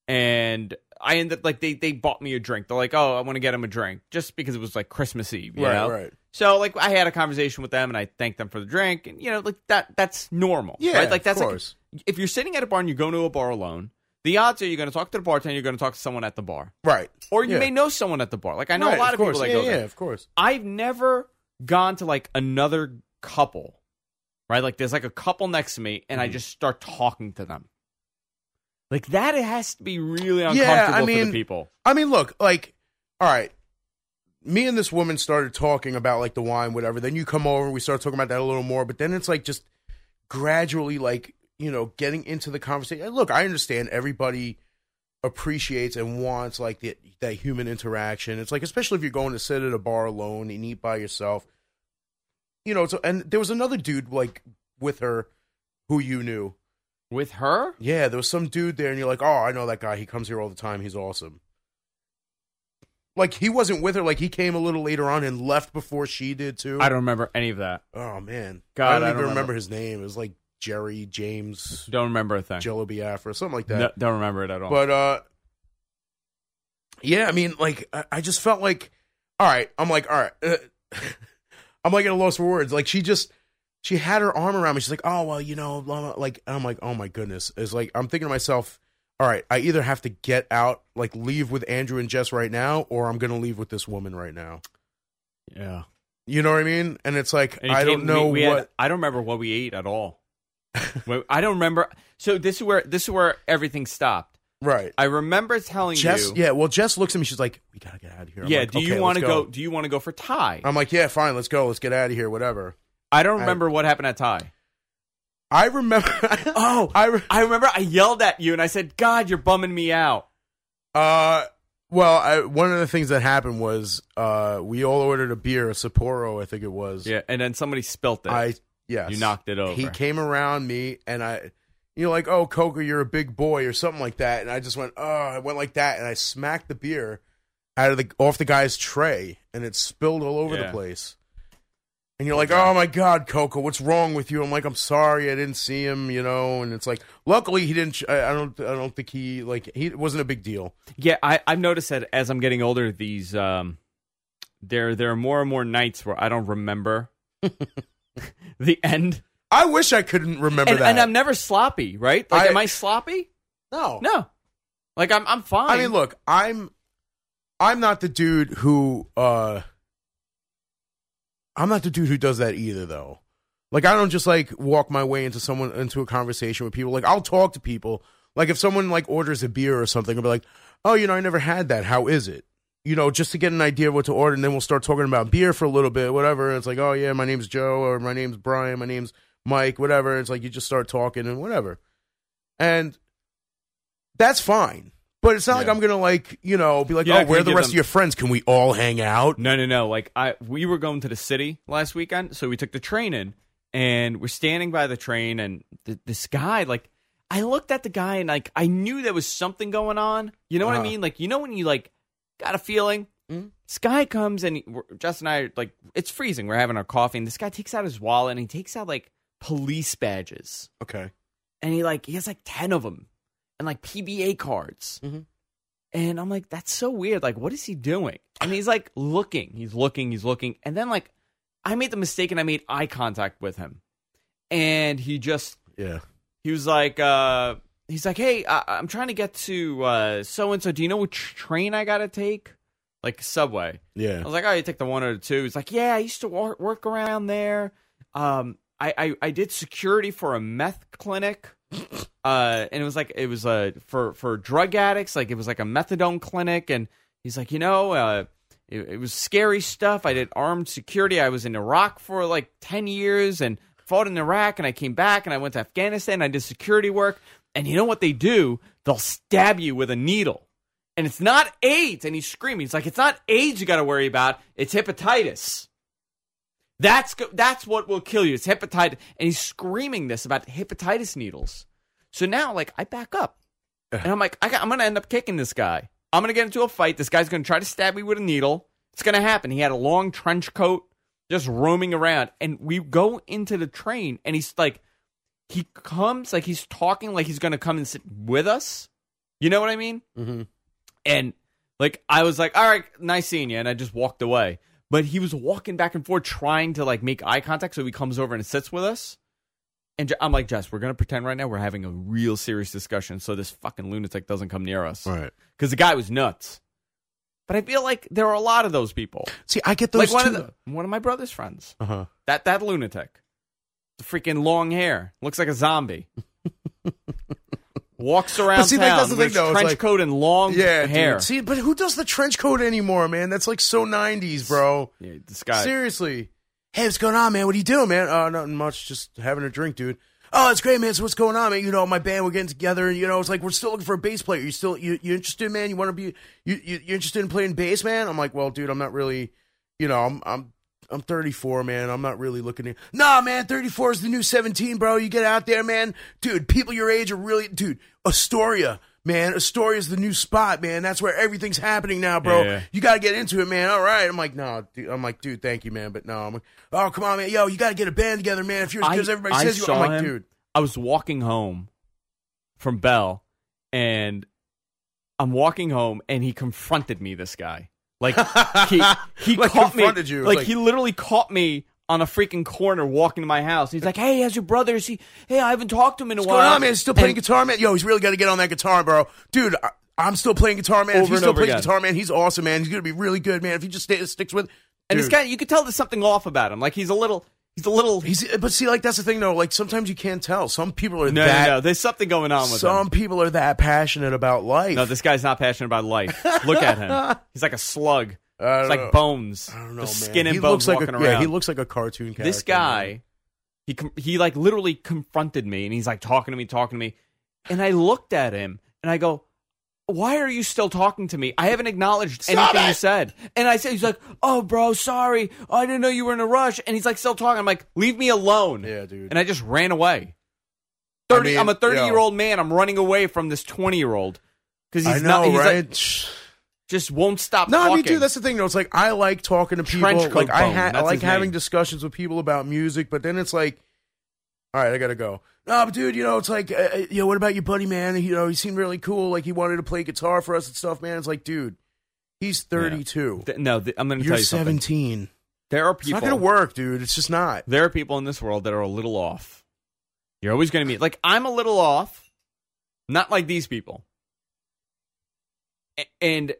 [SPEAKER 1] And I ended up like they they bought me a drink. They're like, "Oh, I want to get him a drink." Just because it was like Christmas Eve, you
[SPEAKER 2] Right,
[SPEAKER 1] know?
[SPEAKER 2] right.
[SPEAKER 1] So like I had a conversation with them and I thanked them for the drink and you know like that that's normal.
[SPEAKER 2] Yeah,
[SPEAKER 1] right? like that's
[SPEAKER 2] of
[SPEAKER 1] like-
[SPEAKER 2] course.
[SPEAKER 1] if you're sitting at a bar and you go to a bar alone, the odds are you're going to talk to the bartender, you're going to talk to someone at the bar,
[SPEAKER 2] right.
[SPEAKER 1] or you
[SPEAKER 2] Yeah.
[SPEAKER 1] may know someone at the bar. Like I know
[SPEAKER 2] Right,
[SPEAKER 1] a lot of,
[SPEAKER 2] course.
[SPEAKER 1] people that
[SPEAKER 2] yeah,
[SPEAKER 1] go
[SPEAKER 2] yeah,
[SPEAKER 1] there.
[SPEAKER 2] of course.
[SPEAKER 1] I've never gone to like another couple, right? Like there's like a couple next to me,
[SPEAKER 2] Mm.
[SPEAKER 1] and I just start talking to them. Like that, it has to be really
[SPEAKER 2] I
[SPEAKER 1] uncomfortable for the
[SPEAKER 2] mean,
[SPEAKER 1] people.
[SPEAKER 2] I mean, look, like, all right. Me and this woman started talking about like the wine, whatever. Then you come over, we start talking about that a little more. But then it's like just gradually, like you know, getting into the conversation. And look, I understand everybody appreciates and wants like the, that human interaction. It's like especially if you're going to sit at a bar alone and eat by yourself. You know, so and there was another dude like with her who you knew.
[SPEAKER 1] With her,
[SPEAKER 2] Yeah, there was some dude there, and you're like, oh, I know that guy. He comes here all the time. He's awesome. Like he wasn't with her. Like he came a little later on and left before she did too.
[SPEAKER 1] I don't remember any of that.
[SPEAKER 2] Oh man,
[SPEAKER 1] God,
[SPEAKER 2] I don't
[SPEAKER 1] I
[SPEAKER 2] even
[SPEAKER 1] don't remember.
[SPEAKER 2] remember his name. It was like Jerry James
[SPEAKER 1] Don't remember a thing.
[SPEAKER 2] Jello Biafra, something like that.
[SPEAKER 1] No, don't remember it at all.
[SPEAKER 2] But uh, yeah, I mean, like I, I just felt like, all right, I'm like, all right, uh, (laughs) I'm like at a loss for words. Like she just, she had her arm around me. She's like, oh well, you know, blah, blah. like and I'm like, oh my goodness. It's like I'm thinking to myself, all right, I either have to get out, like leave with Andrew and Jess right now, or I'm gonna leave with this woman right now.
[SPEAKER 1] yeah,
[SPEAKER 2] You know what I mean? And it's like
[SPEAKER 1] And it
[SPEAKER 2] I
[SPEAKER 1] came-
[SPEAKER 2] don't know
[SPEAKER 1] we- we had-
[SPEAKER 2] what.
[SPEAKER 1] I don't remember what we ate at
[SPEAKER 2] (laughs)
[SPEAKER 1] all. Well, I don't remember. So this is where this is where everything stopped.
[SPEAKER 2] right.
[SPEAKER 1] I remember telling
[SPEAKER 2] Jess,
[SPEAKER 1] you.
[SPEAKER 2] yeah. Well, Jess looks at me. She's like, "We gotta get out of here." I'm
[SPEAKER 1] yeah,
[SPEAKER 2] like,
[SPEAKER 1] do
[SPEAKER 2] "Okay, Um,
[SPEAKER 1] you want to
[SPEAKER 2] let's
[SPEAKER 1] go? Do you want to go for Thai?
[SPEAKER 2] I'm like, yeah, fine, let's go, let's get out of here, whatever.
[SPEAKER 1] I don't remember what happened at Ty.
[SPEAKER 2] I remember. (laughs)
[SPEAKER 1] Oh,
[SPEAKER 2] I re-
[SPEAKER 1] I remember I yelled at you and I said, "God, you're bumming me out."
[SPEAKER 2] uh, well, I, one of the things that happened was uh, we all ordered a beer, a Sapporo, I think it was.
[SPEAKER 1] Yeah, and then somebody spilt it.
[SPEAKER 2] I yes,
[SPEAKER 1] you knocked it over.
[SPEAKER 2] He came around me, and I, you know, like, oh, Coker, you're a big boy, or something like that. And I just went, oh, I went like that, and I smacked the beer out of the off the guy's tray, and it spilled all over
[SPEAKER 1] Yeah.
[SPEAKER 2] the place. And you're like, oh my god, Coco, what's wrong with you? I'm like, I'm sorry, I didn't see him, you know. And it's like, luckily he didn't. sh- I, I don't. I don't think he like he it wasn't a big deal.
[SPEAKER 1] Yeah, I, I've noticed that as I'm getting older, these um, there there are more and more nights where I don't
[SPEAKER 2] (laughs)
[SPEAKER 1] remember the end,
[SPEAKER 2] I wish I couldn't remember
[SPEAKER 1] and,
[SPEAKER 2] that.
[SPEAKER 1] and I'm never sloppy, right? Like,
[SPEAKER 2] I-
[SPEAKER 1] am I sloppy?
[SPEAKER 2] no,
[SPEAKER 1] No, like I'm I'm fine.
[SPEAKER 2] I mean, look, I'm I'm not the dude who uh I'm not the dude who does that either though. Like I don't just like walk my way into someone into a conversation with people. Like I'll talk to people. Like if someone like orders a beer or something, I'll be like, "Oh, you know, I never had that. How is it?" You know, just to get an idea of what to order, and then we'll start talking about beer for a little bit, whatever. And it's like, "Oh yeah, my name's Joe," or "My name's Brian," "My name's Mike," whatever. It's like you just start talking and whatever, and that's fine. But it's not like
[SPEAKER 1] Yeah.
[SPEAKER 2] I'm gonna like you know be like,
[SPEAKER 1] Yeah,
[SPEAKER 2] "Oh,
[SPEAKER 1] can
[SPEAKER 2] where
[SPEAKER 1] you
[SPEAKER 2] are the
[SPEAKER 1] give
[SPEAKER 2] rest
[SPEAKER 1] them-
[SPEAKER 2] of your friends? Can we all hang out?"
[SPEAKER 1] No, no, no. Like I, we were going to the city last weekend, so we took the train in, and we're standing by the train, and th- this guy, like, I looked at the guy, and like, I knew there was something going on. You know what I
[SPEAKER 2] Uh-huh.
[SPEAKER 1] mean? Like, you know when you like got a feeling.
[SPEAKER 2] Mhm.
[SPEAKER 1] This guy comes and he- we're, Justin and I are like, it's freezing. We're having our coffee, and this guy takes out his wallet and he takes out like police badges
[SPEAKER 2] Okay.
[SPEAKER 1] and he like he has like 10 of them and like pba cards
[SPEAKER 2] Mhm.
[SPEAKER 1] and i'm like that's so weird like what is he doing and he's like looking he's looking he's looking and then like i made the mistake and i made eye contact with him and he just
[SPEAKER 2] Yeah.
[SPEAKER 1] he was like uh he's like hey I- i'm trying to get to uh so and so do you know which train i gotta take like subway I
[SPEAKER 2] Yeah.
[SPEAKER 1] was like, oh, you take the one or the two. He's like, yeah, I used to wor- work around there. Um, I, I, I did security for a meth clinic. (laughs) Uh, and it was like, it was uh, for, for drug addicts. Like, it was like a methadone clinic. And he's like, you know, uh, it, it was scary stuff. I did armed security. I was in Iraq for like 10 years and fought in Iraq. And I came back and I went to Afghanistan. And I did security work. And you know what they do? They'll stab you with a needle and it's not AIDS. And he's screaming. He's like, it's not AIDS you got to worry about. It's hepatitis. That's go- that's what will kill you. It's hepatitis. And he's screaming this about hepatitis needles. So now, like, I back up, and I'm like, I got, I'm gonna end up kicking this guy. I'm gonna get into a fight. This guy's gonna try to stab me with a needle. It's gonna happen. He had a long trench coat, just roaming around, and we go into the train, and he's like, he comes like he's talking like he's gonna come and sit with us. You know what I mean?
[SPEAKER 2] Mm-hmm.
[SPEAKER 1] And like I was like, all right, nice seeing you, and I just walked away. But he was walking back and forth trying to like make eye contact, so he comes over and sits with us. And Je- I'm like, Jess, we're gonna pretend right now we're having a real serious discussion, so this fucking lunatic doesn't come near us.
[SPEAKER 2] All
[SPEAKER 1] Because
[SPEAKER 2] right.
[SPEAKER 1] the guy was nuts. But I feel like there are a lot of those people.
[SPEAKER 2] See, I get those
[SPEAKER 1] like one
[SPEAKER 2] two.
[SPEAKER 1] of the, one of my brother's friends.
[SPEAKER 2] uh-huh.
[SPEAKER 1] That that lunatic. The freaking long hair. Looks like a
[SPEAKER 2] (laughs)
[SPEAKER 1] zombie. Walks around
[SPEAKER 2] see, like,
[SPEAKER 1] town
[SPEAKER 2] that's the
[SPEAKER 1] with
[SPEAKER 2] thing, though,
[SPEAKER 1] his
[SPEAKER 2] it's
[SPEAKER 1] trench
[SPEAKER 2] like-
[SPEAKER 1] coat and long
[SPEAKER 2] Yeah, dude.
[SPEAKER 1] Oh, hair.
[SPEAKER 2] See, but who does the trench coat anymore, man? That's like so '90s, bro.
[SPEAKER 1] Yeah, this guy.
[SPEAKER 2] Seriously. Hey, what's going on, man? What are you doing, man? Uh, nothing much. Just having a drink, dude. Oh, it's great, man. So what's going on, man? You know, my band, we're getting together, and you know, it's like we're still looking for a bass player. You still, you, you interested, man? You want to be, you, you, you interested in playing bass, man? I'm like, well, dude, I'm not really, you know, I'm, I'm, I'm 34, man. I'm not really looking. To... Nah, man, 34 is the new 17, bro. You get out there, man, dude. People your age are really, dude. Astoria, man. Astoria's the new spot, man. That's where everything's happening now, bro
[SPEAKER 1] Yeah.
[SPEAKER 2] you got to get into it, man. All right. I'm like, no, dude. I'm like, dude, thank you, man. But no, I'm like, oh, come on, man. Yo, you got to get a band together, man. If you're as good as everybody says you,
[SPEAKER 1] saw
[SPEAKER 2] I'm like,
[SPEAKER 1] him.
[SPEAKER 2] dude.
[SPEAKER 1] I was walking home from Bell, and I'm walking home, and he confronted me. This guy, like he he
[SPEAKER 2] (laughs) Like,
[SPEAKER 1] caught
[SPEAKER 2] confronted
[SPEAKER 1] me,
[SPEAKER 2] you. It's
[SPEAKER 1] like,
[SPEAKER 2] like-
[SPEAKER 1] he literally caught me on a freaking corner walking to my house. He's like, "Hey, how's your brother? Is he? Hey, I haven't talked to him in a
[SPEAKER 2] What's
[SPEAKER 1] while.
[SPEAKER 2] going on, man? Still playing
[SPEAKER 1] And-
[SPEAKER 2] guitar, man? Yo, he's really got to get on that guitar, bro. Dude, I, I'm still playing guitar, man.
[SPEAKER 1] Over
[SPEAKER 2] if he
[SPEAKER 1] and
[SPEAKER 2] still
[SPEAKER 1] over
[SPEAKER 2] plays
[SPEAKER 1] again.
[SPEAKER 2] guitar, man, he's awesome, man. He's going to be really good, man. If he just stay, sticks with
[SPEAKER 1] And this
[SPEAKER 2] Dude.
[SPEAKER 1] guy, you could tell there's something off about him. Like he's a little, he's a little.
[SPEAKER 2] He's, but see, like that's the thing, though. Like sometimes you can't tell. Some people are
[SPEAKER 1] no,
[SPEAKER 2] that.
[SPEAKER 1] no, no. There's something going on with him.
[SPEAKER 2] some people are that passionate about life. (laughs)
[SPEAKER 1] No, this guy's not passionate about life. Look at him. He's like a slug. It's
[SPEAKER 2] I don't
[SPEAKER 1] like
[SPEAKER 2] know.
[SPEAKER 1] bones.
[SPEAKER 2] I don't know,
[SPEAKER 1] Just
[SPEAKER 2] man.
[SPEAKER 1] skin and
[SPEAKER 2] he
[SPEAKER 1] bones
[SPEAKER 2] looks like
[SPEAKER 1] walking
[SPEAKER 2] a,
[SPEAKER 1] around.
[SPEAKER 2] Yeah, he looks like a cartoon character.
[SPEAKER 1] this guy, he com- he like literally confronted me, and he's like talking to me, talking to me, and I looked at him, and I go. Why are you still talking to me? I haven't acknowledged
[SPEAKER 2] Stop
[SPEAKER 1] anything
[SPEAKER 2] it!"
[SPEAKER 1] you said. And I said, he's like, "Oh, bro, sorry, I didn't know you were in a rush." And he's like, still talking. I'm like, "Leave me alone."
[SPEAKER 2] Yeah, dude.
[SPEAKER 1] And I just ran away.
[SPEAKER 2] I
[SPEAKER 1] Thirty.
[SPEAKER 2] mean,
[SPEAKER 1] I'm a
[SPEAKER 2] yo.
[SPEAKER 1] 30 year old man. I'm running away from this 20 year old because
[SPEAKER 2] I
[SPEAKER 1] he's
[SPEAKER 2] know,
[SPEAKER 1] not. He's
[SPEAKER 2] right?
[SPEAKER 1] like, just won't stop.
[SPEAKER 2] no,
[SPEAKER 1] talking.
[SPEAKER 2] I mean, dude, that's the thing. though. It's like I like talking to people.
[SPEAKER 1] Trench coat
[SPEAKER 2] Like I,
[SPEAKER 1] bone,
[SPEAKER 2] ha- I
[SPEAKER 1] that's
[SPEAKER 2] like
[SPEAKER 1] his name.
[SPEAKER 2] having discussions with people about music, but then it's like, all right, I gotta go. No, but dude, you know, it's like, uh, uh, yo, what about your buddy, man? You know, he seemed really cool. Like he wanted to play guitar for us and stuff, man. It's like, dude, he's thirty-two.
[SPEAKER 1] Th- no, th- I'm going to
[SPEAKER 2] You're
[SPEAKER 1] tell you something.
[SPEAKER 2] seventeen.
[SPEAKER 1] There are
[SPEAKER 2] It's
[SPEAKER 1] people.
[SPEAKER 2] not gonna work, dude. It's just not.
[SPEAKER 1] There are people in this world that are a little off. You're always going to be like I'm a little off, not like these people. A- And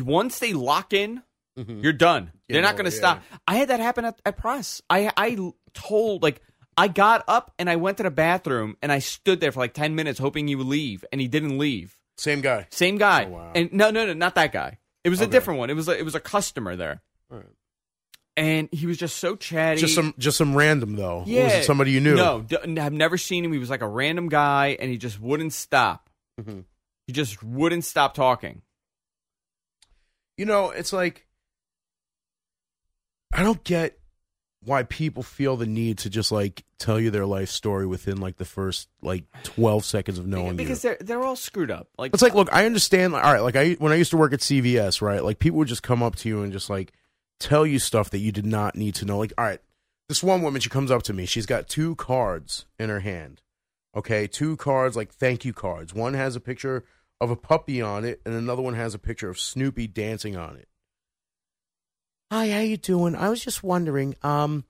[SPEAKER 1] once they lock in, you're done.
[SPEAKER 2] Yeah,
[SPEAKER 1] They're not
[SPEAKER 2] no,
[SPEAKER 1] going to
[SPEAKER 2] Mm-hmm. yeah.
[SPEAKER 1] stop. I had that happen at, at press. I I told like I got up and I went to the bathroom and I stood there for like ten minutes hoping he would leave, and he didn't leave.
[SPEAKER 2] Same guy.
[SPEAKER 1] Same guy.
[SPEAKER 2] Oh, wow.
[SPEAKER 1] And no, no, no, not that guy. It was a
[SPEAKER 2] Okay.
[SPEAKER 1] different one. It was a, it was a customer there,
[SPEAKER 2] Alright.
[SPEAKER 1] and he was just so chatty.
[SPEAKER 2] Just some, just some random though.
[SPEAKER 1] Yeah,
[SPEAKER 2] Or was it somebody you knew?
[SPEAKER 1] No, d- n- I've never seen him. He was like a random guy, and he just wouldn't stop.
[SPEAKER 2] Mhm.
[SPEAKER 1] He just wouldn't stop talking.
[SPEAKER 2] You know, it's like I don't get why people feel the need to just like tell you their life story within like the first like twelve seconds of knowing you.
[SPEAKER 1] because they're they're all screwed up. Like
[SPEAKER 2] It's like, look, I understand. Like, all right, like I when I used to work at CVS, right? Like people would just come up to you and just like tell you stuff that you did not need to know. Like, all right, this one woman, she comes up to me. She's got two cards in her hand. Okay, two cards, like thank you cards. One has a picture of a puppy on it, and another one has a picture of Snoopy dancing on it. Hi, how you doing? I was just wondering, um,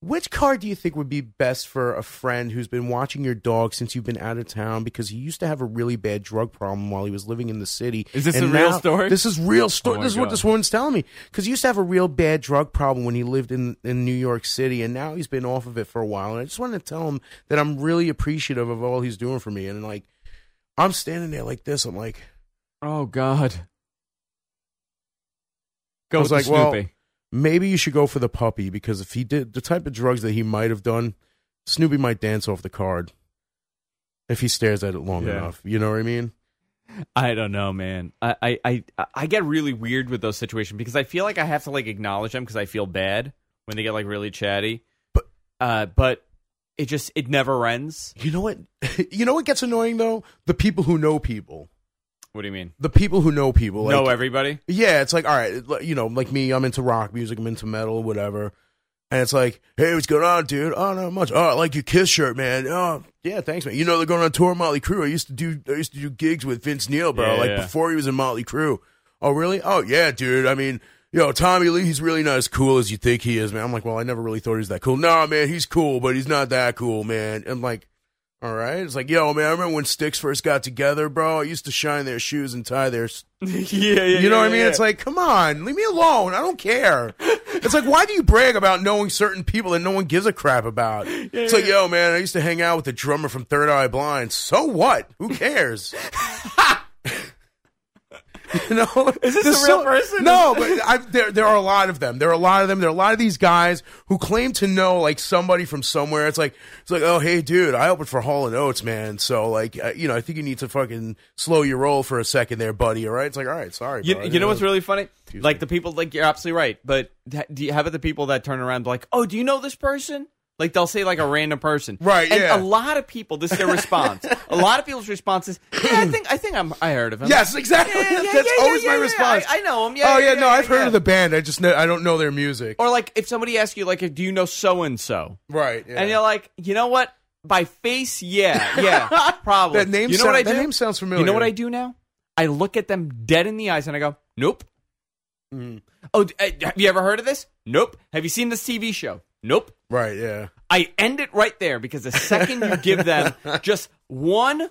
[SPEAKER 2] which card do you think would be best for a friend who's been watching your dog since you've been out of town because he used to have a really bad drug problem while he was living in the city?
[SPEAKER 1] Is this
[SPEAKER 2] and
[SPEAKER 1] a real story?
[SPEAKER 2] This is real story.
[SPEAKER 1] Oh my
[SPEAKER 2] this is what
[SPEAKER 1] God.
[SPEAKER 2] this woman's telling me because he used to have a real bad drug problem when he lived in in New York City, and now he's been off of it for a while. And I just wanted to tell him that I'm really appreciative of all he's doing for me, and like I'm standing there like this, I'm like.
[SPEAKER 1] oh god,
[SPEAKER 2] I
[SPEAKER 1] go
[SPEAKER 2] was
[SPEAKER 1] with like,
[SPEAKER 2] like, well,
[SPEAKER 1] Snoopy.
[SPEAKER 2] maybe you should go for the puppy because if he did the type of drugs that he might have done, Snoopy might dance off the card if he stares at it long
[SPEAKER 1] Yeah.
[SPEAKER 2] enough. You know what I mean?
[SPEAKER 1] I don't know, man. I, I I I get really weird with those situations because I feel like I have to like acknowledge them because I feel bad when they get like really chatty.
[SPEAKER 2] But-
[SPEAKER 1] uh, but it just it never ends.
[SPEAKER 2] You know what? (laughs) you know what gets annoying though? The people who know people.
[SPEAKER 1] What do you mean?
[SPEAKER 2] The people who know people. Like,
[SPEAKER 1] no, everybody. (laughs)
[SPEAKER 2] Yeah, it's like all right, like, you know, like me, I'm into rock music, I'm into metal, whatever. And it's like, hey, what's going on, dude? Oh, not much. Oh, I like your Kiss shirt, man. Oh, yeah, thanks, man. You know they're going on tour, with Motley Crue. I used to do, I used to do gigs with Vince Neil, bro.
[SPEAKER 1] Yeah,
[SPEAKER 2] like
[SPEAKER 1] yeah.
[SPEAKER 2] before he was in Motley Crue. Oh, really? Oh, yeah, dude. I mean, yo, Tommy Lee, he's really not as cool as you think he is, man. I'm like, well, I never really thought he was that cool. Nah, man, he's cool, but he's not that cool, man. I'm like, all right. It's like, yo, man, I remember when Styx first got together, bro. I used to shine their shoes and tie their
[SPEAKER 1] yeah, yeah.
[SPEAKER 2] you know what I mean? It's like, come on, leave me alone. I don't care. It's like, why do you brag about knowing certain people that no one gives a crap about? it's like, yo, man, I used to hang out with the drummer from Third Eye Blind. So what? Who
[SPEAKER 1] (laughs)
[SPEAKER 2] cares? (laughs) you know, is
[SPEAKER 1] this a real person?
[SPEAKER 2] No, but I, there there are a lot of them. There are a lot of them. There are a lot of these guys who claim to know like somebody from somewhere. It's like it's like, oh hey dude, I opened for Hall and Oates, man. So like, uh, you know, I think you need to fucking slow your roll for a second there, buddy. All right, it's like, all right, sorry.
[SPEAKER 1] You,
[SPEAKER 2] bro. I
[SPEAKER 1] you
[SPEAKER 2] didn't
[SPEAKER 1] know what's really funny?
[SPEAKER 2] Oh, Excuse
[SPEAKER 1] Like
[SPEAKER 2] me.
[SPEAKER 1] the people, like you're absolutely right. But ha- do you, how about the people that turn around like, oh, do you know this person? Like they'll say like a random person,
[SPEAKER 2] Right,
[SPEAKER 1] And
[SPEAKER 2] yeah.
[SPEAKER 1] a lot of people, this is their
[SPEAKER 2] (laughs)
[SPEAKER 1] response. a lot of people's response is, yeah, I think I think I'm I heard of him.
[SPEAKER 2] Yes, exactly.
[SPEAKER 1] (laughs) Yeah, yeah,
[SPEAKER 2] (laughs) That's
[SPEAKER 1] yeah,
[SPEAKER 2] always
[SPEAKER 1] yeah,
[SPEAKER 2] my
[SPEAKER 1] yeah,
[SPEAKER 2] response.
[SPEAKER 1] I, I know him. Yeah.
[SPEAKER 2] oh yeah, no, I've heard
[SPEAKER 1] yeah.
[SPEAKER 2] of the band. I just know, I don't know their music.
[SPEAKER 1] Or like if somebody asks you like, do you know so and so?
[SPEAKER 2] right. Yeah.
[SPEAKER 1] And you're like, you know what? By face, yeah,
[SPEAKER 2] (laughs)
[SPEAKER 1] yeah, probably.
[SPEAKER 2] that name
[SPEAKER 1] you know
[SPEAKER 2] sound-
[SPEAKER 1] what I
[SPEAKER 2] that
[SPEAKER 1] do?
[SPEAKER 2] name sounds familiar.
[SPEAKER 1] You know what I do now? I look at them dead in the eyes and I go, nope.
[SPEAKER 2] Mm.
[SPEAKER 1] Oh, d- uh, have you ever heard of this? Nope. Have you seen this TV show? Nope.
[SPEAKER 2] Right, yeah.
[SPEAKER 1] I end it right there because the second you give
[SPEAKER 2] (laughs)
[SPEAKER 1] them just one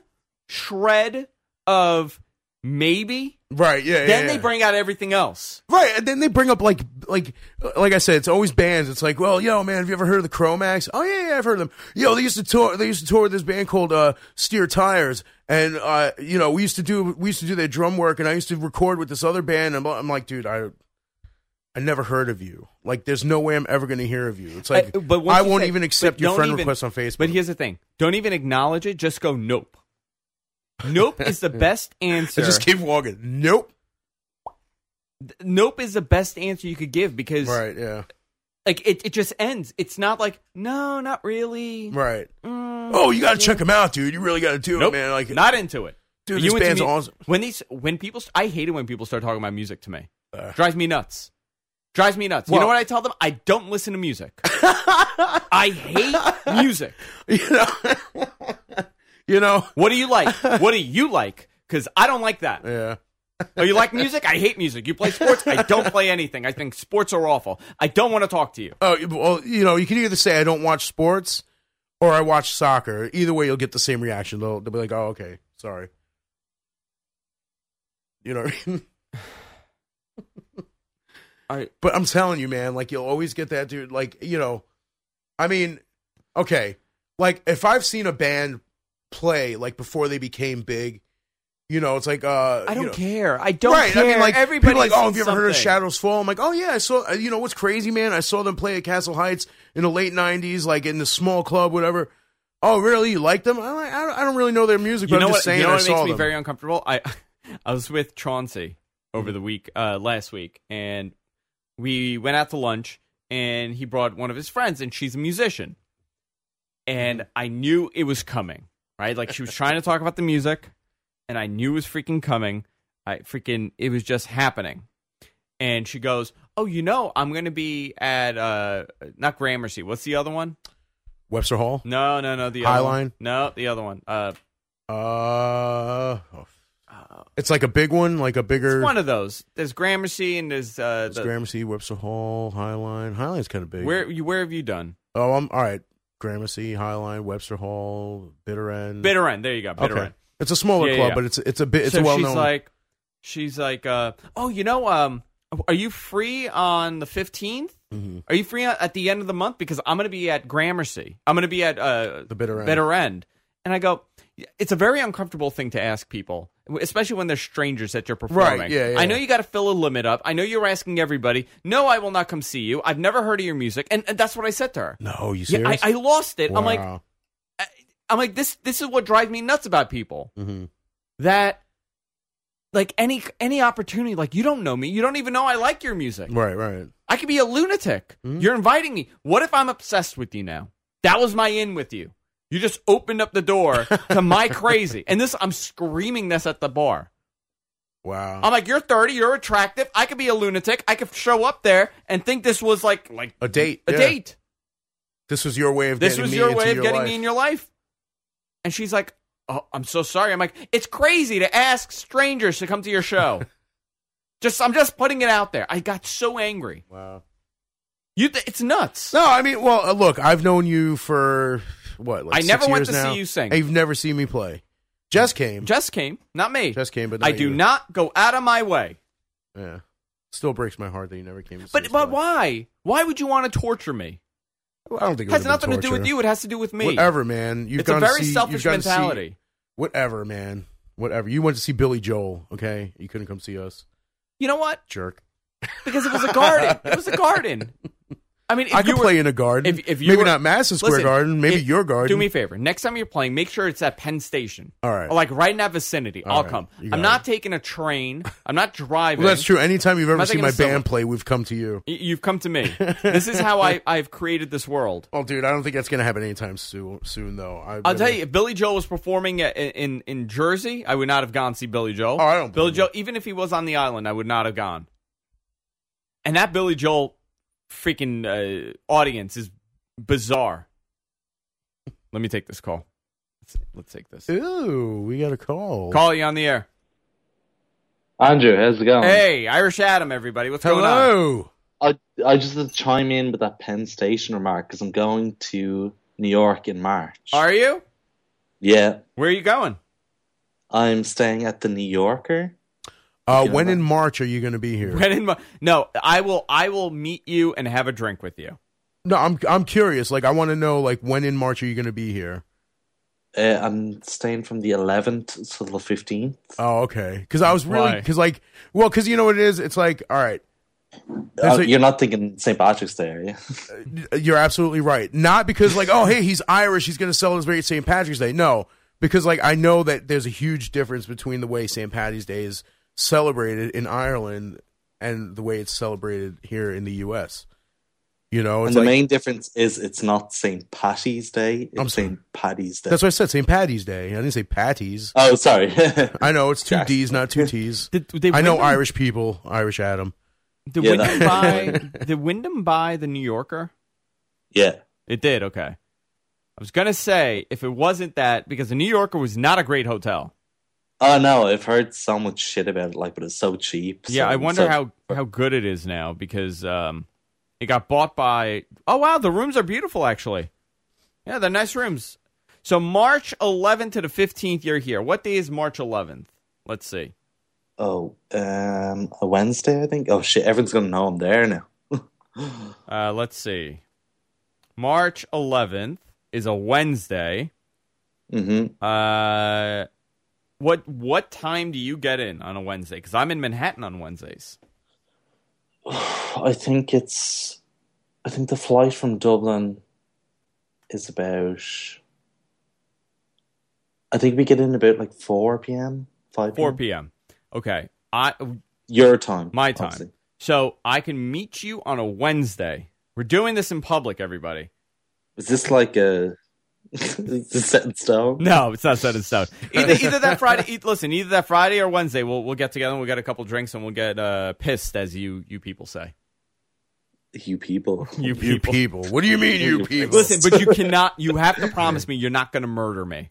[SPEAKER 1] shred of maybe,
[SPEAKER 2] Right, yeah.
[SPEAKER 1] then
[SPEAKER 2] yeah,
[SPEAKER 1] they
[SPEAKER 2] yeah.
[SPEAKER 1] bring out everything else.
[SPEAKER 2] Right, and then they bring up like like like I said, it's always bands. It's like, well, yo, man, have you ever heard of the Chromax? Oh yeah, yeah, I've heard of them. Yo, they used to tour. They used to tour with this band called uh, Steer Tires, and uh, you know, we used to do we used to do their drum work, and I used to record with this other band. And I'm, I'm like, dude, I I never heard of you. Like, there's no way I'm ever going to hear of you. It's like,
[SPEAKER 1] Uh, but once
[SPEAKER 2] I
[SPEAKER 1] you
[SPEAKER 2] won't
[SPEAKER 1] say-
[SPEAKER 2] even accept
[SPEAKER 1] but
[SPEAKER 2] your
[SPEAKER 1] don't
[SPEAKER 2] friend
[SPEAKER 1] even-
[SPEAKER 2] request on Facebook.
[SPEAKER 1] But here's the thing: don't even acknowledge it. Just go nope. Nope is
[SPEAKER 2] (laughs)
[SPEAKER 1] the best
[SPEAKER 2] I
[SPEAKER 1] answer.
[SPEAKER 2] just keep walking. Nope.
[SPEAKER 1] nope is the best answer you could give because
[SPEAKER 2] Right. Yeah.
[SPEAKER 1] like it, it just ends. It's not like no, not really.
[SPEAKER 2] Right.
[SPEAKER 1] Mm,
[SPEAKER 2] Oh, you got to check him out, dude. You really got to do
[SPEAKER 1] nope,
[SPEAKER 2] it, man. Like,
[SPEAKER 1] not into it.
[SPEAKER 2] dude,
[SPEAKER 1] You
[SPEAKER 2] this
[SPEAKER 1] into
[SPEAKER 2] band's
[SPEAKER 1] me-
[SPEAKER 2] awesome.
[SPEAKER 1] When these when people, st- I hate it when people start talking about music to me.
[SPEAKER 2] Ugh.
[SPEAKER 1] Drives me nuts. Drives me nuts. you know
[SPEAKER 2] Uh. Well-
[SPEAKER 1] what I tell them? I don't listen to
[SPEAKER 2] (laughs)
[SPEAKER 1] music. I hate music.
[SPEAKER 2] You know. (laughs) you know.
[SPEAKER 1] What do you like? What do you like? Because I don't like that.
[SPEAKER 2] Yeah.
[SPEAKER 1] Oh, you like music? I hate music. You play sports? I don't play anything. I think sports are awful. I don't want to talk to you.
[SPEAKER 2] Oh, well, you know, you can either say I don't watch sports or I watch soccer. Either way, you'll get the same reaction. They'll, they'll be like, "Oh, okay, sorry." You know. What I mean? (laughs)
[SPEAKER 1] All right.
[SPEAKER 2] But I'm telling you, man, like you'll always get that dude. Like you know, I mean, okay, like if I've seen a band play like before they became big, you know, it's like uh,
[SPEAKER 1] I
[SPEAKER 2] you
[SPEAKER 1] don't
[SPEAKER 2] know-
[SPEAKER 1] care. I don't
[SPEAKER 2] right.
[SPEAKER 1] care.
[SPEAKER 2] I mean, like
[SPEAKER 1] everybody.
[SPEAKER 2] people are like, oh, have you ever heard of Shadows Fall? I'm like, oh yeah, I saw. uh, You know what's crazy, man? I saw them play at Castle Heights in the late '90s, like in the small club, whatever. Oh, really? You like them? I'm like, I don't, I don't really know their music, but
[SPEAKER 1] You know
[SPEAKER 2] I'm
[SPEAKER 1] what?
[SPEAKER 2] just saying
[SPEAKER 1] you know
[SPEAKER 2] I
[SPEAKER 1] what
[SPEAKER 2] saw
[SPEAKER 1] makes me
[SPEAKER 2] them.
[SPEAKER 1] very uncomfortable. I (laughs) I was with Chauncey over the week uh, last week, and we went out to lunch, and he brought one of his friends, and she's a musician, and
[SPEAKER 2] Mm-hmm.
[SPEAKER 1] I knew it was coming. Right, like she was trying to talk about the music, and I knew it was freaking coming. I freaking it was just happening. And she goes, "Oh, you know, I'm gonna be at uh not Gramercy. What's the other one?
[SPEAKER 2] Webster Hall.
[SPEAKER 1] No, no, no. The other
[SPEAKER 2] Highline?
[SPEAKER 1] One. No, the other one. Uh,
[SPEAKER 2] Uh, oh. it's like a big one, like a bigger.
[SPEAKER 1] It's one of those. There's Gramercy and there's uh,
[SPEAKER 2] It's
[SPEAKER 1] the-
[SPEAKER 2] Gramercy, Webster Hall, Highline. Highline's kind of big.
[SPEAKER 1] where you where have you done?
[SPEAKER 2] Oh, I'm all right. Gramercy, Highline, Webster Hall, Bitter End.
[SPEAKER 1] Bitter End. There you go. Bitter
[SPEAKER 2] okay.
[SPEAKER 1] End.
[SPEAKER 2] It's a smaller
[SPEAKER 1] Yeah, yeah,
[SPEAKER 2] club,
[SPEAKER 1] yeah.
[SPEAKER 2] but it's it's a bit it's
[SPEAKER 1] so
[SPEAKER 2] well
[SPEAKER 1] she's
[SPEAKER 2] known.
[SPEAKER 1] like, she's like, uh, oh, you know, um, are you free on the fifteenth?
[SPEAKER 2] Mhm.
[SPEAKER 1] Are you free on- at the end of the month? Because I'm going to be at Gramercy. I'm going to be at uh,
[SPEAKER 2] The Bitter End.
[SPEAKER 1] Bitter End. And I go, it's a very uncomfortable thing to ask people, especially when they're strangers that you're performing.
[SPEAKER 2] Right, yeah, yeah,
[SPEAKER 1] I know
[SPEAKER 2] yeah.
[SPEAKER 1] you got to fill a limit up. I know you're asking everybody. No, I will not come see you. I've never heard of your music, and, and that's what I said to her.
[SPEAKER 2] no, you
[SPEAKER 1] Yeah, I,
[SPEAKER 2] serious?
[SPEAKER 1] I lost it. I'm like,
[SPEAKER 2] Wow.
[SPEAKER 1] I'm like this. This is what drives me nuts about people
[SPEAKER 2] Mhm.
[SPEAKER 1] that, like any any opportunity, like you don't know me, you don't even know I like your music.
[SPEAKER 2] right, Mm-hmm. right.
[SPEAKER 1] I could be a lunatic. You're inviting me. What if I'm obsessed with you now? That was my in with you. You just opened up the door to
[SPEAKER 2] (laughs)
[SPEAKER 1] my crazy. And this, I'm screaming this at the bar.
[SPEAKER 2] Wow.
[SPEAKER 1] I'm like, you're 30, you're attractive. I could be a lunatic. I could show up there and think this was like like
[SPEAKER 2] a date.
[SPEAKER 1] a
[SPEAKER 2] yeah.
[SPEAKER 1] date.
[SPEAKER 2] This was your way of
[SPEAKER 1] this
[SPEAKER 2] getting
[SPEAKER 1] was
[SPEAKER 2] me
[SPEAKER 1] your
[SPEAKER 2] into
[SPEAKER 1] way of
[SPEAKER 2] your
[SPEAKER 1] getting
[SPEAKER 2] life.
[SPEAKER 1] me in your life and she's like oh, i'm so sorry i'm like it's crazy to ask strangers to come to your
[SPEAKER 2] (laughs)
[SPEAKER 1] show just i'm just putting it out there i got so angry
[SPEAKER 2] Wow.
[SPEAKER 1] you th- it's nuts
[SPEAKER 2] No, I mean, well, uh, look, I've known you for what? Like
[SPEAKER 1] I
[SPEAKER 2] six
[SPEAKER 1] never went
[SPEAKER 2] years
[SPEAKER 1] to see
[SPEAKER 2] now.
[SPEAKER 1] you sing.
[SPEAKER 2] And You've never seen me play. Jess came.
[SPEAKER 1] jess came not me
[SPEAKER 2] Jess came, but
[SPEAKER 1] i
[SPEAKER 2] not
[SPEAKER 1] do
[SPEAKER 2] you.
[SPEAKER 1] not go out of my way
[SPEAKER 2] Yeah. Still breaks my heart that you never came. To see
[SPEAKER 1] but
[SPEAKER 2] us
[SPEAKER 1] but
[SPEAKER 2] play.
[SPEAKER 1] why why would you want to torture me
[SPEAKER 2] I don't
[SPEAKER 1] it
[SPEAKER 2] think it
[SPEAKER 1] has
[SPEAKER 2] would've been
[SPEAKER 1] nothing to do with
[SPEAKER 2] torture.
[SPEAKER 1] you it has to do with me
[SPEAKER 2] Whatever, man. You've
[SPEAKER 1] it's a
[SPEAKER 2] gone to
[SPEAKER 1] very
[SPEAKER 2] see-
[SPEAKER 1] selfish
[SPEAKER 2] you've gone to see-
[SPEAKER 1] mentality
[SPEAKER 2] whatever, man. Whatever. You went to see Billy Joel, okay? You couldn't come see us,
[SPEAKER 1] you know what
[SPEAKER 2] jerk.
[SPEAKER 1] because it was a garden it was a
[SPEAKER 2] (laughs)
[SPEAKER 1] garden i mean if
[SPEAKER 2] I
[SPEAKER 1] you
[SPEAKER 2] could
[SPEAKER 1] were,
[SPEAKER 2] play in a garden.
[SPEAKER 1] if- if you
[SPEAKER 2] maybe
[SPEAKER 1] were-
[SPEAKER 2] not Madison Square
[SPEAKER 1] Listen,
[SPEAKER 2] Garden, maybe
[SPEAKER 1] if-
[SPEAKER 2] your garden.
[SPEAKER 1] Do me a favor. Next time you're playing, make sure it's at Penn Station.
[SPEAKER 2] All right.
[SPEAKER 1] Or, like right in that vicinity.
[SPEAKER 2] All
[SPEAKER 1] I'll
[SPEAKER 2] right.
[SPEAKER 1] come.
[SPEAKER 2] You got
[SPEAKER 1] I'm not taking a
[SPEAKER 2] (laughs)
[SPEAKER 1] train. I'm not driving.
[SPEAKER 2] well, that's true. Anytime you've ever
[SPEAKER 1] Am I
[SPEAKER 2] seen
[SPEAKER 1] thinking
[SPEAKER 2] my
[SPEAKER 1] of someone?
[SPEAKER 2] band play, we've come to you.
[SPEAKER 1] Y- You've come to
[SPEAKER 2] (laughs)
[SPEAKER 1] me. this is how I, I've created this world.
[SPEAKER 2] Oh, dude, I don't think that's gonna happen anytime soon. Soon, though. I
[SPEAKER 1] I'll tell you, if Billy Joel was performing at- in, in in Jersey, I would not have gone see Billy Joel.
[SPEAKER 2] Oh, I don't
[SPEAKER 1] Billy
[SPEAKER 2] blame you.
[SPEAKER 1] Joel, even if he was on the island, I would not have gone. And that Billy Joel freaking uh, audience is bizarre. Let me take this call. Let's, let's take this.
[SPEAKER 2] Ooh, we got a call.
[SPEAKER 1] Call you on the air.
[SPEAKER 3] Andrew, how's it going?
[SPEAKER 1] Hey, Irish Adam, everybody. What's going on?
[SPEAKER 2] Um, Hello.
[SPEAKER 3] I, I just had to chime in with that Penn Station remark because I'm going to New York in March.
[SPEAKER 1] Are you?
[SPEAKER 3] Yeah,
[SPEAKER 1] Where are you going?
[SPEAKER 3] I'm staying at the New Yorker.
[SPEAKER 2] Uh,
[SPEAKER 3] Yeah,
[SPEAKER 2] when
[SPEAKER 3] I'm
[SPEAKER 2] in March are you gonna be
[SPEAKER 1] (laughs)
[SPEAKER 2] here?
[SPEAKER 1] When in Mar- no, I will. I will meet you and have a drink with you.
[SPEAKER 2] No, I'm I'm curious. Like, I want to know like when in March are you gonna be here?
[SPEAKER 3] Uh, I'm staying from the 11th to the 15th.
[SPEAKER 2] Oh, okay. Because I was really
[SPEAKER 1] Why?
[SPEAKER 2] because like well because you know what it is. It's like all right. That's
[SPEAKER 3] Uh,
[SPEAKER 2] what-
[SPEAKER 3] you're not thinking St. Patrick's Day, are you?
[SPEAKER 2] You're absolutely right. Not because like, oh hey, he's Irish, he's going to celebrate St. Patrick's Day. No, because like I know that there's a huge difference between the way St. Patty's Day is celebrated in Ireland and the way it's celebrated here in the U.S. You know,
[SPEAKER 3] And
[SPEAKER 2] it's
[SPEAKER 3] the
[SPEAKER 2] like,
[SPEAKER 3] main difference is it's not St. Patty's Day.
[SPEAKER 2] I'm
[SPEAKER 3] It's
[SPEAKER 2] sorry.
[SPEAKER 3] St. Patty's Day.
[SPEAKER 2] that's what I said. St. Patty's Day. I didn't say patties.
[SPEAKER 3] Oh, sorry. (laughs)
[SPEAKER 2] I know it's two
[SPEAKER 3] Jack.
[SPEAKER 2] D's, not
[SPEAKER 1] (laughs)
[SPEAKER 2] two T's.
[SPEAKER 1] Did, did
[SPEAKER 2] I know
[SPEAKER 1] Wyndham-
[SPEAKER 2] Irish people, Irish Adam.
[SPEAKER 1] Did
[SPEAKER 3] Yeah,
[SPEAKER 1] Wyndham
[SPEAKER 3] that- (laughs)
[SPEAKER 1] buy? Did Wyndham buy the New Yorker?
[SPEAKER 3] yeah.
[SPEAKER 1] It did. Okay. I was gonna say if it wasn't that because the New Yorker was not a great hotel.
[SPEAKER 3] Oh no, I've heard so much shit about it, like, but it's so cheap.
[SPEAKER 1] Yeah,
[SPEAKER 3] so-
[SPEAKER 1] I wonder
[SPEAKER 3] so-
[SPEAKER 1] how how good it is now because um, it got bought by. Oh wow, the rooms are beautiful actually. Yeah, they're nice rooms. So March 11th to the 15th, you're here. What day is March 11th? Let's see.
[SPEAKER 3] Oh, um, a Wednesday, I think. Oh shit, everyone's gonna know I'm there now.
[SPEAKER 1] Uh, let's see. March 11th is a Wednesday.
[SPEAKER 3] hmm
[SPEAKER 1] Uh, what what time do you get in on a Wednesday? Because I'm in Manhattan on Wednesdays.
[SPEAKER 3] (sighs) I think it's. I think the flight from Dublin is about. I think we get in about like four p.m. Five
[SPEAKER 1] 4 p.m. Okay. I
[SPEAKER 3] Your time,
[SPEAKER 1] My time.
[SPEAKER 3] obviously.
[SPEAKER 1] so I can meet you on a Wednesday. We're doing this in public, everybody.
[SPEAKER 3] Is this like a? (laughs) is this set in stone?
[SPEAKER 1] No, it's not set in stone. Either, either that Friday, e- listen, either that Friday or Wednesday, we'll we'll get together and we'll get a couple drinks and we'll get uh, pissed, as you you people say.
[SPEAKER 3] You people.
[SPEAKER 1] You people.
[SPEAKER 2] You people. What do you mean, you
[SPEAKER 3] You
[SPEAKER 2] people?
[SPEAKER 1] Listen, but you cannot. You have to promise me you're not going to murder me.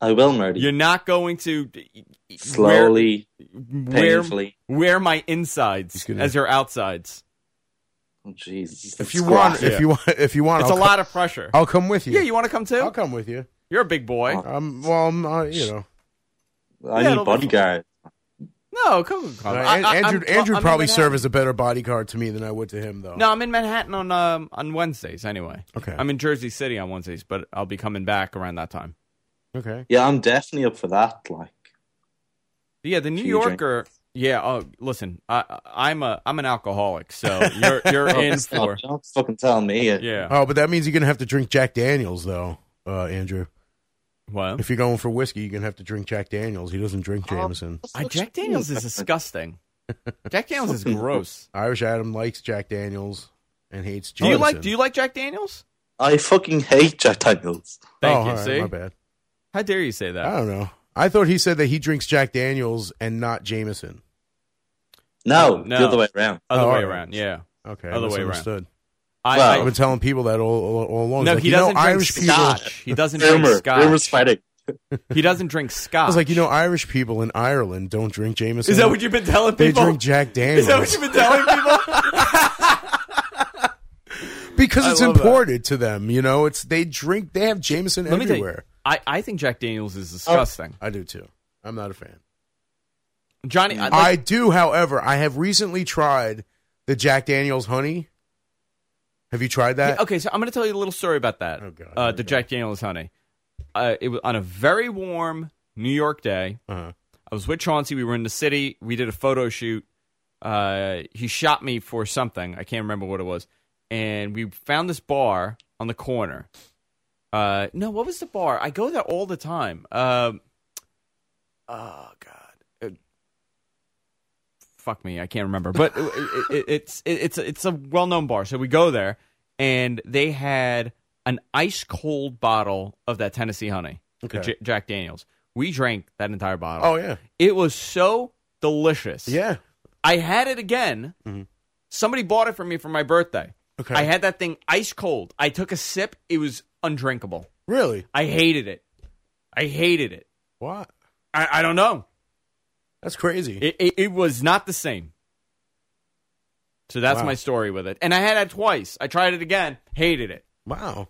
[SPEAKER 3] I will murder
[SPEAKER 1] You're
[SPEAKER 3] you
[SPEAKER 1] not going to wear-
[SPEAKER 3] slowly,
[SPEAKER 1] wear,
[SPEAKER 3] painfully.
[SPEAKER 1] wear my insides
[SPEAKER 2] gonna-
[SPEAKER 1] as your outsides.
[SPEAKER 3] Oh, Jesus.
[SPEAKER 2] if you want, if you want, if you want,
[SPEAKER 1] It's
[SPEAKER 2] I'll
[SPEAKER 1] a
[SPEAKER 2] co-
[SPEAKER 1] lot of pressure.
[SPEAKER 2] I'll come with you.
[SPEAKER 1] Yeah, you want to come too?
[SPEAKER 2] I'll come with you.
[SPEAKER 1] You're a big boy.
[SPEAKER 2] Um, well, I'm, uh, you know,
[SPEAKER 3] I
[SPEAKER 1] Yeah,
[SPEAKER 3] need
[SPEAKER 1] it'll be-
[SPEAKER 3] bodyguard.
[SPEAKER 1] No, come. come.
[SPEAKER 2] Uh,
[SPEAKER 1] I- I-
[SPEAKER 2] Andrew.
[SPEAKER 1] I'm-
[SPEAKER 2] Andrew
[SPEAKER 1] I'm in
[SPEAKER 2] probably
[SPEAKER 1] Manhattan.
[SPEAKER 2] served as a better bodyguard to me than I would to him, though.
[SPEAKER 1] No, I'm in Manhattan on um, on Wednesdays anyway.
[SPEAKER 2] Okay.
[SPEAKER 1] I'm in Jersey City on Wednesdays, but I'll be coming back around that time.
[SPEAKER 2] okay.
[SPEAKER 3] Yeah, I'm definitely up for that. Like,
[SPEAKER 1] Yeah, the New
[SPEAKER 3] Huge, eh?
[SPEAKER 1] Yorker. Yeah. Oh, listen, I, I'm a I'm an alcoholic, so you're you're
[SPEAKER 3] (laughs) Oh,
[SPEAKER 1] in for.
[SPEAKER 3] Don't fucking tell me. it.
[SPEAKER 1] Yeah.
[SPEAKER 2] Oh, but that means you're gonna have to drink Jack Daniels, though, uh, Andrew.
[SPEAKER 1] What?
[SPEAKER 2] If you're going for whiskey, you're gonna have to drink Jack Daniels. He doesn't drink
[SPEAKER 1] Oh.
[SPEAKER 2] Jameson.
[SPEAKER 1] I, Uh, Jack Daniels is
[SPEAKER 2] (laughs)
[SPEAKER 3] (laughs)
[SPEAKER 1] disgusting. Jack Daniels is gross.
[SPEAKER 2] Irish Adam likes Jack Daniels and hates.
[SPEAKER 1] Do
[SPEAKER 2] Jameson.
[SPEAKER 1] you like Do you like Jack Daniels?
[SPEAKER 3] I fucking hate Jack Daniels.
[SPEAKER 1] Thank
[SPEAKER 2] oh,
[SPEAKER 1] you.
[SPEAKER 2] all right,
[SPEAKER 1] see,
[SPEAKER 2] my bad. Uh,
[SPEAKER 1] how dare you say that?
[SPEAKER 2] I don't know. I thought he said that he drinks Jack Daniels and not Jameson.
[SPEAKER 3] No,
[SPEAKER 1] No.
[SPEAKER 3] the other way around.
[SPEAKER 1] Other
[SPEAKER 2] Oh,
[SPEAKER 1] way
[SPEAKER 2] all right.
[SPEAKER 1] around. Yeah.
[SPEAKER 2] Okay,
[SPEAKER 1] Other
[SPEAKER 2] I
[SPEAKER 1] way around.
[SPEAKER 2] misunderstood.
[SPEAKER 1] I,
[SPEAKER 3] Well,
[SPEAKER 1] I-
[SPEAKER 2] I've been telling people that all, all, all along.
[SPEAKER 1] no,
[SPEAKER 2] Like,
[SPEAKER 1] he
[SPEAKER 2] you know,
[SPEAKER 1] doesn't drink
[SPEAKER 2] Irish people.
[SPEAKER 1] scotch. He doesn't drink
[SPEAKER 3] Rumor, rumor
[SPEAKER 1] scotch.
[SPEAKER 3] spreading.
[SPEAKER 1] He doesn't drink scotch.
[SPEAKER 2] I was like, you know, Irish people in Ireland don't drink Jameson.
[SPEAKER 1] is that what you've been telling
[SPEAKER 2] they
[SPEAKER 1] people?
[SPEAKER 2] drink Jack
[SPEAKER 1] Is
[SPEAKER 2] Daniels
[SPEAKER 1] that what you've been telling people?
[SPEAKER 2] (laughs) because
[SPEAKER 1] I
[SPEAKER 2] it's
[SPEAKER 1] love that.
[SPEAKER 2] imported to them. You know, it's they drink. They have Jameson
[SPEAKER 1] Let me tell you,
[SPEAKER 2] everywhere.
[SPEAKER 1] I, I think Jack Daniels
[SPEAKER 3] Oh.
[SPEAKER 1] is disgusting.
[SPEAKER 2] I do too. I'm not a fan.
[SPEAKER 1] Johnny, I,
[SPEAKER 2] I
[SPEAKER 1] like,
[SPEAKER 2] do, however, I have recently tried the Jack Daniels honey. Have you tried that?
[SPEAKER 1] okay, so I'm going to tell you a little story about that.
[SPEAKER 2] Oh, God.
[SPEAKER 1] uh,
[SPEAKER 2] Here
[SPEAKER 1] the
[SPEAKER 2] we go.
[SPEAKER 1] Jack Daniels honey. Uh, it was on a very warm New York day.
[SPEAKER 2] Uh-huh.
[SPEAKER 1] I was with Chauncey. We were in the city. We did a photo shoot. Uh, he shot me for something. I can't remember what it was. And we found this bar on the corner. Uh, no, what was the bar? I go there all the time. Um, oh God, Uh, fuck me, I can't remember. But it, it, it, it's it, it's a- it's a well known bar. So we go there, and they had an ice cold bottle of that Tennessee honey, the
[SPEAKER 2] Okay.
[SPEAKER 1] Uh, J- Jack Daniels. We drank that entire bottle.
[SPEAKER 2] Oh yeah,
[SPEAKER 1] It was so delicious.
[SPEAKER 2] yeah.
[SPEAKER 1] I had it again.
[SPEAKER 2] Mhm.
[SPEAKER 1] Somebody bought it for me for my birthday.
[SPEAKER 2] Okay,
[SPEAKER 1] I had that thing ice cold. I took a sip. It was undrinkable.
[SPEAKER 2] really.
[SPEAKER 1] I hated it. I hated it.
[SPEAKER 2] What?
[SPEAKER 1] I, I don't know.
[SPEAKER 2] That's crazy.
[SPEAKER 1] It, it, it was not the same. So that's
[SPEAKER 2] Wow.
[SPEAKER 1] my story with it. And I had it twice. I tried it again. Hated it.
[SPEAKER 2] wow.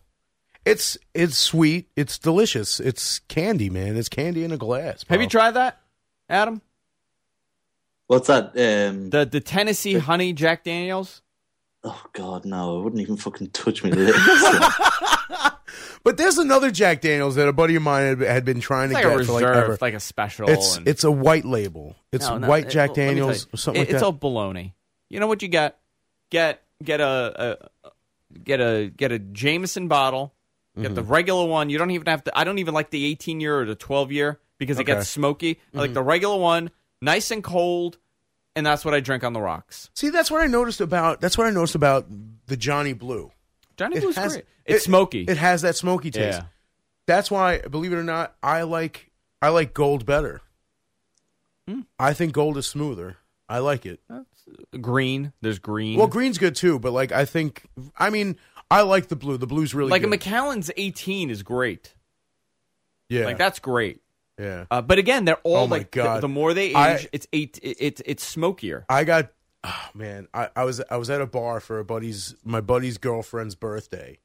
[SPEAKER 2] It's it's sweet. It's delicious. It's candy, man. It's candy in a glass.
[SPEAKER 1] Have
[SPEAKER 2] bro.
[SPEAKER 1] you tried that, Adam?
[SPEAKER 3] What's that? Um,
[SPEAKER 1] The the Tennessee Honey Jack Daniels.
[SPEAKER 3] oh god, no! It wouldn't even fucking touch me.
[SPEAKER 1] (laughs)
[SPEAKER 3] Like,
[SPEAKER 2] But there's another Jack Daniels that a buddy of mine had, had been trying
[SPEAKER 1] It's like
[SPEAKER 2] to get
[SPEAKER 1] a
[SPEAKER 2] for like
[SPEAKER 1] reserve,
[SPEAKER 2] ever.
[SPEAKER 1] it's like a special.
[SPEAKER 2] It's
[SPEAKER 1] and,
[SPEAKER 2] it's a white label. It's
[SPEAKER 1] No, no,
[SPEAKER 2] white
[SPEAKER 1] it- let
[SPEAKER 2] Jack
[SPEAKER 1] me tell
[SPEAKER 2] Daniels
[SPEAKER 1] you,
[SPEAKER 2] or something
[SPEAKER 1] it-
[SPEAKER 2] like
[SPEAKER 1] It's
[SPEAKER 2] that.
[SPEAKER 1] all baloney. you know what you get? Get get a, a get a get a Jameson bottle. Get
[SPEAKER 2] Mm-hmm.
[SPEAKER 1] the regular one. You don't even have to. I don't even like the 18 year or the 12 year because it
[SPEAKER 2] Okay. Mm-hmm.
[SPEAKER 1] gets smoky. I like the regular one, nice and cold, and that's what I drink on the rocks.
[SPEAKER 2] See, that's what I noticed about that's what I noticed about the Johnny Blue.
[SPEAKER 1] Johnny
[SPEAKER 2] It
[SPEAKER 1] Blue's
[SPEAKER 2] has-
[SPEAKER 1] great. It's
[SPEAKER 2] it-
[SPEAKER 1] smoky.
[SPEAKER 2] It has that smoky taste.
[SPEAKER 1] yeah.
[SPEAKER 2] That's why, believe it or not, I like I like gold better.
[SPEAKER 1] Hmm.
[SPEAKER 2] I think gold is smoother. I like it.
[SPEAKER 1] Green. There's green.
[SPEAKER 2] Well, green's good too, but like I think I mean I like the blue. The blue's really
[SPEAKER 1] like
[SPEAKER 2] good.
[SPEAKER 1] a McAllen's 18 is great.
[SPEAKER 2] yeah,
[SPEAKER 1] Like that's great.
[SPEAKER 2] yeah.
[SPEAKER 1] Uh, but again, they're all
[SPEAKER 2] Oh my
[SPEAKER 1] like the- The,
[SPEAKER 2] God.
[SPEAKER 1] more they age,
[SPEAKER 2] I-
[SPEAKER 1] it's eight. It, it's it's smokier.
[SPEAKER 2] I got oh man, I, I was I was at a bar for a buddy's my buddy's girlfriend's birthday,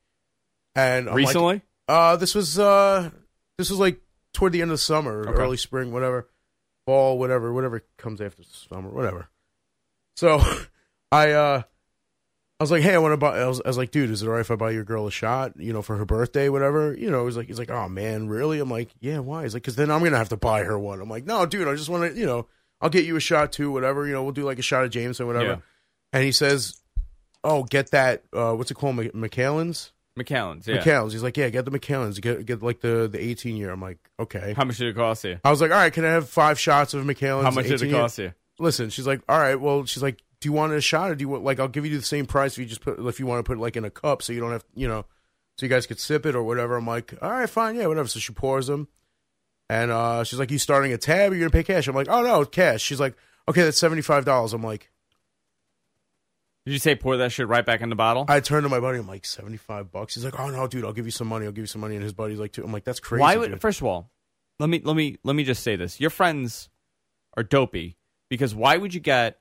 [SPEAKER 2] and I'm like-
[SPEAKER 1] Recently,
[SPEAKER 2] uh, this was uh, this was like toward the end of the summer,
[SPEAKER 1] Okay.
[SPEAKER 2] early spring, whatever, fall, whatever, whatever comes after summer, whatever. So, (laughs) I uh, I was like, hey, I want to buy. I was, I was like, dude, is it alright if I buy your girl a shot? You know, for her birthday, whatever. You know, he's like, he's like, oh man, really? I'm like, yeah, why? He's like, because then I'm gonna have to buy her one. I'm like, no, dude, I just want to, you know, I'll get you a shot too, whatever. You know, we'll do like a shot of Jameson, whatever.
[SPEAKER 1] Yeah.
[SPEAKER 2] And he says, oh, get that. Uh, what's it called, Mc- McAllen's?
[SPEAKER 1] McAllen's. Yeah.
[SPEAKER 2] McAllen's. He's like, yeah, get the McAllen's. Get get like the the 18 year. I'm like, okay.
[SPEAKER 1] How much did it cost you?
[SPEAKER 2] I was like, all right, can I have five shots of McAllen's?
[SPEAKER 1] How much did
[SPEAKER 2] 18
[SPEAKER 1] it
[SPEAKER 2] year?"
[SPEAKER 1] cost you?
[SPEAKER 2] Listen, she's like, all right, well, she's like, do you want a shot or do you want like I'll give you the same price if you just put if you want to put it like in a cup so you don't have you know so you guys could sip it or whatever. I'm like, all right, fine, yeah, whatever. So she pours them, and uh, she's like, you starting a tab? Or you're gonna pay cash? I'm like, oh no, cash. She's like, okay, that's seventy five dollars. I'm like,
[SPEAKER 1] Did you say pour that shit right back in the bottle?
[SPEAKER 2] I turned to my buddy. I'm like, seventy five bucks. He's like, oh no, dude, I'll give you some money. I'll give you some money. And his buddy's like, too. I'm like, that's crazy.
[SPEAKER 1] Why would?
[SPEAKER 2] dude."
[SPEAKER 1] First of all, let me let me let me just say this: your friends are dopey because why would you get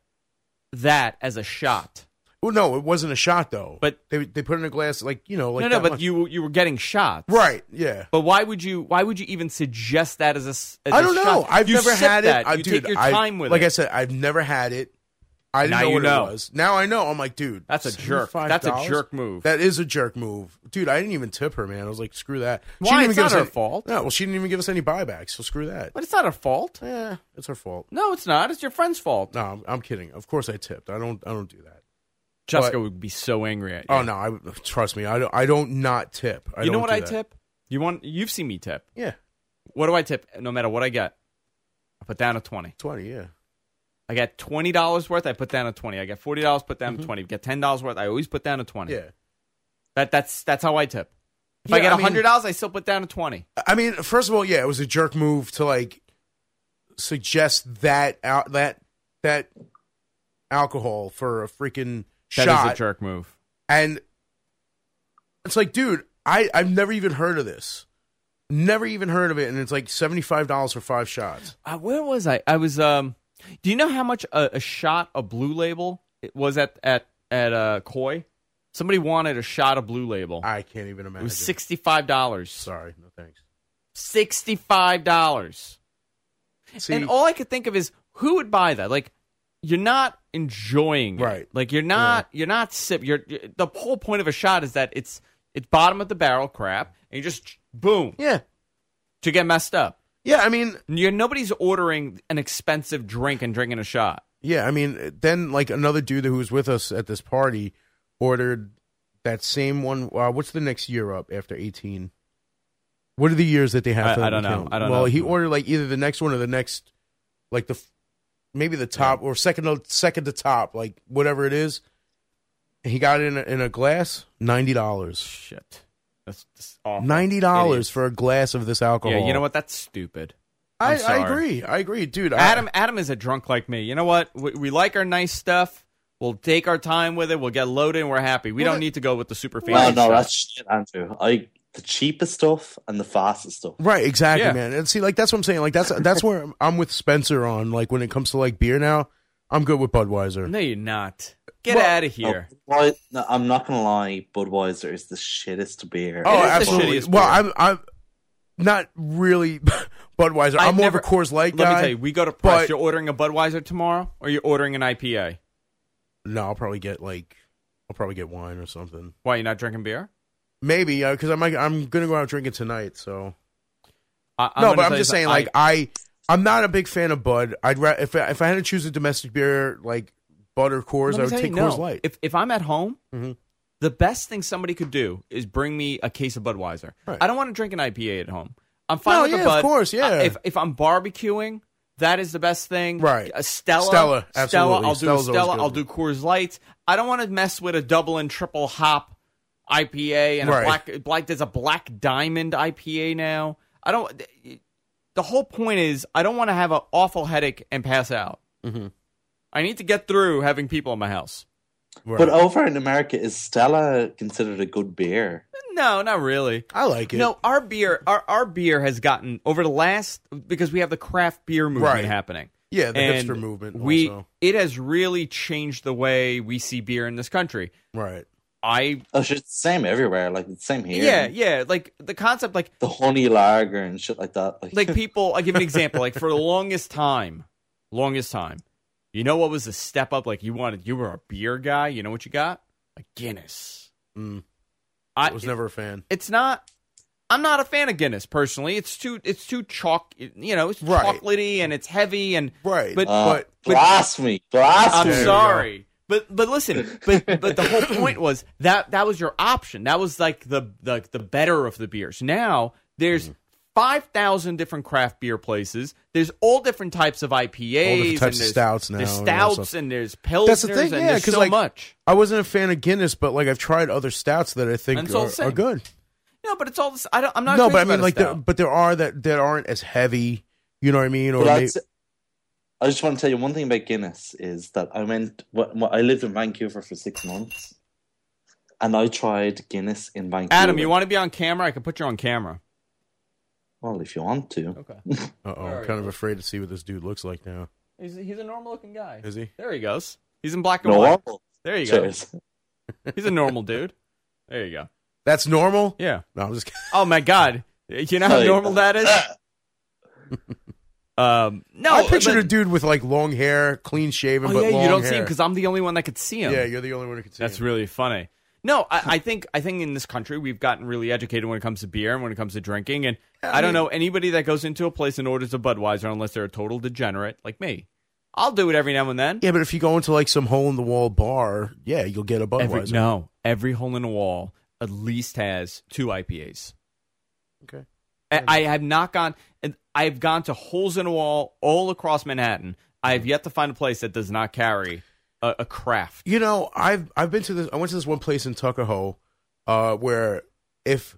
[SPEAKER 1] that as a shot?
[SPEAKER 2] Well, no, it wasn't a shot though.
[SPEAKER 1] But-
[SPEAKER 2] they they put it in a glass, like you know, like
[SPEAKER 1] no, no,
[SPEAKER 2] that
[SPEAKER 1] but
[SPEAKER 2] much.
[SPEAKER 1] you you were getting shots,
[SPEAKER 2] right, yeah.
[SPEAKER 1] But why would you? Why would you even suggest that as a? s- As
[SPEAKER 2] I
[SPEAKER 1] a
[SPEAKER 2] don't know.
[SPEAKER 1] shot?
[SPEAKER 2] I've
[SPEAKER 1] You
[SPEAKER 2] never
[SPEAKER 1] sip
[SPEAKER 2] had
[SPEAKER 1] that.
[SPEAKER 2] it. I,
[SPEAKER 1] you
[SPEAKER 2] dude,
[SPEAKER 1] take your
[SPEAKER 2] I-
[SPEAKER 1] time with
[SPEAKER 2] like
[SPEAKER 1] it.
[SPEAKER 2] I said, I've never had it. I didn't
[SPEAKER 1] Now
[SPEAKER 2] know
[SPEAKER 1] you
[SPEAKER 2] what
[SPEAKER 1] know.
[SPEAKER 2] it was. Now I know. I'm like, dude,
[SPEAKER 1] That's a jerk. That's a
[SPEAKER 2] $75?
[SPEAKER 1] jerk move.
[SPEAKER 2] That is a jerk move, dude. I didn't even tip her, man. I was like, screw that.
[SPEAKER 1] Why?
[SPEAKER 2] She didn't even
[SPEAKER 1] It's
[SPEAKER 2] give
[SPEAKER 1] not
[SPEAKER 2] us
[SPEAKER 1] her
[SPEAKER 2] any-
[SPEAKER 1] fault.
[SPEAKER 2] No, well, she didn't even give us any buybacks, so screw that.
[SPEAKER 1] but it's not her fault.
[SPEAKER 2] Yeah, it's her fault.
[SPEAKER 1] No, it's not. It's your friend's fault.
[SPEAKER 2] No, I'm, I'm kidding. Of course, I tipped. I don't. I don't do that.
[SPEAKER 1] Jessica
[SPEAKER 2] But-
[SPEAKER 1] would be so angry at you.
[SPEAKER 2] Oh no, I trust me. I don't. I don't not tip. I
[SPEAKER 1] you know
[SPEAKER 2] don't
[SPEAKER 1] what
[SPEAKER 2] do
[SPEAKER 1] I
[SPEAKER 2] that.
[SPEAKER 1] tip? You want? You've seen me tip.
[SPEAKER 2] Yeah,
[SPEAKER 1] What do I tip? No matter what I get, I put down a twenty.
[SPEAKER 2] twenty. Yeah.
[SPEAKER 1] I get twenty dollars worth. I put down a twenty. I get forty dollars. Put down a twenty. Get ten dollars worth. I always put down a twenty.
[SPEAKER 2] Mm-hmm. Yeah.
[SPEAKER 1] That that's that's how I tip. If I
[SPEAKER 2] Yeah,
[SPEAKER 1] get
[SPEAKER 2] I
[SPEAKER 1] a
[SPEAKER 2] mean-
[SPEAKER 1] hundred dollars, I still put down a twenty.
[SPEAKER 2] I mean, first of all, yeah, it was a jerk move to like suggest that out that that alcohol for a freaking
[SPEAKER 1] That is
[SPEAKER 2] shot,
[SPEAKER 1] a jerk move.
[SPEAKER 2] and it's like, dude, I I've never even heard of this, never even heard of it, and it's like seventy five dollars for five shots.
[SPEAKER 1] Uh, where was I? I was. Um, do you know how much a, a shot of Blue Label it was at at at uh, Koi? Somebody wanted a shot of Blue Label.
[SPEAKER 2] I can't even imagine.
[SPEAKER 1] It was sixty five dollars.
[SPEAKER 2] Sorry, no thanks.
[SPEAKER 1] Sixty five dollars.
[SPEAKER 2] See,
[SPEAKER 1] and all I could think of is who would buy that? Like you're not enjoying it.
[SPEAKER 2] Right.
[SPEAKER 1] Like you're not you're not sip you're, you're- the whole point of a shot is that it's it's bottom of the barrel crap and you just boom
[SPEAKER 2] yeah,
[SPEAKER 1] to get messed up.
[SPEAKER 2] yeah. I mean,
[SPEAKER 1] You're nobody's ordering an expensive drink and drinking a shot.
[SPEAKER 2] Yeah, I mean, then like another dude who was with us at this party ordered that same one. Uh, what's the next year up after eighteen? What are the years that they have?
[SPEAKER 1] I-
[SPEAKER 2] to
[SPEAKER 1] I don't know.
[SPEAKER 2] count?
[SPEAKER 1] I don't
[SPEAKER 2] well,
[SPEAKER 1] know.
[SPEAKER 2] he ordered like either the next one or the next, like the f- maybe the top or second to, second to top, like whatever it is. And he got it in a, in a glass, ninety dollars.
[SPEAKER 1] Shit. That's, that's awful.
[SPEAKER 2] Ninety dollars for a glass of this
[SPEAKER 1] Oh,
[SPEAKER 2] alcohol. Ah.
[SPEAKER 1] Yeah, you know what? That's stupid. I'm
[SPEAKER 2] I, I
[SPEAKER 1] sorry.
[SPEAKER 2] agree. I agree, dude. I-
[SPEAKER 1] Adam Adam is a drunk like me. You know what? We, we like our nice stuff. We'll take our time with it. We'll get loaded and we're happy. We
[SPEAKER 2] Well,
[SPEAKER 1] don't
[SPEAKER 2] that-
[SPEAKER 1] need to go with the super fancy
[SPEAKER 3] No, no,
[SPEAKER 1] stuff.
[SPEAKER 3] that's shit, Andrew. I the cheapest stuff and the fastest stuff.
[SPEAKER 2] Right, exactly,
[SPEAKER 1] Yeah.
[SPEAKER 2] man. And see, like that's what I'm saying. Like that's that's where I'm, I'm with Spencer on. Like when it comes to like beer now, I'm good with Budweiser.
[SPEAKER 1] No, you're not. Get
[SPEAKER 2] Well-
[SPEAKER 1] out of here.
[SPEAKER 3] No, Budwe- no, I'm not gonna lie, Budweiser is the shittest beer.
[SPEAKER 2] oh,
[SPEAKER 1] is the
[SPEAKER 2] absolutely.
[SPEAKER 1] shittiest
[SPEAKER 2] Well,
[SPEAKER 1] beer.
[SPEAKER 2] I'm I'm not really (laughs) Budweiser.
[SPEAKER 1] I've
[SPEAKER 2] I'm more of a
[SPEAKER 1] never-
[SPEAKER 2] Coors Light
[SPEAKER 1] Let me
[SPEAKER 2] guy.
[SPEAKER 1] tell you, we go to press.
[SPEAKER 2] but-
[SPEAKER 1] you're ordering a Budweiser tomorrow, or you're ordering an IPA.
[SPEAKER 2] no, I'll probably get like I'll probably get wine or something.
[SPEAKER 1] Why you're not drinking beer?
[SPEAKER 2] Maybe uh, because I'm I'm gonna go out drinking tonight. So
[SPEAKER 1] I,
[SPEAKER 2] no,
[SPEAKER 1] gonna
[SPEAKER 2] but I'm
[SPEAKER 1] tell you
[SPEAKER 2] just saying
[SPEAKER 1] something.
[SPEAKER 2] like I I'm not a big fan of Bud. I'd ra- if I, if I had to choose a domestic beer like butter Coors.
[SPEAKER 1] Let
[SPEAKER 2] I
[SPEAKER 1] me
[SPEAKER 2] would
[SPEAKER 1] tell
[SPEAKER 2] take
[SPEAKER 1] you, no.
[SPEAKER 2] Coors Light.
[SPEAKER 1] If if I'm at home,
[SPEAKER 2] Mhm.
[SPEAKER 1] the best thing somebody could do is bring me a case of Budweiser.
[SPEAKER 2] Right.
[SPEAKER 1] I don't want to drink an IPA at home. I'm fine
[SPEAKER 2] No,
[SPEAKER 1] with
[SPEAKER 2] yeah,
[SPEAKER 1] a
[SPEAKER 2] of
[SPEAKER 1] Bud.
[SPEAKER 2] course, yeah.
[SPEAKER 1] I- if if I'm barbecuing, that is the best thing.
[SPEAKER 2] Right.
[SPEAKER 1] A Stella.
[SPEAKER 2] Stella,
[SPEAKER 1] Stella.
[SPEAKER 2] absolutely.
[SPEAKER 1] I'll
[SPEAKER 2] Stella's
[SPEAKER 1] do a
[SPEAKER 2] always
[SPEAKER 1] Stella.
[SPEAKER 2] good.
[SPEAKER 1] I'll do Coors Light. I don't want to mess with a double and triple hop IPA and
[SPEAKER 2] Right.
[SPEAKER 1] a black black. There's a black diamond IPA now. I don't. The whole point is I don't want to have an awful headache and pass out.
[SPEAKER 2] Mhm.
[SPEAKER 1] I need to get through having people in my house.
[SPEAKER 2] Right.
[SPEAKER 1] uh,
[SPEAKER 3] But over in America, is Stella considered a good beer?
[SPEAKER 1] No, not really.
[SPEAKER 2] I like it.
[SPEAKER 1] No, our beer, our, our beer has gotten over the last because we have the craft beer movement
[SPEAKER 2] Right.
[SPEAKER 1] happening.
[SPEAKER 2] yeah, the
[SPEAKER 1] and
[SPEAKER 2] hipster movement.
[SPEAKER 1] We
[SPEAKER 2] also.
[SPEAKER 1] it has really changed the way we see beer in this country.
[SPEAKER 2] right.
[SPEAKER 1] I
[SPEAKER 3] Oh, shit, it's the same everywhere. Like it's the same here.
[SPEAKER 1] yeah yeah like the concept like
[SPEAKER 3] the honey lager and shit like that. Like, uh,
[SPEAKER 1] like people. I'll give an example. Like for the longest time, longest time, you know what was the step up? Like you wanted you were a beer guy. You know what you got? A Guinness.
[SPEAKER 2] Mm,
[SPEAKER 1] I
[SPEAKER 2] I was never a fan.
[SPEAKER 1] it's not I'm not a fan of Guinness personally. It's too it's too chalk you know, it's
[SPEAKER 2] Right.
[SPEAKER 1] chocolatey and it's heavy and
[SPEAKER 2] Right.
[SPEAKER 1] but-
[SPEAKER 3] uh,
[SPEAKER 2] but
[SPEAKER 1] but-
[SPEAKER 3] blasphemy,
[SPEAKER 1] I'm
[SPEAKER 3] blasphemy.
[SPEAKER 2] There you go.
[SPEAKER 1] sorry. But but listen, but but the
[SPEAKER 2] (laughs)
[SPEAKER 1] whole point was that that was your option. That was like the the the better of the beers. Now there's
[SPEAKER 2] Mm-hmm.
[SPEAKER 1] Five thousand different craft beer places. There's all different types of IPAs,
[SPEAKER 2] types
[SPEAKER 1] and
[SPEAKER 2] of
[SPEAKER 1] there's-
[SPEAKER 2] stouts now
[SPEAKER 1] There's
[SPEAKER 2] and all
[SPEAKER 1] stouts
[SPEAKER 2] stuff.
[SPEAKER 1] and there's pilsners.
[SPEAKER 2] That's the thing,
[SPEAKER 1] and
[SPEAKER 2] yeah,
[SPEAKER 1] there's
[SPEAKER 2] 'cause,
[SPEAKER 1] so
[SPEAKER 2] like,
[SPEAKER 1] much.
[SPEAKER 2] I wasn't a fan of Guinness, but like I've tried other stouts that I think
[SPEAKER 1] And it's all
[SPEAKER 2] are,
[SPEAKER 1] the same.
[SPEAKER 2] are good.
[SPEAKER 1] No, but it's all. This, I don't, I'm not.
[SPEAKER 2] no,
[SPEAKER 1] crazy
[SPEAKER 2] but I
[SPEAKER 1] about
[SPEAKER 2] mean
[SPEAKER 1] a
[SPEAKER 2] like, there,
[SPEAKER 1] stout.
[SPEAKER 2] but there are that that aren't as heavy. You know what I mean? Or
[SPEAKER 3] But
[SPEAKER 2] may-
[SPEAKER 3] I'd say- I just want to tell you one thing about Guinness is that I went. wh- wh- I lived in Vancouver for six months, and I tried Guinness in Vancouver.
[SPEAKER 1] Adam, you want to be on camera? I can put you on camera.
[SPEAKER 3] Well, if you want to,
[SPEAKER 1] Okay.
[SPEAKER 2] Uh-oh, I'm kind of afraid to see what this dude looks like now.
[SPEAKER 1] He's, he's a normal looking guy.
[SPEAKER 2] Is he?
[SPEAKER 1] There he goes. He's in black and
[SPEAKER 3] no.
[SPEAKER 1] white.
[SPEAKER 3] awful.
[SPEAKER 1] There you go.
[SPEAKER 3] Cheers.
[SPEAKER 1] He's a normal dude. There you go.
[SPEAKER 2] That's normal?
[SPEAKER 1] Yeah.
[SPEAKER 2] No, I'm just kidding.
[SPEAKER 1] Oh my god. You know how
[SPEAKER 3] Sorry.
[SPEAKER 1] normal that is? Um no.
[SPEAKER 2] I pictured
[SPEAKER 1] but,
[SPEAKER 2] a dude with like long hair, clean shaven,
[SPEAKER 1] Oh
[SPEAKER 2] but
[SPEAKER 1] yeah,
[SPEAKER 2] long
[SPEAKER 1] you don't see him
[SPEAKER 2] hair.
[SPEAKER 1] because I'm the only one that could see him.
[SPEAKER 2] yeah, you're the only one who can see.
[SPEAKER 1] That's
[SPEAKER 2] him.
[SPEAKER 1] really funny. No, I, I think I think in this country we've gotten really educated when it comes to beer and when it comes to drinking. And I, don't know anybody that goes into a place and orders a Budweiser unless they're a total degenerate like me. I'll do it every now and then.
[SPEAKER 2] Yeah, but if you go into like some hole in the wall bar, yeah, you'll get a Budweiser.
[SPEAKER 1] Every, no, every hole in the wall at least has two IPAs.
[SPEAKER 2] Okay.
[SPEAKER 1] I, I have not gone. and I've gone to holes in a wall all across Manhattan. I have yet to find a place that does not carry a, a craft.
[SPEAKER 2] You know, I've I've been to this. I went to this one place in Tuckahoe, uh, where if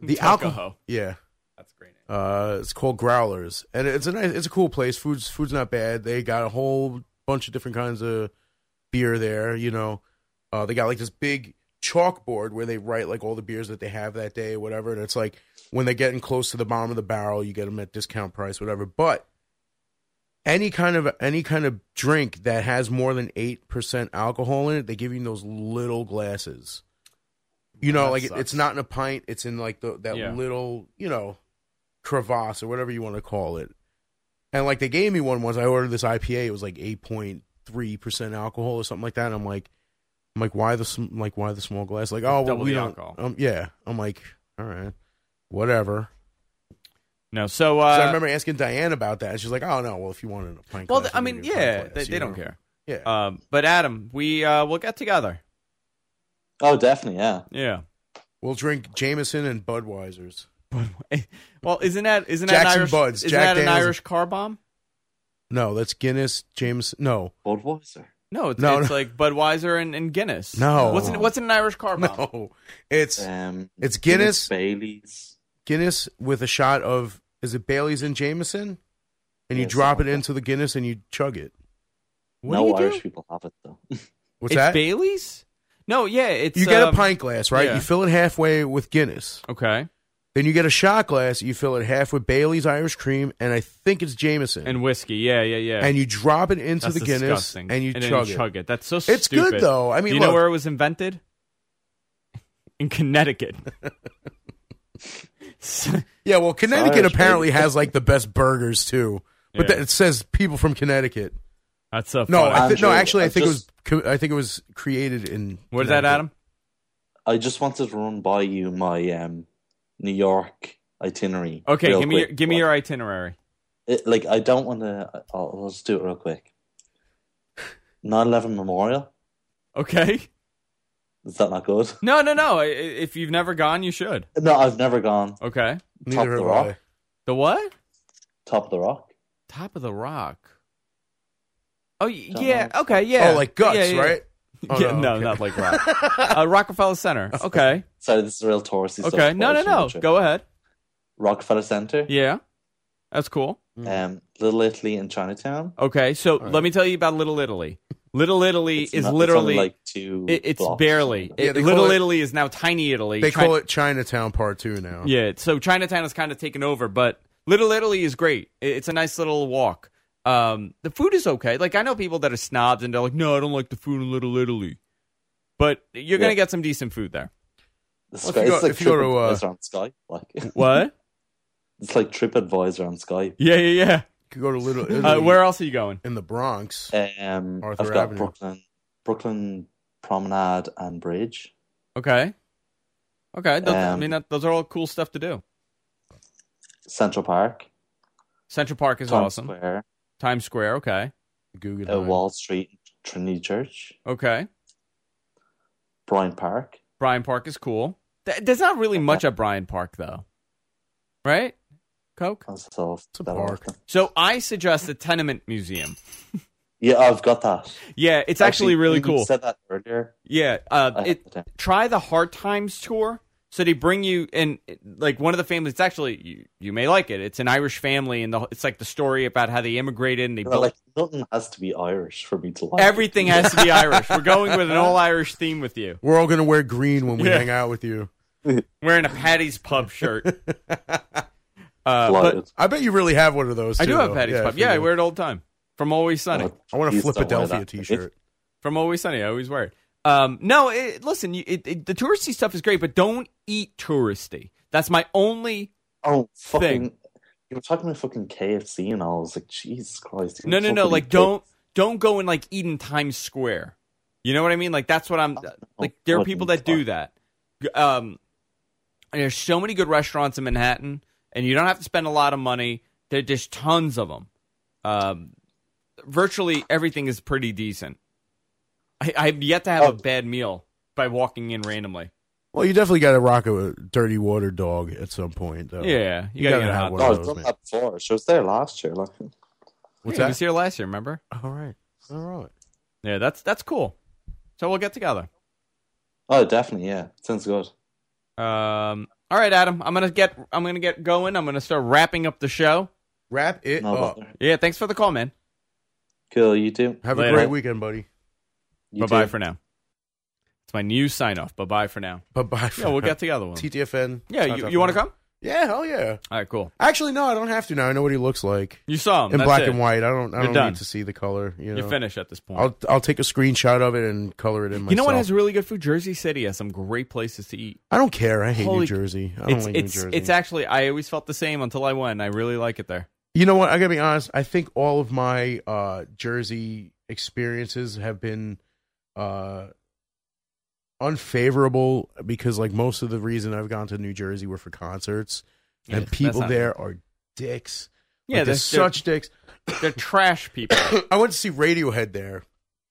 [SPEAKER 2] the alcohol,
[SPEAKER 1] Tuckahoe.
[SPEAKER 2] yeah,
[SPEAKER 1] That's great.
[SPEAKER 2] uh, it's called Growlers, and it's a nice, it's a cool place. Food's food's not bad. They got a whole bunch of different kinds of beer there. You know, uh, they got like this big chalkboard where they write like all the beers that they have that day, or whatever. And it's like when they're getting close to the bottom of the barrel, you get them at discount price, whatever. But any kind of any kind of drink that has more than eight percent alcohol in it, they give you those little glasses. You know,
[SPEAKER 1] That
[SPEAKER 2] like it-
[SPEAKER 1] sucks.
[SPEAKER 2] it's not in a pint; it's in like the, that
[SPEAKER 1] Yeah.
[SPEAKER 2] little, you know, crevasse or whatever you want to call it. And like they gave me one once. I ordered this IPA. It was like eight point three percent alcohol or something like that. And I'm like, I'm like, why the sm- like why the small glass? Like, oh, well,
[SPEAKER 1] Double
[SPEAKER 2] we
[SPEAKER 1] the
[SPEAKER 2] don't.
[SPEAKER 1] alcohol.
[SPEAKER 2] Um, yeah. I'm like, all right, whatever.
[SPEAKER 1] No, so,
[SPEAKER 2] 'Cause
[SPEAKER 1] uh,
[SPEAKER 2] I remember asking Diane about that. and She's like, oh no, well if you want it in a pint.
[SPEAKER 1] well,
[SPEAKER 2] glass,
[SPEAKER 1] I
[SPEAKER 2] we'll
[SPEAKER 1] mean,
[SPEAKER 2] give you a pint
[SPEAKER 1] yeah,
[SPEAKER 2] glass,"
[SPEAKER 1] they,
[SPEAKER 2] you
[SPEAKER 1] they don't
[SPEAKER 2] know?
[SPEAKER 1] care.
[SPEAKER 2] Yeah.
[SPEAKER 1] Um, but Adam, we uh, we'll get together.
[SPEAKER 3] Oh, definitely, yeah.
[SPEAKER 1] Yeah. (laughs)
[SPEAKER 2] We'll drink Jameson and Budweisers.
[SPEAKER 1] Well, isn't that isn't that an
[SPEAKER 2] Jackson
[SPEAKER 1] Irish
[SPEAKER 2] Buds,
[SPEAKER 1] isn't
[SPEAKER 2] Jack
[SPEAKER 1] that an
[SPEAKER 2] Daniels.
[SPEAKER 1] Irish car bomb?
[SPEAKER 2] No, that's Guinness, Jameson. No,
[SPEAKER 3] Budweiser.
[SPEAKER 1] No, it's,
[SPEAKER 2] No,
[SPEAKER 1] it's
[SPEAKER 2] no.
[SPEAKER 1] like Budweiser and, and Guinness.
[SPEAKER 2] No.
[SPEAKER 1] what's in, what's in an Irish car bomb?
[SPEAKER 2] (laughs) no, it's
[SPEAKER 3] Um,
[SPEAKER 2] It's Guinness.
[SPEAKER 3] Bailey's.
[SPEAKER 2] Guinness with a shot of is it Bailey's and Jameson, and you
[SPEAKER 3] Yeah,
[SPEAKER 2] drop it
[SPEAKER 3] something like
[SPEAKER 2] into the Guinness and you chug it.
[SPEAKER 1] What do
[SPEAKER 3] no
[SPEAKER 1] you do?
[SPEAKER 3] Irish people have it though. (laughs)
[SPEAKER 2] What's
[SPEAKER 1] It's
[SPEAKER 2] that?
[SPEAKER 1] Bailey's. No, yeah, it's
[SPEAKER 2] you get
[SPEAKER 1] um,
[SPEAKER 2] a pint glass, right?
[SPEAKER 1] yeah.
[SPEAKER 2] You fill it halfway with Guinness.
[SPEAKER 1] Okay,
[SPEAKER 2] Then you get a shot glass. You fill it half with Bailey's Irish cream, and I think it's Jameson.
[SPEAKER 1] and whiskey. Yeah, yeah, yeah.
[SPEAKER 2] And you drop it into
[SPEAKER 1] That's
[SPEAKER 2] the Guinness
[SPEAKER 1] disgusting.
[SPEAKER 2] and you
[SPEAKER 1] and then
[SPEAKER 2] chug
[SPEAKER 1] you
[SPEAKER 2] it.
[SPEAKER 1] chug it. That's so stupid.
[SPEAKER 2] It's good, though. I mean,
[SPEAKER 1] Do you know
[SPEAKER 2] look.
[SPEAKER 1] where it was invented? In
[SPEAKER 2] (laughs)
[SPEAKER 1] Connecticut. (laughs)
[SPEAKER 2] Yeah, well, Connecticut
[SPEAKER 3] Irish,
[SPEAKER 2] apparently
[SPEAKER 3] baby.
[SPEAKER 2] has like the best burgers too. But
[SPEAKER 1] Yeah.
[SPEAKER 2] that, it says people from Connecticut.
[SPEAKER 1] That's so funny.
[SPEAKER 2] No, I thi- no,
[SPEAKER 3] Andrew,
[SPEAKER 2] actually, I
[SPEAKER 3] I
[SPEAKER 2] think
[SPEAKER 3] just-
[SPEAKER 2] it was. co- I think it was created in.
[SPEAKER 1] what is that,
[SPEAKER 2] Connecticut.
[SPEAKER 1] Adam?
[SPEAKER 3] I just wanted to run by you my um, New York itinerary.
[SPEAKER 1] Okay,
[SPEAKER 3] real
[SPEAKER 1] give me your,
[SPEAKER 3] quick.
[SPEAKER 1] give me your itinerary. (laughs)
[SPEAKER 3] It, like I don't want to. I'll, I'll just do it real quick. 9/11 memorial.
[SPEAKER 1] Okay. (laughs)
[SPEAKER 3] Is that not good? (laughs)
[SPEAKER 1] No, no, no. I- I- If you've never gone, you should.
[SPEAKER 3] No, I've never gone
[SPEAKER 1] Okay.
[SPEAKER 2] Neither
[SPEAKER 3] the
[SPEAKER 2] have
[SPEAKER 3] rock.
[SPEAKER 2] I.
[SPEAKER 1] The what?
[SPEAKER 3] top of the rock.
[SPEAKER 1] Top of the Rock. Oh y-
[SPEAKER 3] Don't
[SPEAKER 1] yeah.
[SPEAKER 3] know.
[SPEAKER 1] Okay. Yeah.
[SPEAKER 2] Oh, like guts,
[SPEAKER 1] Yeah, yeah, yeah. (laughs)
[SPEAKER 2] right? Oh,
[SPEAKER 1] yeah,
[SPEAKER 2] no,
[SPEAKER 1] no,
[SPEAKER 2] okay.
[SPEAKER 1] not like
[SPEAKER 2] (laughs)
[SPEAKER 1] Rock. uh, Rockefeller Center. Okay.
[SPEAKER 3] Sorry, this is real touristy stuff.
[SPEAKER 1] Okay. No,
[SPEAKER 3] but I
[SPEAKER 1] no,
[SPEAKER 3] shouldn't
[SPEAKER 1] no.
[SPEAKER 3] mention.
[SPEAKER 1] Go ahead.
[SPEAKER 3] Rockefeller Center,
[SPEAKER 1] Yeah. That's cool.
[SPEAKER 2] Mm.
[SPEAKER 3] um, Little Italy, and Chinatown.
[SPEAKER 1] Okay. So
[SPEAKER 2] All right.
[SPEAKER 1] let me tell you about Little Italy.
[SPEAKER 2] (laughs)
[SPEAKER 1] Little Italy
[SPEAKER 3] It's
[SPEAKER 1] is
[SPEAKER 3] not- it's only
[SPEAKER 1] literally.
[SPEAKER 3] like two.
[SPEAKER 1] it- it's
[SPEAKER 3] blocks.
[SPEAKER 1] barely.
[SPEAKER 2] Yeah,
[SPEAKER 1] it-
[SPEAKER 2] they call
[SPEAKER 1] Little
[SPEAKER 2] it-
[SPEAKER 1] Italy is now Tiny Italy.
[SPEAKER 2] They
[SPEAKER 1] Chi-
[SPEAKER 2] call it uh, Chinatown Part Two now.
[SPEAKER 1] Yeah, so Chinatown is kind of taken over, but Little Italy is great. I- It's a nice little walk. Um, the food is okay. Like I know people that are snobs and they're like, "No, I don't like the food in Little Italy," but you're gonna
[SPEAKER 3] Yeah.
[SPEAKER 1] get some decent food there.
[SPEAKER 3] The
[SPEAKER 2] Well, if
[SPEAKER 3] Sky-
[SPEAKER 2] you go-
[SPEAKER 3] it's like
[SPEAKER 2] if you go to, uh,
[SPEAKER 3] TripAdvisor on Skype. Like (laughs)
[SPEAKER 1] What?
[SPEAKER 3] it's like TripAdvisor on Skype.
[SPEAKER 1] yeah, yeah,
[SPEAKER 2] Could go to Little
[SPEAKER 1] yeah.
[SPEAKER 2] Italy
[SPEAKER 1] Uh, where else are you going?
[SPEAKER 2] in the Bronx.
[SPEAKER 3] Um,
[SPEAKER 2] Arthur
[SPEAKER 3] I've got
[SPEAKER 2] Avenue.
[SPEAKER 3] Brooklyn, Brooklyn Promenade and Bridge.
[SPEAKER 1] Okay, okay. Those, I
[SPEAKER 3] Um,
[SPEAKER 1] mean, that, those are all cool stuff to do.
[SPEAKER 3] Central Park,
[SPEAKER 1] Central Park is
[SPEAKER 3] Times
[SPEAKER 1] awesome.
[SPEAKER 3] Square,
[SPEAKER 1] Times Square. Okay,
[SPEAKER 2] Guggenheim.
[SPEAKER 3] uh, Wall Street, Trinity Church,
[SPEAKER 1] okay.
[SPEAKER 3] Bryant Park.
[SPEAKER 1] Bryant Park is cool. Th- There's not really much at Bryant Park though, right? Coke.
[SPEAKER 3] and stuff.
[SPEAKER 2] It's a
[SPEAKER 3] That
[SPEAKER 2] park.
[SPEAKER 3] often.
[SPEAKER 1] So I suggest the Tenement Museum.
[SPEAKER 3] Yeah, I've got that.
[SPEAKER 1] Yeah, it's actually, really
[SPEAKER 3] when you
[SPEAKER 1] cool.
[SPEAKER 3] Said that earlier.
[SPEAKER 1] Yeah,
[SPEAKER 3] I
[SPEAKER 1] uh,
[SPEAKER 3] had
[SPEAKER 1] it,
[SPEAKER 3] it down.
[SPEAKER 1] try the Hard Times tour. So they bring you and like one of the families. It's actually you, you may like it. It's an Irish family, and the, it's like the story about how they immigrated and they
[SPEAKER 3] But,
[SPEAKER 1] built
[SPEAKER 3] like nothing has to be Irish for me to like. it.
[SPEAKER 1] everything has to be Irish. We're going with an all Irish theme with you.
[SPEAKER 2] We're all gonna wear green when we
[SPEAKER 1] Yeah.
[SPEAKER 2] hang out with you.
[SPEAKER 1] Wearing a Patty's Pub
[SPEAKER 3] (laughs)
[SPEAKER 1] shirt. Uh, but
[SPEAKER 3] Delighted.
[SPEAKER 2] I bet you really have one of those.
[SPEAKER 1] I
[SPEAKER 2] too,
[SPEAKER 1] do have
[SPEAKER 2] though.
[SPEAKER 1] Patty's
[SPEAKER 2] yeah,
[SPEAKER 1] Pub.
[SPEAKER 2] if you
[SPEAKER 1] Yeah, I
[SPEAKER 2] do.
[SPEAKER 1] wear it all the time. From Always Sunny.
[SPEAKER 3] Oh,
[SPEAKER 2] I want a
[SPEAKER 3] please don't wear
[SPEAKER 2] Philadelphia
[SPEAKER 3] that.
[SPEAKER 2] T-shirt.
[SPEAKER 1] From Always Sunny, I always wear it. Um, no, it, listen, you, it, it, the touristy stuff is great, but don't eat touristy. That's my only
[SPEAKER 3] Oh, fucking. You were talking about fucking KFC and all. I was like, Jesus Christ. you
[SPEAKER 1] No, no, no.
[SPEAKER 3] fucking
[SPEAKER 1] Like, don't don't go and like eat in Times Square. You know what I mean? Like, that's what I'm.
[SPEAKER 2] Oh,
[SPEAKER 1] Like, there are
[SPEAKER 3] fucking
[SPEAKER 1] people that
[SPEAKER 3] fuck.
[SPEAKER 1] do that. G- Um, and there's so many good restaurants in Manhattan, and you don't have to spend a lot of money. There, there's tons of them. Um, virtually everything is pretty decent. I, I've yet to have
[SPEAKER 3] Oh.
[SPEAKER 1] a bad meal by walking in randomly.
[SPEAKER 2] Well, you definitely got to rock a dirty water dog at some point. Though.
[SPEAKER 1] Yeah, you, gotta,
[SPEAKER 2] Oh. You gotta
[SPEAKER 1] get a
[SPEAKER 2] have
[SPEAKER 1] hot
[SPEAKER 2] one.
[SPEAKER 1] dog.
[SPEAKER 3] No,
[SPEAKER 2] of
[SPEAKER 3] Oh, I've
[SPEAKER 2] those,
[SPEAKER 3] done
[SPEAKER 2] man.
[SPEAKER 3] that before. She was there last year. Like,
[SPEAKER 2] What's
[SPEAKER 1] yeah, He was
[SPEAKER 2] that?
[SPEAKER 1] here last year, remember?
[SPEAKER 2] All right. All right.
[SPEAKER 1] Yeah, that's that's cool. So we'll get together.
[SPEAKER 3] oh, definitely, yeah. Sounds good.
[SPEAKER 1] Um, all right, Adam. I'm gonna get. I'm gonna get going. I'm gonna start wrapping up the show.
[SPEAKER 2] Wrap it
[SPEAKER 1] oh.
[SPEAKER 3] No,
[SPEAKER 2] up.
[SPEAKER 3] bother.
[SPEAKER 1] Yeah. Thanks for the call, man.
[SPEAKER 3] Cool, you too.
[SPEAKER 2] Have
[SPEAKER 1] Later.
[SPEAKER 2] a great weekend, buddy.
[SPEAKER 3] You
[SPEAKER 1] Bye bye
[SPEAKER 3] too.
[SPEAKER 1] for now. It's my new sign off. Bye bye for
[SPEAKER 2] (laughs)
[SPEAKER 1] now.
[SPEAKER 2] Bye bye.
[SPEAKER 1] Yeah, we'll get together one.
[SPEAKER 2] TTFN.
[SPEAKER 1] Yeah, you, you want to come?
[SPEAKER 2] Yeah, hell yeah.
[SPEAKER 1] All right, cool.
[SPEAKER 2] Actually, no, I don't have to now. I know what he looks like
[SPEAKER 1] You saw him
[SPEAKER 2] in
[SPEAKER 1] Um, That's
[SPEAKER 2] black
[SPEAKER 1] it.
[SPEAKER 2] and white. I don't. I
[SPEAKER 1] You're
[SPEAKER 2] don't
[SPEAKER 1] done.
[SPEAKER 2] need to see the color. You know.
[SPEAKER 1] You're finished at this point.
[SPEAKER 2] I'll I'll take a screenshot of it and color it in. Myself.
[SPEAKER 1] you know what has really good food? Jersey City has some great places to eat.
[SPEAKER 2] I don't care. I hate
[SPEAKER 1] Holy-
[SPEAKER 2] New Jersey. I don't
[SPEAKER 1] It's
[SPEAKER 2] like
[SPEAKER 1] it's
[SPEAKER 2] New Jersey.
[SPEAKER 1] it's actually. I always felt the same until I went. I really like it there.
[SPEAKER 2] you know what? I gotta be honest. I think all of my uh, Jersey experiences have been uh, unfavorable because, like, most of the reason I've gone to New Jersey were for concerts,
[SPEAKER 1] Yeah,
[SPEAKER 2] and
[SPEAKER 1] that's
[SPEAKER 2] people
[SPEAKER 1] not-
[SPEAKER 2] there are dicks.
[SPEAKER 1] Yeah,
[SPEAKER 2] Like,
[SPEAKER 1] they're,
[SPEAKER 2] they're
[SPEAKER 1] such
[SPEAKER 2] such dicks.
[SPEAKER 1] they're,
[SPEAKER 2] (laughs)
[SPEAKER 1] trash people.
[SPEAKER 2] (coughs) I went to see Radiohead there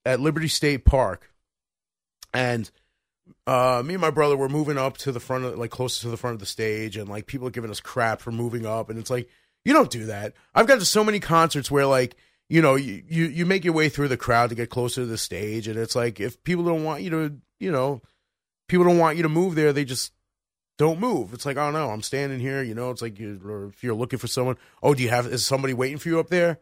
[SPEAKER 2] at Liberty State Park, and uh, me and my brother were moving up to the front, of, like closest to the front of the stage, and like people are giving us crap for moving up, and it's like you don't do that. I've gone to so many concerts where like you know you you, you make your way through the crowd to get closer to the stage, and it's like if people don't want you to, you know, people don't want you to move there, they just don't move. It's like, oh no, I'm standing here. You know, it's like you, or if you're looking for someone, oh, do you have is somebody waiting for you up there?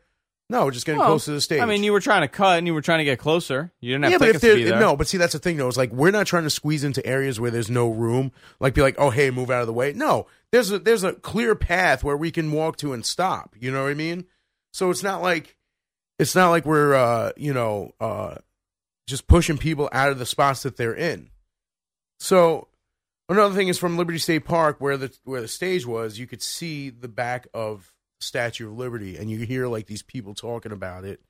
[SPEAKER 2] No, we're just getting
[SPEAKER 1] Well,
[SPEAKER 2] close to the stage.
[SPEAKER 1] I mean, you were trying to cut and you were trying to get closer. You didn't have
[SPEAKER 2] yeah, but if
[SPEAKER 1] tickets
[SPEAKER 2] there,
[SPEAKER 1] to be there.
[SPEAKER 2] no, but see, that's the thing though. It's like we're not trying to squeeze into areas where there's no room. Like, be like, oh hey, move out of the way. No, there's a there's a clear path where we can walk to and stop. You know what I mean? So it's not like it's not like we're uh, you know uh, just pushing people out of the spots that they're in. So another thing is from Liberty State Park, where the where the stage was, you could see the back of Statue of Liberty, and you hear like these people talking about it.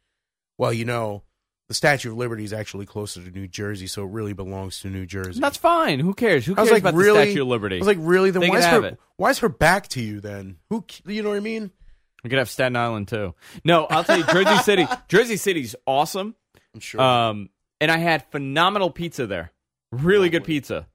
[SPEAKER 2] Well, you know, the Statue of Liberty is actually closer to New Jersey, so it really belongs to New Jersey.
[SPEAKER 1] That's fine. Who cares? Who
[SPEAKER 2] I was
[SPEAKER 1] cares
[SPEAKER 2] like,
[SPEAKER 1] about
[SPEAKER 2] really?
[SPEAKER 1] the Statue of Liberty?
[SPEAKER 2] I was like, really?
[SPEAKER 1] They
[SPEAKER 2] Then
[SPEAKER 1] can
[SPEAKER 2] why is
[SPEAKER 1] have
[SPEAKER 2] her
[SPEAKER 1] it.
[SPEAKER 2] why is her back to you? Then who? c- You know what I mean? (laughs)
[SPEAKER 1] We could have Staten Island too. No, I'll tell you, Jersey City. Jersey City's awesome.
[SPEAKER 2] I'm sure.
[SPEAKER 1] Um, and I had phenomenal pizza there. Really good
[SPEAKER 2] Lovely.
[SPEAKER 1] pizza.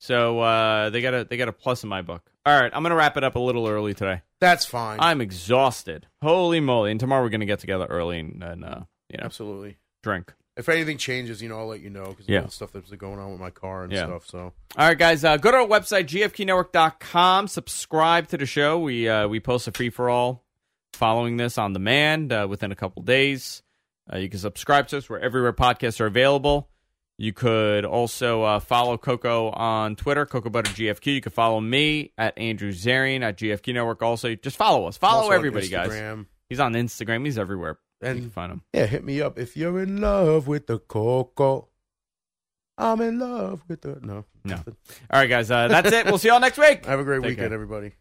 [SPEAKER 1] So uh, they got a they got a plus in my book. All right, I'm gonna wrap it up a little early today.
[SPEAKER 2] That's fine.
[SPEAKER 1] I'm exhausted. Holy moly! And tomorrow we're gonna get together early and, and uh, you know
[SPEAKER 2] Absolutely.
[SPEAKER 1] drink.
[SPEAKER 2] If anything changes, you know, I'll let you know because
[SPEAKER 1] Yeah.
[SPEAKER 2] of all the stuff that's going on with my car and
[SPEAKER 1] Yeah.
[SPEAKER 2] stuff. So
[SPEAKER 1] All right, guys, uh, go to our website gfknetwork.com. Subscribe to the show. We uh, we post a free for all following this on demand uh, within a couple days. Uh, you can subscribe to us where everywhere podcasts are available. You could also uh, follow Coco on Twitter, Coco Butter GFQ. You can follow me at Andrew Zarian at GFQ Network. Also, just follow us. Follow
[SPEAKER 2] Also on
[SPEAKER 1] everybody, guys.
[SPEAKER 2] Instagram.
[SPEAKER 1] He's on Instagram. He's everywhere. you can
[SPEAKER 2] And
[SPEAKER 1] find him.
[SPEAKER 2] yeah, hit me up if you're in love with the coco. I'm in love with the no.
[SPEAKER 1] No. All right, guys, uh, that's it. We'll see y'all next week.
[SPEAKER 2] Have a great
[SPEAKER 1] Take
[SPEAKER 2] weekend,
[SPEAKER 1] care.
[SPEAKER 2] everybody.